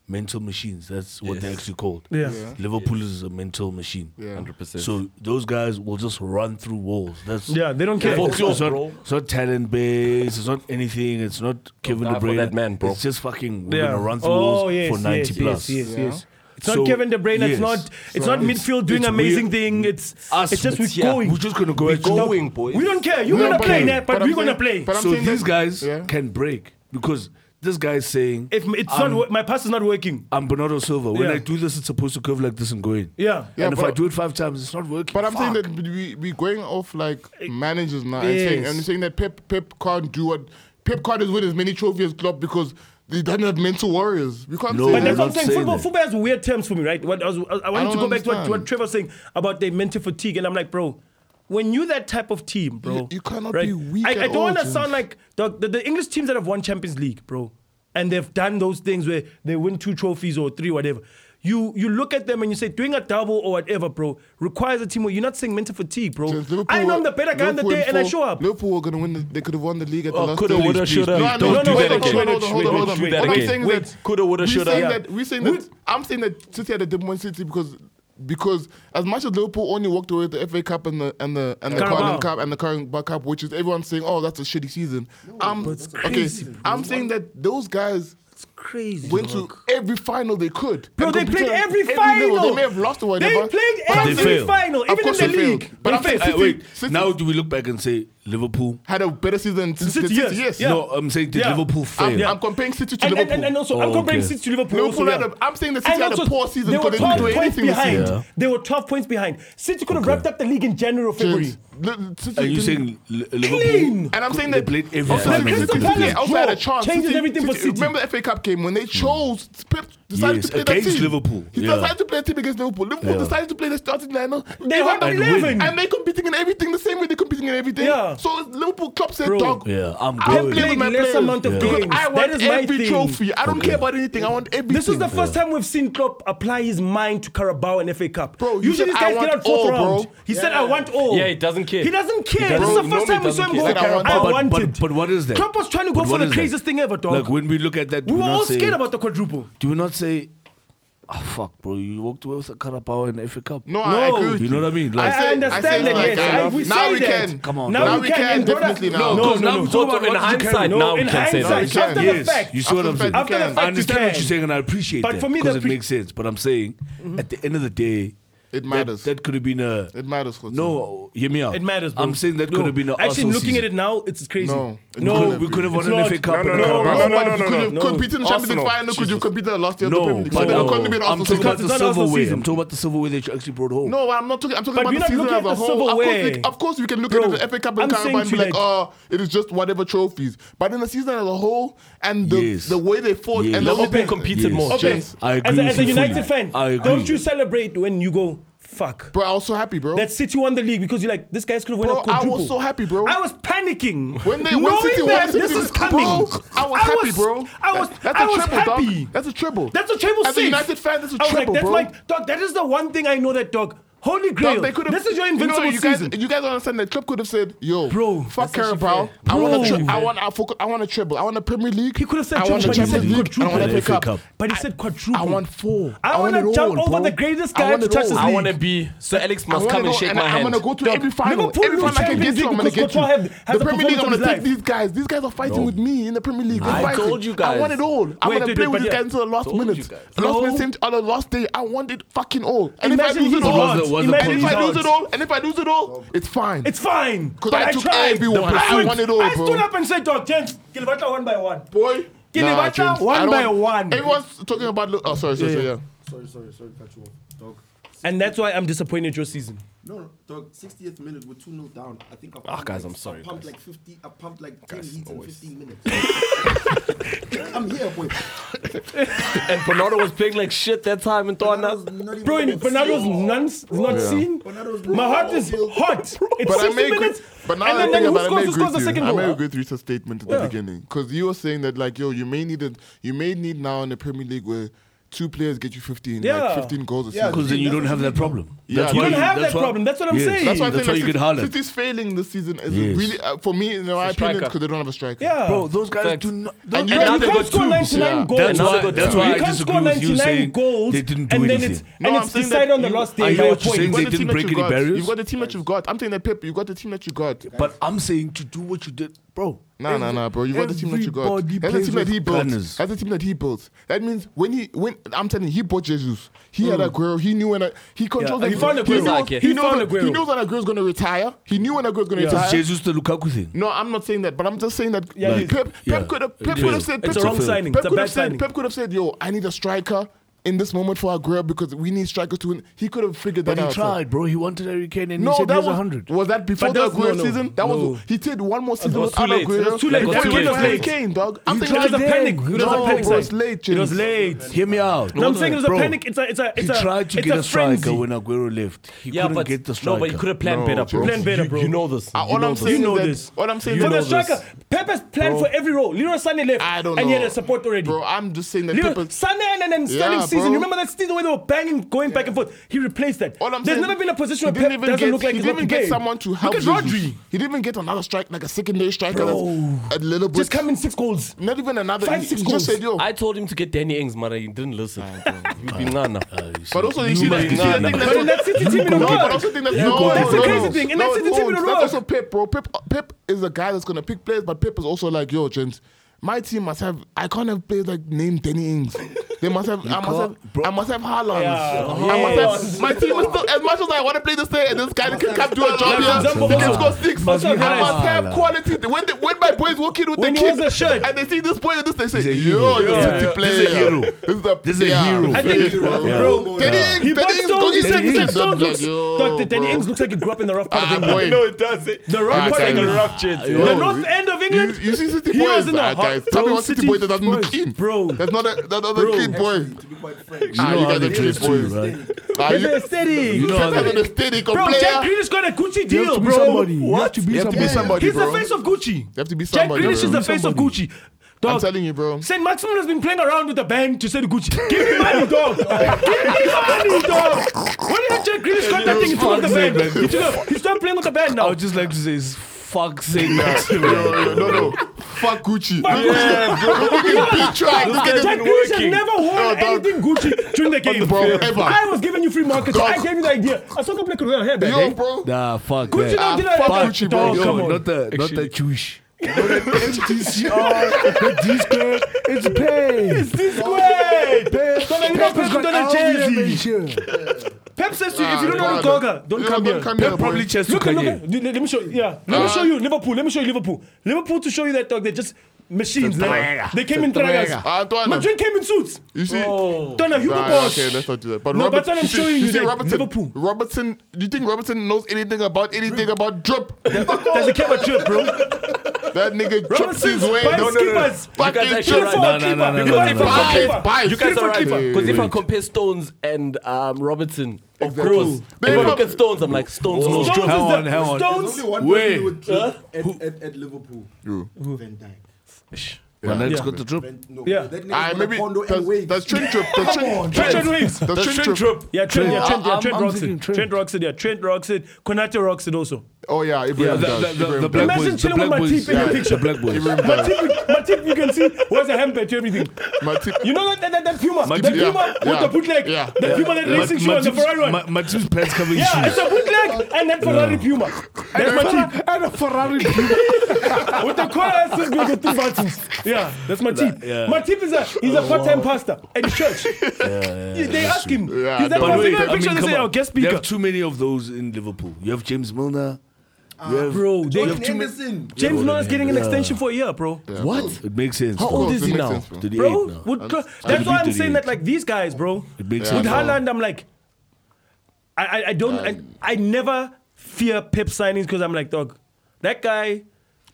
D: Mental machines. That's what they're actually called.
C: Yeah. Yeah.
D: Liverpool is a mental machine.
B: Yeah.
E: 100%.
D: So those guys will just run through walls. That's
C: Yeah, they don't care.
D: Folks,
E: Yeah.
D: it's, not,
E: Bro.
D: it's not talent based. It's not anything. It's not Kevin
E: die
D: De
E: for
D: Bruyne.
E: that man, bro.
D: It's just fucking we're
C: Yeah.
D: gonna run through
C: Oh,
D: walls
C: yes,
D: for ninety
C: yes,
D: plus.
C: yes, yes,
B: Yeah.
C: yes. It's not
D: So,
C: Kevin De Bruyne.
D: yes.
C: It's not. It's not
B: Right.
C: midfield doing
D: it's
C: amazing
D: weird.
C: thing. It's
E: Us,
C: It's just we're
E: it's- yeah.
C: going.
D: We're just gonna go
E: We're
D: at you.
E: going, boys.
C: We don't care. You're
B: No,
C: gonna
B: but-
C: play, nah, but
B: I'm
C: we're gonna
B: saying-
C: play.
B: but I'm
D: so
B: saying
D: these
B: that-
D: guys
B: yeah.
D: can break because this guy's saying
C: If it's
D: I'm,
C: not wo- my pass is not working,
D: I'm Bernardo Silva. When
C: Yeah.
D: I do this, it's supposed to curve like this and go in.
C: yeah.
B: Yeah,
D: and if
B: but-
D: I do it five times, it's not working.
B: But I'm saying
D: Fuck.
B: that we we going off like managers now and saying
C: Yes.
B: and saying that Pep Pep can't do what Pep can't win as many trophies as Klopp because they don't have mental warriors. We can't
D: No,
B: say
C: But
D: we're
C: that's
B: that.
C: what I'm
D: not
C: saying.
D: saying
C: Football,
D: that.
C: football has weird terms for me, right? What I, was, I, I wanted
B: don't
C: to go back to what,
B: understand.
C: what Trevor was saying about their mental fatigue, and I'm like, bro, when you that type of team, bro,
B: You- you cannot be weak
C: I,
B: at
C: I don't
B: all,
C: want to
B: James.
C: sound like the, the, the English teams that have won Champions League, bro, and they've done those things where they win two trophies or three, whatever. You you look at them and you say doing a double or whatever, bro, requires a team where you're not saying mental fatigue, bro.
B: Since Liverpool
C: I know I'm
B: were-
C: the better guy on the
B: Liverpool
C: day,
B: in
C: and I
B: four-
C: show up.
B: Liverpool were gonna win. The, they could have won the league at the
E: Oh,
B: last.
E: coulda,
B: stage.
E: woulda,
B: Please,
E: shoulda.
B: please, please,
E: Don't
C: do
B: please, hold
C: that
B: on, hold on,
C: again.
B: hold on, hold on,
E: Don't do
B: hold
E: that
B: on. What I'm
E: again.
B: saying is
C: Wait,
B: that
E: coulda, woulda,
B: we
E: shoulda.
B: saying
E: Yeah.
B: that- We saying that I'm saying that City had a different one City because. Because as much as Liverpool only walked away with the FA Cup and the and the and the
C: Carabao.
B: Carling Cup and the Carling Cup, which is everyone saying, "Oh, that's a shitty season." I'm okay. I'm saying that those guys
C: Crazy.
B: went to every final they could.
C: Bro,
B: and
C: they
B: competed
C: played
B: at
C: every
B: level.
C: final.
B: They may have lost or
C: They
B: whatever.
C: played
B: but I'm
D: every
B: saying-
C: final,
B: Of
C: even
B: course
C: in
B: they
C: the
B: failed.
C: league.
B: But
C: They
B: I'm saying
C: failed.
D: Uh,
B: City-
D: wait,
B: City-
D: now do we look back and say Liverpool?
B: had a better season than City,
C: City, yes,
B: yes.
C: yeah.
D: No, I'm saying did
C: Yeah.
D: Liverpool fail?
B: I'm, I'm comparing City to
C: and,
B: Liverpool.
C: and, and, and also, I'm
D: Oh,
C: comparing
D: okay.
C: City to Liverpool.
B: Liverpool
C: also,
B: had
C: yeah.
B: a- I'm saying that City
C: And
B: had a
C: also,
B: poor season
C: They were
B: because they didn't
C: 12
B: do
C: points
B: anything this
C: behind.
D: year.
C: They were 12 points behind. City could have wrapped up the league in January or February.
B: James, li- City
D: Are you
B: didn't-
D: saying Li- Liverpool?
C: Clean.
B: And I'm saying
D: they
B: that
D: played every
B: also,
D: final
B: Crystal
D: City
B: Palace
D: did.
B: also had a
C: Draw
B: chance.
C: changes everything for City.
B: Remember the FA Cup game when they chose Pep decided
D: Yes,
B: to play that
D: against
B: team.
D: Liverpool,
B: He
D: yeah.
B: decided to play a team against Liverpool. Liverpool
D: Yeah.
B: decided to play the starting lineup.
C: They had
B: won.
C: 11.
B: and they're competing in everything the same way they're competing in everything.
C: Yeah.
B: So Liverpool club said,
C: Bro.
B: "Dog,
D: Yeah, I'm
B: I
D: going.
B: play with
C: Played
B: my
C: less
B: players
C: amount of
B: because
C: games.
B: I want
C: That is my
B: every
C: thing.
B: trophy. I don't care about anything. I want everything."
C: This is the first time we've seen Klopp apply his mind to Carabao and FA Cup.
B: Bro, you
C: usually
B: said,
C: these guys
B: "I
C: get
B: want
C: out fourth
B: all, bro."
C: round. He said, "I want all."
E: Yeah, he doesn't care.
C: He doesn't care.
E: He
C: this is
E: doesn't-
C: the first
E: Bro,
C: time we saw
E: nobody
C: him go.
E: doesn't
B: care. He said, "I want
C: I
D: but,
C: wanted.
D: but, but what is that?
C: Klopp was trying to go
D: But
C: for
D: what
C: the
D: is that?
C: craziest thing ever, dog.
D: Like when we look at that, do
C: we
D: we
C: were
D: not
C: all
D: say,
C: scared about the quadruple.
D: Do we not say, oh fuck, bro, you walked away with a Carabao and FA Cup?
B: No, I
C: No.
B: agree. with
D: You know what I mean?
C: I,
D: Like,
B: said- I said
C: understand that.
B: like,
C: yes,
B: uh,
C: I- we
B: now
C: say
B: we
C: that.
B: can. Come on.
C: Now,
B: Now
C: we
B: we
C: can.
B: can,
C: and brother-
B: definitely now.
C: No,
D: Because
C: no,
D: now
C: no.
D: we talk
E: Sort of
D: about
E: in
D: what you
E: hindsight
D: can.
E: now
C: in
E: we can say
C: hindsight,
E: that.
B: can.
C: after the
D: yes,
C: fact,
D: you see what
B: After
D: I'm
B: the fact,
D: saying.
B: you
C: After the can. fact,
D: I
C: you
D: understand what
C: can.
D: you're saying, and I appreciate
C: But
D: that
C: for me, the
D: because it
C: pre-
D: makes sense. But I'm saying, at the end of the day,
B: It
D: that-
B: matters.
D: That, could have been a
B: It matters, Khotsi.
D: No, hear me out.
C: It matters, bro.
D: I'm saying that
C: No.
D: could have been a
C: Actually,
D: Arsenal
C: looking
D: season.
C: at it now, it's crazy.
B: No, it
C: no,
B: couldn't
D: we could have
C: It's
D: won an
C: not-
D: FA Cup.
C: no,
D: and
C: no,
D: a
C: no,
D: Carabao.
B: No,
C: no,
B: no, no, Could you
C: no.
B: compete in the Champions League
A: Arsenal.
B: final? Could you compete in the last year of the
D: No,
B: Premier League? So
D: but
B: they
D: no,
B: couldn't be an
D: I'm
B: Arsenal
D: talking
B: season.
D: about
C: It's
D: the
C: not Arsenal
D: silverware.
C: season.
D: I'm talking about the silverware that you actually brought home.
B: No, I'm not talking. I'm talking
C: But we're
B: about the
C: not
B: season
C: looking
B: as
C: at
B: a
C: the
B: whole. Of course,
C: silverware.
B: we, of course, we can look
C: Bro,
B: at the FA Cup
C: I'm
B: and Carabao
C: saying
B: and
C: to
B: be
C: you
B: like,
C: that-
B: "Oh, it is just whatever trophies." But in the season as a whole, and the
D: Yes.
B: the way they fought
D: Yes.
B: and the
D: Liverpool
B: open-
E: competed
D: Yes.
E: more.
B: Okay.
D: Yes, I agree
C: as a,
D: with
C: as a
D: you
C: United
D: fully.
C: fan,
D: I agree.
C: don't you celebrate when you go fuck?
B: Bro, I was so happy, bro.
C: That City won the league because you're like, this guy's could have won
B: Bro,
C: a
B: I was
C: quadruple.
B: so happy, bro.
C: I was panicking.
B: when they
C: knowing
B: when City
C: that
B: won, City
C: this is
B: was-
C: coming.
B: Bro, I was happy, bro.
C: I was,
B: That- that's
C: I was
B: a triple,
C: happy.
B: dog. That's a triple.
C: That's a treble
B: As
C: safe.
B: a United fan, that's a
C: I was
B: triple,
C: like, that's
B: bro.
C: my dog. That is the one thing I know that dog. Holy
B: Dog,
C: grail.
B: they could've-
C: this is your
B: you know,
C: invincible
B: you
C: season.
B: Guys, you guys don't understand that club could have said, "Yo,
C: Bro,
B: fuck
C: that's actually
B: Carabao.
C: fair.
B: I want a
C: Bro.
B: tri- I want a foc- I want a triple. I want a Premier League.
C: He could have said
B: I want a
C: triple, but he
B: Champions
C: said
B: League. I want
C: quadruple.
B: a FA Cup.
C: But he said quadruple.
B: I want four.
C: I
B: want
C: wanna
B: it
C: jump
B: all,
C: over
B: bro.
C: the greatest
B: I
C: guy
B: want
C: to
B: it
C: touch this
B: all.
E: I
C: league.
E: want to be Sir Alex
B: I
E: must
B: want
E: come
B: it
E: and
B: all,
E: shake
B: and
E: my
B: I- I'm
E: hand.
B: gonna go to every final.
C: Liverpool
B: every
C: lose
B: final I can
C: Champions
B: get to, I'm
C: League
B: gonna
C: because
B: get you.
C: Courtois had- had
B: the
C: the
B: Premier League, I'm
C: performance
B: gonna
C: of
B: take
C: his life.
B: these guys. These guys are fighting with me in the Premier League. They're
E: I
B: fighting.
E: told you
B: I want
E: guys.
B: it all. I'm
C: Wait,
B: gonna
C: wait,
B: play
C: but
B: with these
C: yeah.
B: guys until the last
E: Told you
B: minute.
E: guys.
B: The last
C: No.
B: minute, same- on the last day, I want it fucking all. And if I
C: Imagine
B: lose
C: he's
B: it all,
C: hot.
D: was the- was the
B: and
C: Imagine
B: if I
C: he's
B: lose it
C: hot.
B: all, and if I lose it all, it's fine.
C: It's fine. Because
B: I took everyone. I want it all,
C: I
B: bro.
C: stood up and said, Dog, James, Gilberta one by one.
B: boy.
C: Give me back
B: James,
C: now, one
B: I don't-
C: by one.
B: Everyone's talking about. lo- Oh, sorry, sorry, sorry. Yeah.
G: Sorry, sorry, sorry, to cut you off, dog.
C: And that's why I'm disappointed your season.
G: No, no, dog. 60th minute, we're 2 0 down. I think I pumped,
E: Ah, guys,
G: like,
E: I'm sorry,
G: I pumped
E: guys.
G: like 50, I pumped like 10 heats in 15 minutes. I'm here, boy.
E: and Bernardo was playing like shit that time and thought,
G: Bernardo's not even
C: Bro,
G: on the
C: Bernardo's
G: field.
C: nuns not seen.
G: Bernardo's
C: My
G: not
C: heart
G: on
C: is
G: the field.
C: hot. It's
B: But I
C: 60
B: may agree,
C: minutes.
B: but now
C: and
B: I
C: then,
B: think
C: then who
B: about it, I
C: scores?
B: may
C: Who
B: agree
C: scores
B: with
C: the
B: you.
C: second
B: I
C: goal?
B: may
C: huh?
B: agree with Rita's statement at the beginning because you were saying that like yo, you may need it, you may need now in the Premier League where two players get you 15,
C: Yeah.
B: like 15 goals a
G: Yeah,
B: season.
D: Because then you don't have that problem.
B: Yeah,
D: That's
B: you
D: why
B: don't
C: have
D: that's
C: that
D: why-
C: problem. That's what I'm
D: Yes,
C: saying.
D: That's why,
B: I'm saying,
D: you
B: like,
D: get Haaland.
B: City's failing this season. Is
D: Yes.
B: really uh, for me, in my opinion,
E: striker.
B: because they don't have a striker.
C: Yeah.
D: Bro, those guys
E: Facts.
D: do not.
B: And
D: those
B: you
C: And
D: guys-
B: know
C: you
B: they
C: can't
B: got
C: score
B: two.
C: 99
B: Yeah.
C: goals.
D: That's
E: Now they
D: why,
E: got
D: that's
E: two.
D: why
C: you
D: I
C: can't
D: disagree
C: score
D: with you
C: 99
D: saying
C: goals
D: they didn't
C: and
D: do
C: then it's,
D: anything.
C: and
B: No,
C: it's
B: I'm saying
C: decided
B: that
C: on the
B: you-
C: last
D: I
C: day
D: hear
C: by a
D: what you're
C: point.
D: saying.
B: You've
D: They
B: got the team
D: didn't break
B: that you
D: any
B: got.
D: barriers.
B: You've got the team that you've got. I'm saying that Pep, you've got the team that you got.
D: But I'm saying to do what you did, bro.
B: No, no, no, bro. You've got the team that you got.
D: Everybody
B: That's the team
D: plays
B: that he
D: with
B: built.
D: planners.
B: That's the team that he built. That means when he when I'm telling you, he bought Jesus. He had Aguero. He knew when I, he controlled.
C: and Hmm. he found Aguero.
B: knows-
E: He
B: He knows
C: found
B: when-
C: Aguero.
B: he knows when Aguero's going to retire. He knew when Aguero's going to
D: It's
B: retire.
D: Jesus the Lukaku thing.
B: No, I'm not saying that, but I'm just saying that
C: Yeah,
B: Pep-
C: he's-
B: Pep,
D: yeah.
B: Pep could have
D: It's
B: Pep could
D: a-
B: have said
C: it's
B: Pep
C: a wrong
B: could-
C: signing.
B: Pep
C: It's a
B: could have
C: bad
B: said-
C: signing.
B: Pep could have said, "Yo, I need a striker in this moment for Aguero because we need striker to win." He could have figured
D: But
B: that
D: he
B: out.
D: tried, bro. He wanted Harry Kane and
B: No,
D: he said
B: that
D: here's
B: was
D: 100.
B: was that before
C: But
B: the
C: that's-
B: Aguero
C: no, no,
B: season. That was he did one more season
E: was
B: with
E: too
B: Aguero.
E: late. It was
C: too late.
B: That
C: It was
B: was
C: too late.
B: Harry
C: It was
B: Kane, dog. I'm
C: It was a
B: thinking
C: panic. It was a
B: No,
C: panic
B: bro,
C: sign.
B: it's late,
C: It was
B: James.
C: late.
D: Hear me out.
C: No, I'm saying it was a
D: Bro,
C: panic. It's a, it's a, it's
D: he
C: a,
D: tried to
C: it's
D: get
C: a,
D: a striker
C: frenzy.
D: when Aguero left. He
E: yeah,
D: couldn't
E: but
D: get the striker.
E: no, but you could have planned better, bro.
C: Plan better, bro.
E: You, you know this.
B: Uh,
E: You
B: All
E: know
B: I'm
E: this.
B: saying
C: know
B: is
C: this.
B: that. All I'm saying
E: You
C: For
B: is
C: the
E: know
B: that.
E: this.
C: striker, Pepe's planned for every role. Leroy Sané left,
B: I don't know.
C: and he had a support already.
B: Bro, I'm just saying that
C: Leo,
B: Pep is-
C: Sané and, and, and Sterling
B: Yeah,
C: season.
B: bro.
C: You remember that season where they were banging, going back and forth. He replaced that.
B: All I'm
C: There's
B: saying,
C: never been a position
B: he
C: where Pep
B: didn't even
C: doesn't
B: get,
C: look like
B: he
C: he's
B: didn't
C: not
B: even get
C: prepared.
B: someone to help.
C: Look at
B: Jesus.
C: Rodri.
B: He didn't even get another strike, like a secondary striker.
C: Bro.
B: That's a little bit.
C: Just come in six goals.
B: Not even another.
C: Five,
B: he,
C: six
B: he
C: goals.
B: just said, yo.
E: I told him to get Danny Ings, but he didn't listen. He's been nana.
B: but also, you see, that,
E: must
B: you
E: be
B: see, I think
E: Ghana.
B: that's
C: But in that City team, it
B: No,
C: don't
B: but I
C: work.
B: also think that's
C: Yeah,
B: no,
C: but that's the
B: no,
C: crazy
B: no.
C: thing. And
B: No,
C: that's
B: it
C: the team in
B: won't.
C: a
B: That's also
C: row.
B: Pep, bro. Pep, Pep is a guy that's gonna pick players, but Pep is also like, yo, gents, my team must have. I can't have players like named Danny Ings. They must have. I must have. I must have Haaland. I must have. My team is still as much as I want to play this player. and This guy can come do a job
C: Like, for
B: here.
C: example,
B: He can
C: Must-
B: score six.
C: Must
B: I
C: be
B: must
C: Haaland.
B: have quality. When they, when my boys walk in with
C: When
B: the
C: he
B: kid
C: has a shirt.
B: and they see this player, this they say, yo, you're a City player.
D: This is a hero.
B: This is a
D: This is a hero.
C: I think-
B: bro. Danny
C: He
B: Ings.
C: bought
B: Danny Ings.
C: Stones.
B: goes-
C: He said
B: Danny
C: he said
B: Ings.
C: Stones looks.
B: Yo,
C: Doctor Danny
B: bro.
C: Ings looks like he grew up in the rough part of
B: Ah,
C: England.
B: boy.
C: No, it doesn't. The rough
B: Ah,
C: part of
B: guys.
C: England. The north end of
B: You,
C: England.
B: you see City
C: He
B: boys,
C: was in the
B: ah,
C: hot-
B: guys. Tell me
C: bro,
B: what City
C: City
B: boys that doesn't
C: boys,
B: kid.
C: bro.
B: That's not a, that other kid boy.
G: To be quite frank,
B: Ah,
D: know
B: you
D: how
B: guys
D: they
B: are
D: dress
B: kid
D: too,
B: boys.
D: right?
B: Ah,
C: Pepe
B: you-
C: aesthetic.
B: you
D: know how
B: Pepe
D: they-
B: is an aesthetic
C: Bro, Jack
B: player.
C: Grealish got a Gucci
D: You have
C: deal,
D: to be
C: bro.
D: somebody. You have to be
B: You have to be
D: somebody.
B: somebody,
C: He's
B: bro.
C: the face of Gucci. You
B: have to be somebody,
C: Jack Grealish
B: bro.
C: is the face of Gucci. Dog,
B: I'm telling you, bro.
C: Saint Maximum has been playing around with a band to say to Gucci, give me money, dog. give me money, dog. When did Jack Grealish got that thing? He took out the band. He took out- He started playing with the band
D: I
B: Oh,
C: now.
D: would just like to say, it's fuck saying
B: Yo, yo,
D: that.
B: no, no. Fuck Gucci. Look at this big track. Look at
C: Jack
B: this
C: Grealish has never worn
B: No, dog.
C: anything Gucci during the game.
B: Bro, ever.
C: I was giving you free markets.
B: Dog.
C: I gave you the idea. I saw Black could wear a hairband.
B: Yo,
C: eh?
B: bro.
D: Nah, fuck
C: Gucci
D: that.
C: don't
B: Ah,
C: do that.
B: fuck
C: dog.
B: Gucci, bro.
C: Dog,
D: Yo,
C: come on.
D: not the not the Jewish.
F: It's pain.
C: It's this way. Don't you know Pep
F: Got
C: don't have
F: Alvin
C: jersey.
F: and Sure.
C: Pep says to you, if
B: Ah,
C: you don't know
B: come on.
C: Goga, don't
B: Yo,
C: come here.
B: come here, boy.
D: Probably chest to
C: Look, at- look,
D: Kanye. Uh-huh.
C: at- let let me show you. Yeah, let me show you Liverpool. Let me show you Liverpool. Liverpool to show you that dog. They're just machines. Like,
B: Traga.
C: they came in
B: Ah,
C: tragas.
B: Antoine.
C: Madrid came in suits. Oh.
B: You see?
C: Don't know Hugo
B: Nah,
C: Boss.
B: okay, let's not do that. But
C: No,
B: Robert-
C: but I'm
B: see-
C: showing you
B: see
C: that
B: Robertson,
C: Liverpool.
B: Robertson, do you think Robertson knows anything about anything about drip?
C: Does he care about you, bro?
B: That nigga drips
C: Robertson's
B: his way. No,
C: by
B: no, no.
C: skippers.
B: Fucking
E: You guys are
B: drip.
E: right. No,
D: no, no, no, no, no, no, no.
B: Bias, bias.
E: You guys
B: Keeper,
E: are right.
B: keeper.
E: Because if I
B: Wait.
E: compare Stones and um, Robertson, of
B: Exactly.
E: course.
B: They
E: if I
B: were-
E: look at Stones, I'm like, Stones knows
C: Stones
E: Jones.
C: is
D: Hang
C: the-
D: on, hang on.
C: Stones.
G: Only one
D: Wait.
G: person would drop at, at, at Liverpool.
B: Who?
G: Van Dijk.
D: Van Dijk's got the drip.
G: Van, no,
C: Yeah.
G: That nigga's
B: Ah,
G: gonna
B: maybe
G: Pondo and
B: that's,
G: Wade.
B: that's Trent drip. That's Trent,
C: Trent and
B: Trent.
C: Wiggs.
B: That's Trent drip.
C: Yeah, Trent, yeah, Trent, yeah,
D: I'm-
C: Trent
D: I'm
C: rocks
D: thinking
C: it.
D: Trent.
C: Trent rocks it, yeah, Trent rocks it. Konate rocks it also.
B: Oh yeah, Ibrahim
D: the-
B: does.
D: the- the-
B: Ibrahim
D: the
B: does.
D: black
C: Imagine
D: boys, the
C: chilling with
D: black boys,
C: Matip in
D: yeah,
C: the picture.
D: the black boys.
B: Ibrahim does.
C: Matip, Matip, you can see, wears a handbag to everything.
B: My tip.
C: You know that, that, that, that Puma,
D: Matip,
C: that
B: yeah,
C: Puma with
B: yeah,
C: the bootleg,
B: yeah.
C: that Puma that
D: Ma-
C: racing shoe and the
D: Matip's-
C: Ferrari one.
D: Ma- Matip's pants covering
C: yeah,
D: shoes.
C: it's a bootleg and that Ferrari Puma. That's Matip.
F: And a Ferrari.
C: With the collar assist with the two buttons. Yeah, that's Matip.
D: yeah.
C: Matip is a he's a part-time pastor at the church. they ask him.
B: Yeah,
C: he's that
B: but
C: pastor.
B: wait,
C: Look at the picture and
D: come
C: say,
D: on.
C: oh, guest
D: You
C: speaker.
D: have too many of those in Liverpool. You have James Milner. you have,
C: Bro, they-
D: you
G: Jordan
D: have too many.
G: Henderson.
C: James Milner's getting an extension for a year, bro.
D: What? It makes sense.
E: How
D: bro.
E: old
B: course,
E: is
B: it
E: he
B: makes
E: now?
B: sense, bro.
D: 38
C: bro.
D: now.
C: Would,
B: I'd-
C: that's
D: I'd
C: why
D: be
C: I'm saying that
D: 38.
C: like these guys, bro.
D: It makes
B: Yeah,
C: With
D: sense.
B: bro.
C: Haaland, I'm like, I I, I don't I, I never fear Pep signings because I'm like, dog, that guy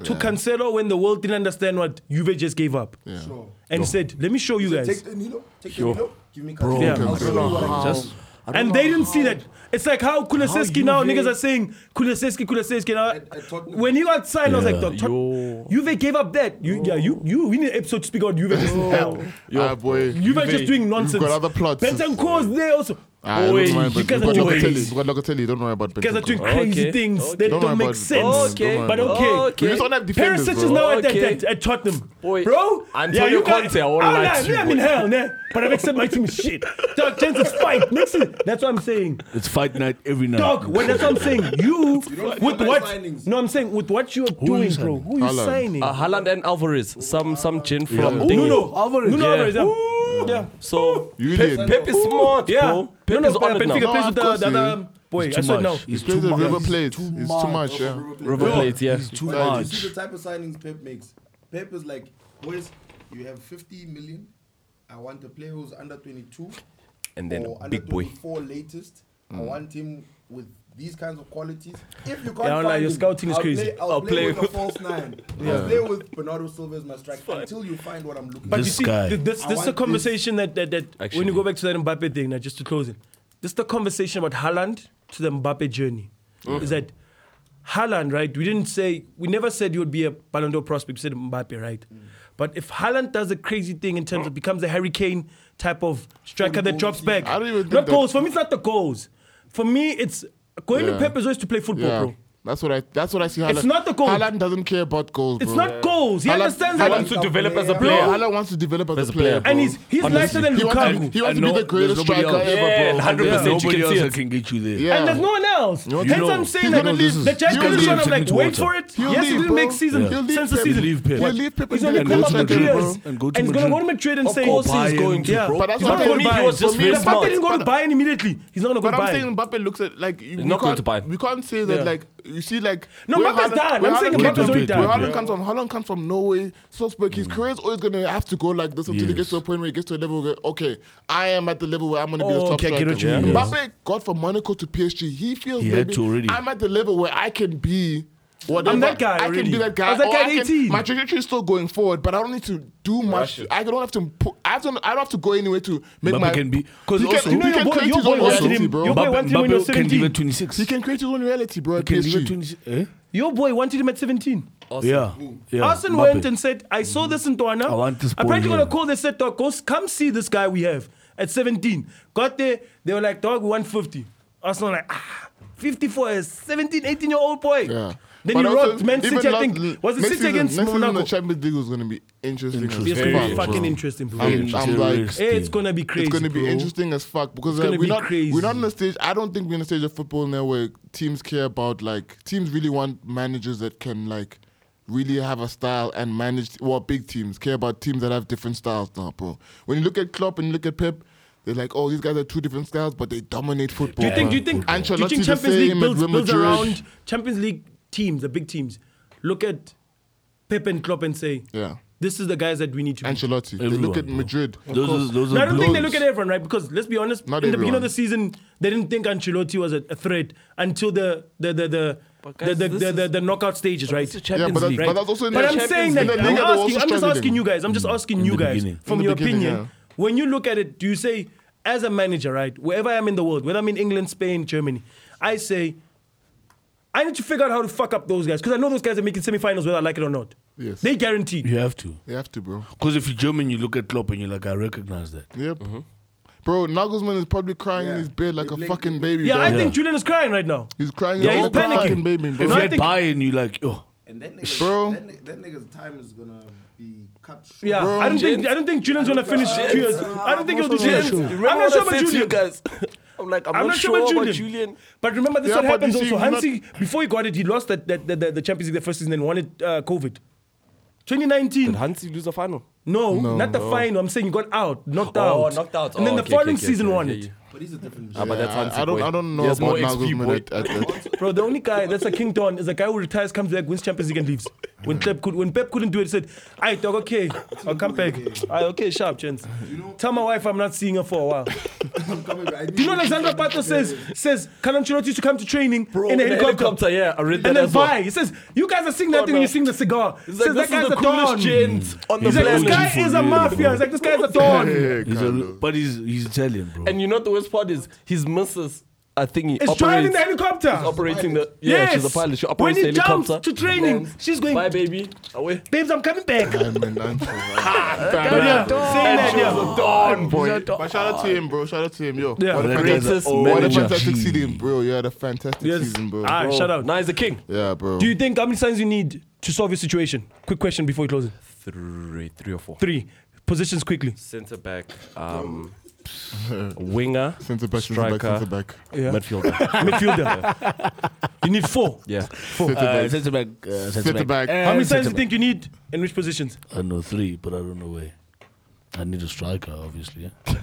C: to Cancelo when the world didn't understand what Juve just gave up.
G: Sure.
C: And said, let me show you
G: Take
C: guys.
G: the Nilo, take the Nilo, give me Bro,
C: Yeah.
G: I'll show you what I can do.
C: And they didn't see that. It's like how Kuleseski now,
F: Juve-
C: niggas are saying Kuleseski, Kuleseski now.
G: At- at Tottenham.
C: when he got signed, I was like,
E: Yeah,
C: Dog, Tot- Juve gave up that. You, yeah, you, you, we need an episode to speak about Juve just now.
B: Ah, boy.
C: Juve are just doing nonsense.
B: You've got other plots.
C: Betancourt's there also.
B: Ah, don't
E: Always.
B: worry about-
C: You
B: We've
C: guys
B: got
C: are doing
B: Locatelli.
C: ways.
B: We've got Locatelli. Don't worry about
C: You guys are doing
B: Bentancur.
C: crazy
E: Okay.
C: things that
B: Don't
C: don't,
B: worry
C: make
B: about-
C: sense.
B: Okay.
C: But
B: Don't
C: okay.
B: We just don't have defenders,
C: Perisic
B: bro.
C: is now at, that,
E: Okay.
C: at, at Tottenham.
E: Boy,
C: bro?
E: Antonio
C: got-
E: Conte, I won't
C: I'm
E: lie
C: like,
E: to you,
C: yeah, I'm
E: boy.
C: in hell, Ah, nah. But I've accepted my team is shit. Dog, chances fight. Next thing, that's what I'm saying.
D: It's fight night every night.
C: Dog, when that's what I'm saying. You,
G: don't
C: with
G: feel my
C: what?
G: signings.
C: No, I'm saying with what you're
D: are you
C: doing, bro.
D: signing?
C: Who you
B: Haaland.
C: signing?
E: Uh, Haaland and Alvarez. Some some gin from
C: Ooh,
E: thingy.
C: no, no,
F: Alvarez.
C: Nuno
E: Yeah.
C: Alvarez, yeah. yeah.
E: So
B: You
E: Pep,
B: didn't.
E: Pep is smart,
C: Yeah.
E: bro. Pep
C: no,
E: is
C: no,
E: on it now.
C: Benfica
B: No,
C: plays with
B: of
C: the,
B: course
C: the
B: he
C: other boy. I
D: It's
C: saw
D: too
C: it now.
D: much. It's
B: He plays
D: too
B: at River
D: much.
B: Plate. It's too much, yeah.
E: River Plate, yeah.
D: It's too
B: Guys,
G: You see
D: much.
G: the type of signings Pep makes. Pep is like, boys, you have 50 million. I want a player who's under 22
E: And then
G: or under
E: big boy. Mm.
G: 24 latest. I want him with these kinds of qualities. If you can't
C: Yeah,
G: find
C: like, your
G: him,
C: scouting is
G: I'll
C: crazy.
G: Play, I'll,
E: I'll
G: play,
E: play
G: with a false nine. I'll play with Bernardo Silva as my striker until you find what I'm looking
C: But
G: for.
C: you
D: This
C: see,
D: guy.
C: th- this
G: I
C: this is the
G: want
C: conversation that that, that when you
E: Actually.
C: go back to that Mbappe thing, now just to close it, this is the conversation about Haaland to the Mbappe journey.
B: Mm-hmm.
C: Is that Haaland, right? We didn't say we never said you would be a Ballon d'Or prospect. We said Mbappe, right?
B: Mm.
C: But if Haaland does a crazy thing in terms of becomes a hurricane type of striker that drops back,
B: I don't even think
C: not
B: that-
C: goals. For me, it's not the goals. For me, it's going
B: Yeah.
C: to Pep is always to play football,
B: Yeah.
C: bro.
B: That's what I. That's what I see. Haaland.
C: It's not the goal.
B: Haaland doesn't care about goals.
C: It's
B: bro.
C: not goals. He
B: Haaland-
C: understands
B: Haaland
C: that.
B: wants
E: to develop as a
B: Bro,
E: player.
B: Haaland wants to develop as,
E: As
B: a
E: a
B: player,
E: player,
B: bro.
C: And he's he's lighter than
B: he
C: Lukaku.
B: wants, he wants to
D: And
B: be
D: no-
B: the greatest
D: there's nobody
B: striker
D: else.
B: ever, bro.
E: Yeah,
B: And
E: 100%.
B: then-
E: you
D: Nobody
E: can
D: else
E: see
D: that
E: it.
D: can get you there.
B: Yeah.
C: And there's no one else.
B: You
C: Hence,
D: know,
C: I'm saying
B: he's
C: that
B: gonna leave.
C: the
B: He's
C: Jack
B: gonna
C: is trying
D: leave.
C: to like
D: He'll
C: wait
D: leave,
C: for it.
B: bro.
C: he has to do the next season.
B: Yeah. He'll leave
C: Since the
B: Pep.
C: season,
D: Leave Pep.
B: He'll leave Pep
C: He's
B: and
C: gonna
B: then
C: come
B: go
C: up
B: to
C: with
B: Madrid,
C: years
D: bro, and go to
C: he's gonna go to
D: Madrid.
C: Madrid and
E: Of
C: say,
E: course
D: Bayern
E: he's going to,
D: too,
C: yeah.
E: bro.
B: But that's
C: he's
B: what I'm
C: not going to
B: saying.
E: he
C: buy.
E: was just
B: me,
E: really
B: that's what
E: smart.
C: Mbappe didn't go to Bayern immediately. He's not gonna go
B: But
C: to
B: I'm saying
C: Bayern.
B: Mbappe looks at like you, we
E: not going
B: can't-
E: to Bayern.
B: We can't say that
C: Yeah.
B: like you see like
C: No,
B: where
C: Mbappe's
B: Haaland-
C: done. I'm
B: where
C: saying
B: Haaland
C: Mbappe's
B: comes
C: already
B: from- Where
C: done. Mm.
B: Haaland
C: Yeah.
B: comes from, Haaland comes from Norway, Salzburg. His career is always gonna have to go like this until he gets to a point where he gets to a level where okay, I am at the level where I'm gonna be the
C: Oh,
B: top
C: okay, I get
B: striker.
C: what you mean.
B: Mbappe got from Monaco to PSG. He feels
D: He had
B: maybe
D: to already.
B: I'm at the level where I can be. Whatever.
C: that guy
B: I can
C: already.
B: be that guy.
C: I was that
B: or
C: guy at
B: can-
C: 18.
B: my trajectory is still going forward, but I don't need to do much. I don't have to. pu- I don't. I don't have to go anywhere to make
D: Mbappe
B: my.
D: can be- 'cause
B: he
D: also-
B: can,
D: You
C: know
B: he
C: your
B: can
C: boy-
B: create
C: your
B: his
C: boy
B: own
C: wants
B: reality,
C: him-
B: bro.
C: your boy
D: Mbappe,
C: wanted him when he was
D: Mbappe can leave at
C: 17.
D: 26.
B: He can create his own reality, bro. at
D: can leave
B: PSG.
D: at 26. Eh?
C: Your boy wanted him at 17.
D: Yeah. yeah.
C: Arsene
D: Mbappe. Mm.
C: went and said, I saw this in Toana.
D: I want this
C: I probably
D: ball
C: gonna
D: here."
C: call. They said, Dog, go, s- come see this guy we have at 17. Got there, they were like, Dog, we want 50. Arsenal, like, ah, 50 for a 17, 18 year old boy.
B: Yeah.
C: Then
B: But
C: he
B: also,
C: robbed Man
B: even
C: City, I
B: last-
C: think. Was it
B: next
C: City
B: season-
C: against
B: next season
C: Monaco?
B: The Champions League was going to be interesting. as
D: Interesting.
C: It's gonna be
B: fuck,
C: fucking
B: bro.
C: interesting, bro.
B: I'm-
D: It's
B: I'm like-
D: interesting.
C: Hey, it's gonna be crazy.
B: It's going to be
C: bro.
B: interesting as fuck because uh,
C: gonna
B: we're
C: be
B: not
C: crazy.
B: we're not in the stage. I don't think we're in the stage of football now where teams care about like teams really want managers that can like really have a style and manage. Well, big teams care about teams that have different styles now, bro. When you look at Klopp and you look at Pep. They're like, oh, these guys are two different styles, but they dominate football.
C: Do you think? Do you
B: bro.
C: think? Do you
B: Ancelotti's
C: think
B: the
C: Champions
B: same
C: League
B: at
C: builds,
B: Real
C: builds
B: Madrid.
C: around Champions League teams, the big teams? Look at Pep and Klopp and say,
B: Yeah.
C: this is the guys that we need to." be.
B: Ancelotti. They look
D: Everyone,
B: at
D: bro.
B: Madrid.
D: Those are, those
C: No,
D: are
C: I don't think they
D: blows.
C: look at everyone, right? Because let's be honest,
B: Not
C: in the
B: everyone.
C: beginning of the season, they didn't think Ancelotti was a, a threat until the the the the
E: guys,
C: the, the,
E: this
C: the, the,
E: is-
C: the knockout stages, right?
E: It's a
B: Yeah,
E: Champions
B: but that's,
E: League.
B: but that's also in
C: But
B: the
C: I'm
B: Champions
C: saying
B: League.
C: that
B: In the
C: I'm,
B: Liga, they were also
C: asking, I'm just
B: struggling. Hmm.
C: asking you guys. I'm just asking you
D: the
C: guys
D: beginning.
C: from
B: In the
C: your
B: beginning,
C: opinion.
B: yeah.
C: When you look at it, do you say, as a manager, right, wherever I am in the world, whether I'm in England, Spain, Germany, I say, I need to figure out how to fuck up those guys because I know those guys are making semifinals whether I like it or not.
B: Yes.
C: They guaranteed.
D: You have to.
B: They have to, bro.
D: Because if you're German, you look at Klopp and you're like, I recognize that.
B: Yep.
C: Uh-huh.
B: Bro, Nagelsmann is probably crying in
G: Yeah.
B: his bed like
G: They
B: a
G: blink-
B: fucking baby.
C: Yeah,
B: bro.
C: I think Julian is crying right now.
B: he's crying
C: Yeah,
B: like
C: he's
B: a fucking
C: panicking.
B: baby,
D: If
B: bro.
C: No, I
D: you're
C: think-
D: Bayern, you're like, oh,
G: And that nigga's,
B: Bro.
G: That, ni- that nigga's time is gonna be cut short.
C: Yeah, I don't think
E: Jens-
C: I don't think Julian's gonna finish. Julian. I don't think he'll do
E: Jens,
C: Julian. I'm
E: remember
C: not
E: what
C: sure
E: I
C: about
E: said to you
C: Julian.
E: guys. I'm like, I'm,
C: I'm
E: not sure
C: about Julian.
E: Julian.
C: But remember, this
B: Yeah,
C: what
B: but
C: happens
B: you see,
C: also.
B: we're
C: Hansi, before he got it, he lost that, that, that, that- the Champions League the first season and won it uh, COVID.
E: Did
C: 2019,
E: Hansi lose the final?
C: no, not the final. I'm saying he got out, knocked
E: Oh,
C: out.
E: knocked out.
C: And then
E: Oh,
C: the
E: okay,
C: following
E: okay, okay,
C: season
E: okay,
C: won
E: I
C: it.
E: hear
G: But he's a different
E: Ah,
G: machine.
E: but that's
B: I-
E: Hansi
B: I don't,
E: boy.
B: I don't know
E: He has
B: about
E: more
B: Nagelsmann
E: XP, boy.
B: at, at, at,
C: Bro, the only guy that's a king don is a guy who retires, comes back, wins Champions League and leaves. When Pep, could, when Pep couldn't do it, he said, "I dog, okay, I'll come back. I okay, sharp chance. Tell my wife I'm not seeing her for a while."
G: I'm coming back. I
C: Do you know
G: need-
C: Alexandra Pato says says Kanan Chirot used to come to training
E: Bro,
C: in a helicopter.
E: yeah, I read that
C: And then
E: as well.
C: Vi, he says, you guys are singing that thing when you sing the cigar. He
E: like,
C: says,
E: this
C: that
E: is
C: guy's
E: the
C: a don.
E: coolest
C: He's
E: On the
C: like, this
E: planet.
C: guy is a mafia. He's like, this guy's a don.
B: Yeah,
D: He's
B: kind
D: a,
B: of.
D: but he's he's Italian, bro.
E: And you know what the worst part is? His missus, I think he
C: It's
E: operates,
C: driving the helicopter.
E: operating the... Yeah,
C: Yes.
E: she's a pilot. She
C: when
E: operates
C: he
E: the
C: jumps
E: helicopter.
C: to training, she's going,
E: Bye, baby. Away.
C: babes, I'm coming back.
B: I'm an answer, man.
C: But yeah, saying that, yeah.
E: Don,
B: But shout out to him, bro. Shout out to him, yo.
C: Yeah.
B: What a
D: That
B: fantastic-
D: guy's
E: Greatest
D: a-
B: What a
E: manager.
B: fantastic season, bro. You had a fantastic season, bro.
C: Ah, shout out.
E: Now he's a king.
B: Yeah, bro.
C: Do you think how many signs you need to solve your situation? Quick question before we close it.
E: Three, three or four.
C: Three positions quickly.
E: Centre back, um, winger,
B: Centre back, centre back,
E: striker,
B: centre back.
E: midfielder.
C: Midfielder. you need four.
E: yeah.
B: Centre
D: uh,
B: back.
D: centre back, uh,
B: Centre
D: centre back.
B: back.
C: How many signs do you think you need and which positions?
D: I know three, but I don't know where. I need a striker, obviously. eh? yeah.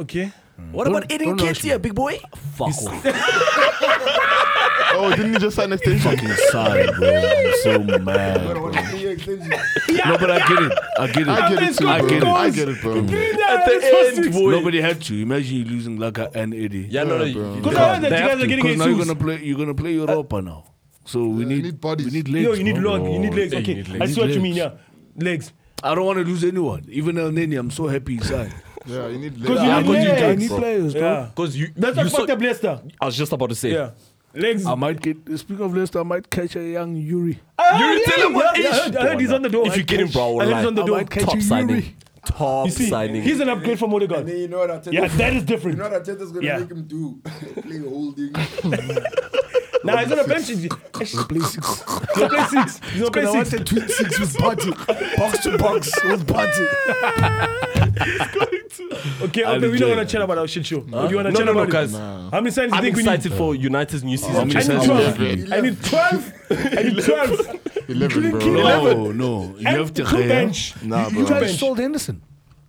C: Okay.
E: What about Eden Ketia, big boy?
D: Fuck off.
B: Oh, didn't he just sign an extension?
D: fucking sorry, bro. I'm so mad.
G: I
D: Bro.
G: want to see your extension.
D: No, but I get it. I get it.
B: I get it too, bro.
D: I get it. Mm.
B: I get it, bro.
C: At
E: the end, boy.
D: Nobody had to. Imagine you losing Laka and Eddie.
E: Yeah, no, no. you-
B: bro.
E: you
C: Because I heard
E: can't.
C: that
E: They
C: you
E: have
C: guys are
E: to.
C: getting
D: Because now you're
C: Jesus.
D: gonna play. You're gonna play Europa now. So we need,
B: need bodies.
D: We need legs.
C: Yo, you need
D: bro.
C: long, you need legs.
E: Yeah, you
C: Okay.
E: need
C: I
E: legs.
C: see what you mean, yeah.
D: Legs.
C: Legs.
D: I don't want to lose anyone. Even El Nini, I'm so happy he signed.
B: Yeah, you need
C: you
B: Yeah,
D: I
C: need
B: but
C: legs.
D: I
C: Legs,
D: need
E: bro.
D: players, bro.
C: Yeah.
E: Because you,
C: That's
E: you
C: what
E: saw-
C: fucked up Leicester.
E: I was just about to say.
C: Yeah. Legs.
D: I might get. Speaking of Leicester, I might catch a young Yuri.
C: Ah,
E: You
C: yeah,
E: tell him
C: yeah,
E: what
C: yeah, I
E: ish.
C: heard- I heard he's on the door.
E: If you get him, bro,
C: I heard he's on the
D: I
C: door.
D: might catch
E: top
D: you,
E: signing.
D: Yuri.
E: Top
C: You see,
E: signing.
C: he's an upgrade from
G: And then
C: Odegaard.
G: you know what Arteta
C: Yeah, that is
G: You
C: different.
G: know what Arteta's going to
C: Yeah.
G: make him do? Play holding.
C: Nah, he's on a bench. He's he's
D: Play six.
C: on play six. He's on play
D: I
C: six.
D: wanted two six with party. Box to box with party.
C: Okay,
D: I'll
C: okay, we don't
D: enjoy
C: want to
D: it.
C: chat about our shit show. If you want to
E: No,
C: chat
E: no, no,
C: about
E: guys.
C: it, how many signs do you
E: I'm
C: think we need?
E: excited for United's new season.
D: many
C: I need
D: signs?
C: 12. I
G: Eleven.
C: need 12. I need 12.
B: 11, bro.
C: Kilo.
D: No, no. You have to
C: And two bench.
B: Nah,
D: You
B: bro.
D: guys
C: bench.
D: sold Henderson.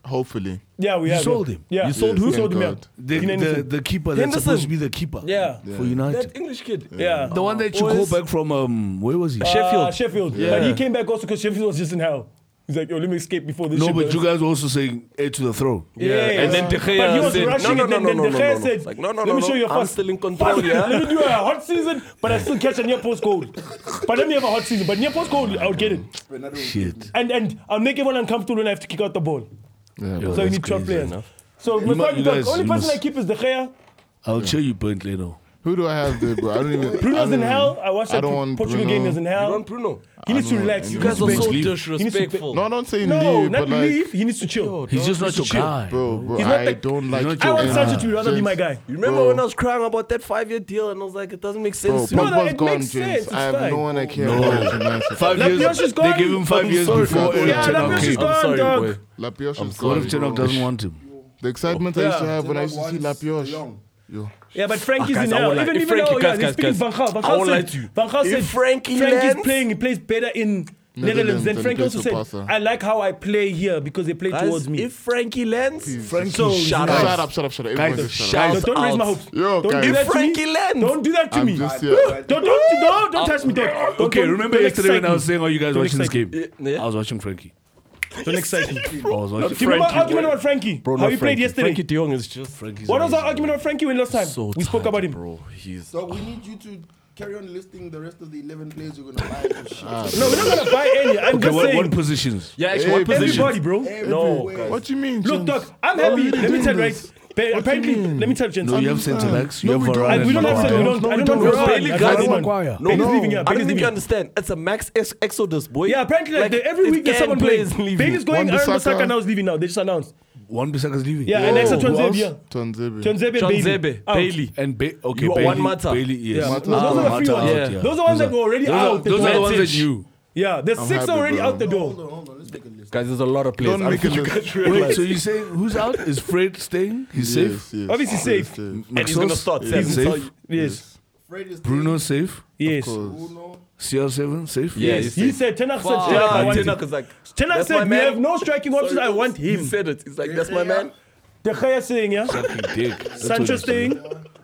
B: Hopefully.
C: Yeah, we
D: You
C: have.
D: sold
C: yeah.
D: him.
C: Yeah.
D: You
B: sold who?
C: We sold him, yeah.
B: Thank
D: The,
C: Dean
D: the,
C: Henderson.
D: the keeper that's
E: Henderson.
D: supposed to be the keeper
C: Yeah.
D: for United.
E: That English kid.
C: Yeah.
D: The one that you
E: Boys.
D: go back from, um, where was he?
C: Uh, Sheffield. But he came back also because Sheffield was just in hell. He's like, yo, let me escape before this
D: No,
C: shit
D: but
C: goes-
D: you guys were also saying heir to the throne.
C: Yeah,
E: And then De Gea
C: But he was
E: said,
C: rushing
E: no,
C: it,
E: no,
C: and
E: no,
C: then
E: no,
C: De
E: no,
C: Gea
E: no, no.
C: said,
E: Like, no, no,
C: let
E: no,
C: me show
E: no.
C: you a
E: I'm
C: fast-
E: still in control,
C: fast-
E: yeah.
C: Let me do a hot season, but I still catch a near post goal. But let me have a hot season. But near post goal, I would get it.
D: Shit.
C: And and I'll make everyone uncomfortable when I have to kick out the ball.
D: Yo,
C: So you
D: that's
C: need 12
D: crazy.
C: players. So my
D: mu-
C: thought-
D: you
C: the
D: guys-
C: only
D: you
C: person
D: must-
C: I keep is De Gea.
D: I'll show you Bernd Leno.
B: Who do I have there, bro? I don't even. I
C: Bruno's
B: don't
C: in
B: even-
C: hell. I watched
B: I
C: that
B: don't
C: Portugal
B: want Bruno.
C: game. He was in
E: You
C: hell.
E: want Bruno?
C: He needs to relax.
B: You
C: He
E: You guys
C: needs
E: are
C: to
E: so
C: bake.
E: disrespectful.
B: No, I'm not saying
C: No,
B: leave,
C: not
B: but like.
C: leave. He needs to chill.
D: He's just not your guy.
B: Bro, bro,
C: He's not
B: I
C: the-
B: don't
D: not
B: like
D: your
C: I want
D: Yeah.
C: Sancho to rather be my guy.
E: You remember
B: Bro.
E: when I was crying about that five-year deal and I was like, it doesn't make
B: Bro,
E: sense.
C: no,
B: Pogba's
C: it
B: gone,
C: makes sense,
B: James.
C: it's
B: I have
C: fine.
B: no one I care about. United.
D: Five
C: Lapioche
D: years.
C: is
D: They
C: gone.
D: gave him 5
B: I'm
D: years
B: sorry,
D: before
B: bro.
D: Eric
B: Yeah,
D: Ten Hag
C: Lapioche is
D: came.
C: gone.
E: I'm sorry,
C: dog.
E: boy.
B: Lapioche is
D: What
B: gone.
D: if Ten Hag
B: bro.
D: doesn't want him?
B: The excitement I used to have when I used to see
G: Ten Hag wants
B: Lapioche.
G: Young.
B: Yo,
C: Yeah, but Frankie's
E: Ah, guys,
C: in
E: I
C: hell.
E: won't lie.
C: Even
E: If
C: even
E: Frankie-
C: though, yeah,
E: guys,
C: they're
E: guys,
C: speaking
E: guys.
C: Van Gaal. Van
E: I
C: Gaal
E: won't lie
C: said,
E: to you.
C: Van Gaal
E: If
C: said
E: Frankie
C: Frankie's
E: lands-
C: playing. He plays better in
B: Netherlands
C: Netherlands. And
B: than
C: Frankie
B: he
C: also
B: plays
C: said,
B: for Barca.
C: I like how I play here because they play
E: Guys,
C: towards me.
E: if Frankie lands,
B: Frankie,
E: so
B: shut up,
E: shut up.
B: shut up, shut up, shut up. Everyone
D: Guys,
B: just shut up.
E: shout
C: No, don't raise my
E: out.
C: hopes.
B: Yo,
C: don't
B: guys.
C: do that
E: If Frankie
C: to me.
E: lands-
C: Don't do that to
B: I'm
C: me.
B: just
C: Don't
B: here.
C: don't no, don't touch me. Don't, don't,
D: Okay,
C: don't-
D: remember
C: don't
D: yesterday when I
C: excite
D: was saying, "Are you guys
C: Don't
D: watching this
C: excite
D: game?"
E: me. Yeah, yeah.
D: I was watching Frankie.
C: me. Don't excite me.
D: I was watching
C: Do you remember our argument
D: bro.
C: about Frankie?
E: Bro,
C: how
E: not
C: he played
E: Frankie.
C: yesterday.
E: Frankie de Jong is just
D: Frankie's
C: What was our
D: amazing,
C: argument about Frankie when last time?
E: so
C: we spoke
E: tired,
C: about him.
E: bro. He's
G: So we need you to carry on listing the rest of the 11 players you're going to buy. for shit.
C: No, we're not gonna buy any. I'm
D: Okay,
C: just
D: what,
C: saying.
D: what positions?
E: yeah, actually,
B: Hey,
E: what position?
C: Everybody, bro.
G: Everywhere.
B: What do you mean? James?
C: Look, doc, I'm
B: Why are
C: happy.
B: you
C: Let me
B: doing
C: tell you,
B: this?
C: right. Ba-
B: What do you
C: Apparently,
B: mean?
C: let me tell you, gents.
D: No, you
C: I-
D: have centre backs. You
B: No,
D: have
B: we don't.
D: Varane.
B: I-
D: and
C: we don't have
D: Maguire.
C: Sen- we don't.
B: No,
C: I
B: we
C: don't
B: don't.
C: know.
B: Bro,
E: Bailey, guys,
C: Bailey's
F: Maguire.
C: No, Bailey's
E: No,
C: leaving. Yeah,
E: I don't
C: Bailey's
E: think you
C: leaving.
E: understand. It's a max ex- exodus, boy.
C: Yeah, apparently, like, they- every
E: it
C: week there's
E: can
C: someone
E: play
C: plays
E: is
C: playing.
E: leaving.
C: Bailey's going.
B: Wan-Bissaka.
C: Aaron Bissaka now is leaving. Now they just announced.
D: One Bissaka's leaving.
C: Yeah, and
B: Oh,
C: next to
D: Who else?
C: Transebe. Yeah,
B: Tonzebi.
C: Transebe,
E: John
C: Bailey.
E: Zebe,
C: Out.
E: Bailey.
D: And ba- okay,
E: You are
D: Bailey,
E: one Mata.
D: Bailey, yes.
C: Yeah.
D: Mata
C: No, those
D: out,
C: are the free
D: Mata
C: ones.
D: out,
E: Yeah.
D: yeah.
C: Those are ones that were already
D: those
C: out.
D: Are, those are the ones that
E: Advantage.
D: you.
C: Yeah, there's six
B: happy,
C: already
B: bro.
C: out the
G: Hold
C: door.
G: on, hold on. Let's make a list.
E: Guys, there's a lot of players.
B: Don't make it look.
D: Wait, so you say who's out? Is Fred staying? He's safe.
C: Obviously safe.
E: and he's gonna
D: Maxos?
E: start
D: He's
E: seven. So-
D: safe.
C: Yes,
G: Fred is
D: Bruno safe.
C: yes.
G: Bruno.
D: CR7 safe.
E: Yeah,
C: Yes.
E: he's
C: He
E: safe.
C: said Tenak said
E: Yeah,
C: Tenak, I want
E: Ten
C: him.
E: Hag is like,
C: Tenak
E: that's my
C: said we
E: man.
C: have no striking options.
E: Sorry,
C: I want
E: He
C: him.
E: said it. He's like, that's my man.
C: De Gea staying, yeah?
D: Fucking dick. That's what
C: Sancho
D: he's doing.
C: staying.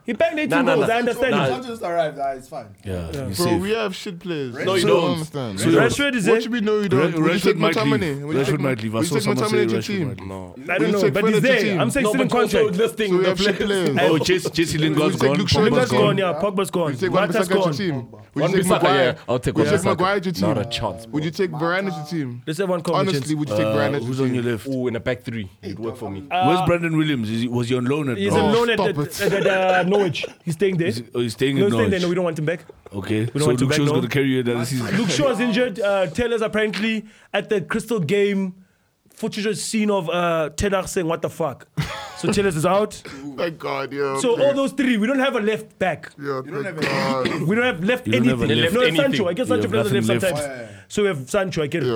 C: He banged 18
E: Nah, nah,
C: goals,
E: nah.
C: I understand.
E: Nah.
C: it.
G: Sancho just arrived. Ah, it's fine.
D: Yeah, he's
B: Bro,
D: safe.
B: we have shit players.
D: you
B: So
D: don't.
B: I understand.
D: So you don't.
C: Rashford is
B: What
C: there.
B: should we know you
D: Ra-
B: don't? Would you
D: Rashford
B: take
D: might leave.
B: Matamane? Would you take
D: Rashford might leave. I
B: would you
D: saw
B: take
D: someone say
B: Matamane to your
D: Rashford might
B: team?
D: leave.
E: No.
C: I don't
B: We'll
C: know,
B: take
C: but he's
B: Fernandes'
C: there.
B: team.
C: I'm saying
E: No,
C: still in
E: but also
C: contract.
E: listing
B: So we
E: the
B: have shit
E: players.
B: players.
D: Oh, Jesse, Jesse Lingard's
B: We'll take
D: gone.
B: Luke Shaw,
D: Pogba's
C: Linda's
B: Pogba's
C: gone,
D: gone.
C: yeah. Pogba's gone.
B: Would you take Wan
C: Mata's
B: Bissaka to your
C: gone.
B: team? Would
E: One
B: you take
E: Bissaka,
B: Maguire?
E: yeah. I'll take
B: Would
E: one
B: you take
E: Bissaka.
B: Maguire to your team?
E: Not a chance, bro.
B: Would you take Varane to your team?
C: Let's have one
B: Honestly,
C: conversation.
B: would you take
D: Uh,
B: Varane to
D: who's
B: your
D: on
B: team?
D: your left?
E: Ooh, in a back three. It'd work for me.
D: Where's Brandon Williams? Is he, was he on loan at
C: Uh, He's
D: Norwich?
C: in loan at,
B: stop
C: at,
B: it.
C: at, at uh, Norwich. He's staying there.
D: Oh, he's staying
C: No,
D: in
C: he's staying
D: Norwich.
C: there. No, we don't want him back.
D: Okay,
C: don't
D: so
C: want him
D: Luke
C: back
D: Shaw's
C: now.
D: going to carry you down this season.
C: Luke Shaw's injured. Uh, Taylor's apparently at the Crystal game. Footage is seen of uh, Taylor saying, What the fuck? So Taylor's is out.
B: Thank God, yeah.
C: So
B: okay.
C: all those three, we don't have a left back.
B: Yeah, thank God.
C: We don't have left
D: You don't
C: anything.
D: have a left
C: no,
E: anything.
C: Sancho. I guess
D: You
C: Sancho
D: have
C: plays the left
D: nothing left.
C: sometimes. So we have Sancho. I get it.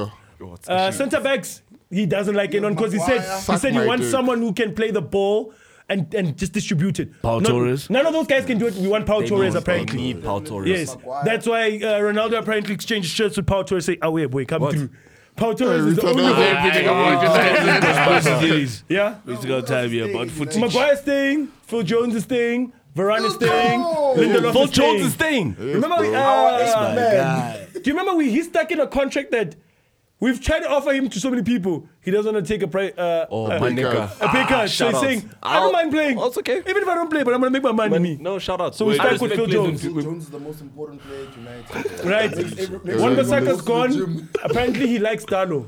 B: Yeah.
C: Uh, centre backs, he doesn't like it on because he said he
B: Suck
C: said he
B: my
C: wants
B: dick.
C: someone who can play the ball and, and just distribute it.
D: Paul
C: Not-
D: Torres?
C: None of those guys can do it. We want Paul Torres apparently.
E: need Paul Torres.
C: Yes, that's why uh, Ronaldo apparently exchanged shirts with Paul Torres. Say, "Oh yeah, boy, come
E: What?
C: through." Paul Torres
B: Hey,
C: is the
B: Ronaldo.
C: only
B: Hey,
C: one.
D: He's
C: Yeah,
D: He's got time here, but footage.
C: Maguire's staying, Phil Jones is staying, Varane is staying,
G: Phil
C: Lindelof
E: Phil
C: is staying.
E: Jones is staying. Oh,
C: Remember, uh, do you remember we, he's stuck in a contract that we've tried to offer him to so many people. He doesn't want to take a price. Uh,
E: Oh,
C: uh,
E: my
B: pay cut.
E: nigga.
C: a pay cut. so
E: shout
C: he's
E: out.
C: saying, I don't
E: I'll-
C: mind playing.
E: Oh, it's okay.
C: Even if I don't play, but I'm gonna make my money. me.
E: No, shout out.
C: So we
E: Wait,
C: start
E: I
C: with
E: respect
C: Phil
E: Clinton
C: Jones.
E: too.
G: Phil Jones is the most important player at United.
C: Right. Wan
B: everyone
C: Bissaka's
B: goes to the
C: gone.
B: gym.
C: Apparently, he likes Darlo.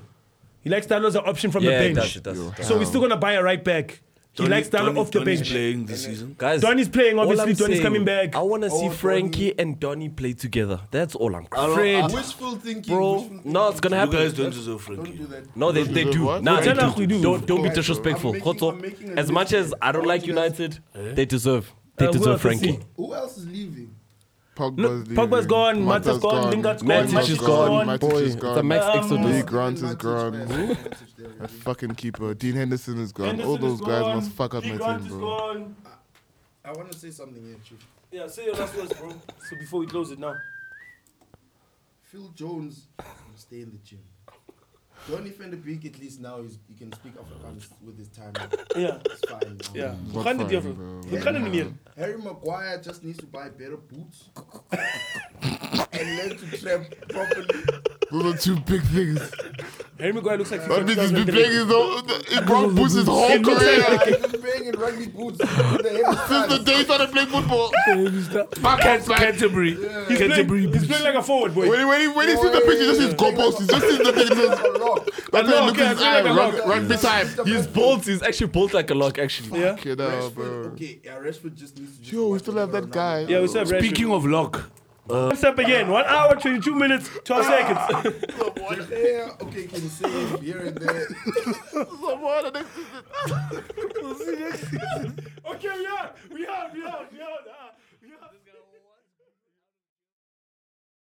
C: He likes Darlo as an option from
E: Yeah,
C: the
E: it does,
C: bench.
E: it does. it does.
C: So we're still gonna buy a right back. He likes Darlo off the
D: Donny's
C: bench.
D: playing this season.
E: Guys,
C: Donny's playing,
E: all
C: obviously,
E: I'm
C: Donny's
E: saying,
C: coming back.
E: I want to see
G: Donny.
E: Frankie and Donny play together. That's all I'm
G: Uh,
E: afraid.
G: wishful thinking.
E: Bro,
G: wishful
E: no, it's going to
D: You
E: happen.
D: guys don't deserve Frankie.
G: Don't do that.
E: No, they, they do.
B: what?
E: Nah,
B: What?
E: they
C: Tell us we
E: do.
C: do.
E: Don't, don't be
G: Guys,
E: disrespectful.
G: I'm making-
E: Khotso,
G: I'm making a
E: as much
G: list
E: as I don't like
G: Don't you guys- Eh?
E: United, they deserve. They
C: Uh, who
E: deserve
C: else is
E: Frankie.
C: he?
G: Who else is leaving?
B: Pogba's
C: Look,
B: leaving.
C: Pogba's gone, Mata's gone, Lingard's gone,
E: Matic is gone.
B: Matic
E: Boy,
B: is
E: it's
B: gone.
E: a max
C: Um,
B: Lee
E: exodus.
B: Grant is
G: Matic,
B: gone.
G: man. Matic there
B: That
G: already.
B: fucking keeper. Dean Henderson is gone.
C: Henderson
B: All
C: is
B: those guys
C: gone,
B: must fuck up
C: Big
B: my
C: Grant
B: team,
C: is
B: bro.
C: gone.
G: I want to say something here, Chief.
C: Yeah, say your last words, bro. So before we close it now.
G: Phil Jones will stay in the gym. Donny van de Beek, at least now, is, he can speak Afrikaans with his time.
C: Yeah.
G: It's fine. now.
C: Yeah.
B: Not
C: Gaan dit
B: fine,
C: hier, bro.
B: bro.
C: We gaan dit niet meer.
G: Harry Maguire just needs to buy better boots and learn to trap properly.
B: Those are two big things.
C: Harry Maguire looks like
B: That
C: from
B: means he's been
C: 2003.
B: playing his whole. It brought boots his whole
C: It looks
B: career.
G: He's been playing in rugby boots with the heavy
B: Since the
G: size.
B: day he started playing football.
D: Cant- Canterbury.
C: He's
D: Canterbury.
C: playing, he's playing like a forward, boy.
B: When he, when he, when he sees the picture, he just sees goalposts. He just sees the thing. He says,
G: A lock.
B: That's
C: lock,
B: how he looks
C: yeah,
B: his
C: it's like
B: eye.
C: a
B: Rug-
C: lock.
B: Rugby time.
E: He's bolt. He's actually bolt like a lock, actually.
C: Yeah.
B: Kid out,
G: Rashford,
B: Oh, bro.
G: okay, yeah, Rashford just needs to just
B: Yo, we
G: watch
B: still have that
G: Ronaldo.
B: guy.
C: Yeah, we said Speaking.
D: Speaking of Locke,
C: What's up again? One hour, 22 minutes, 12 seconds.
G: Yeah, okay, can save here and there.
B: Someone, the next-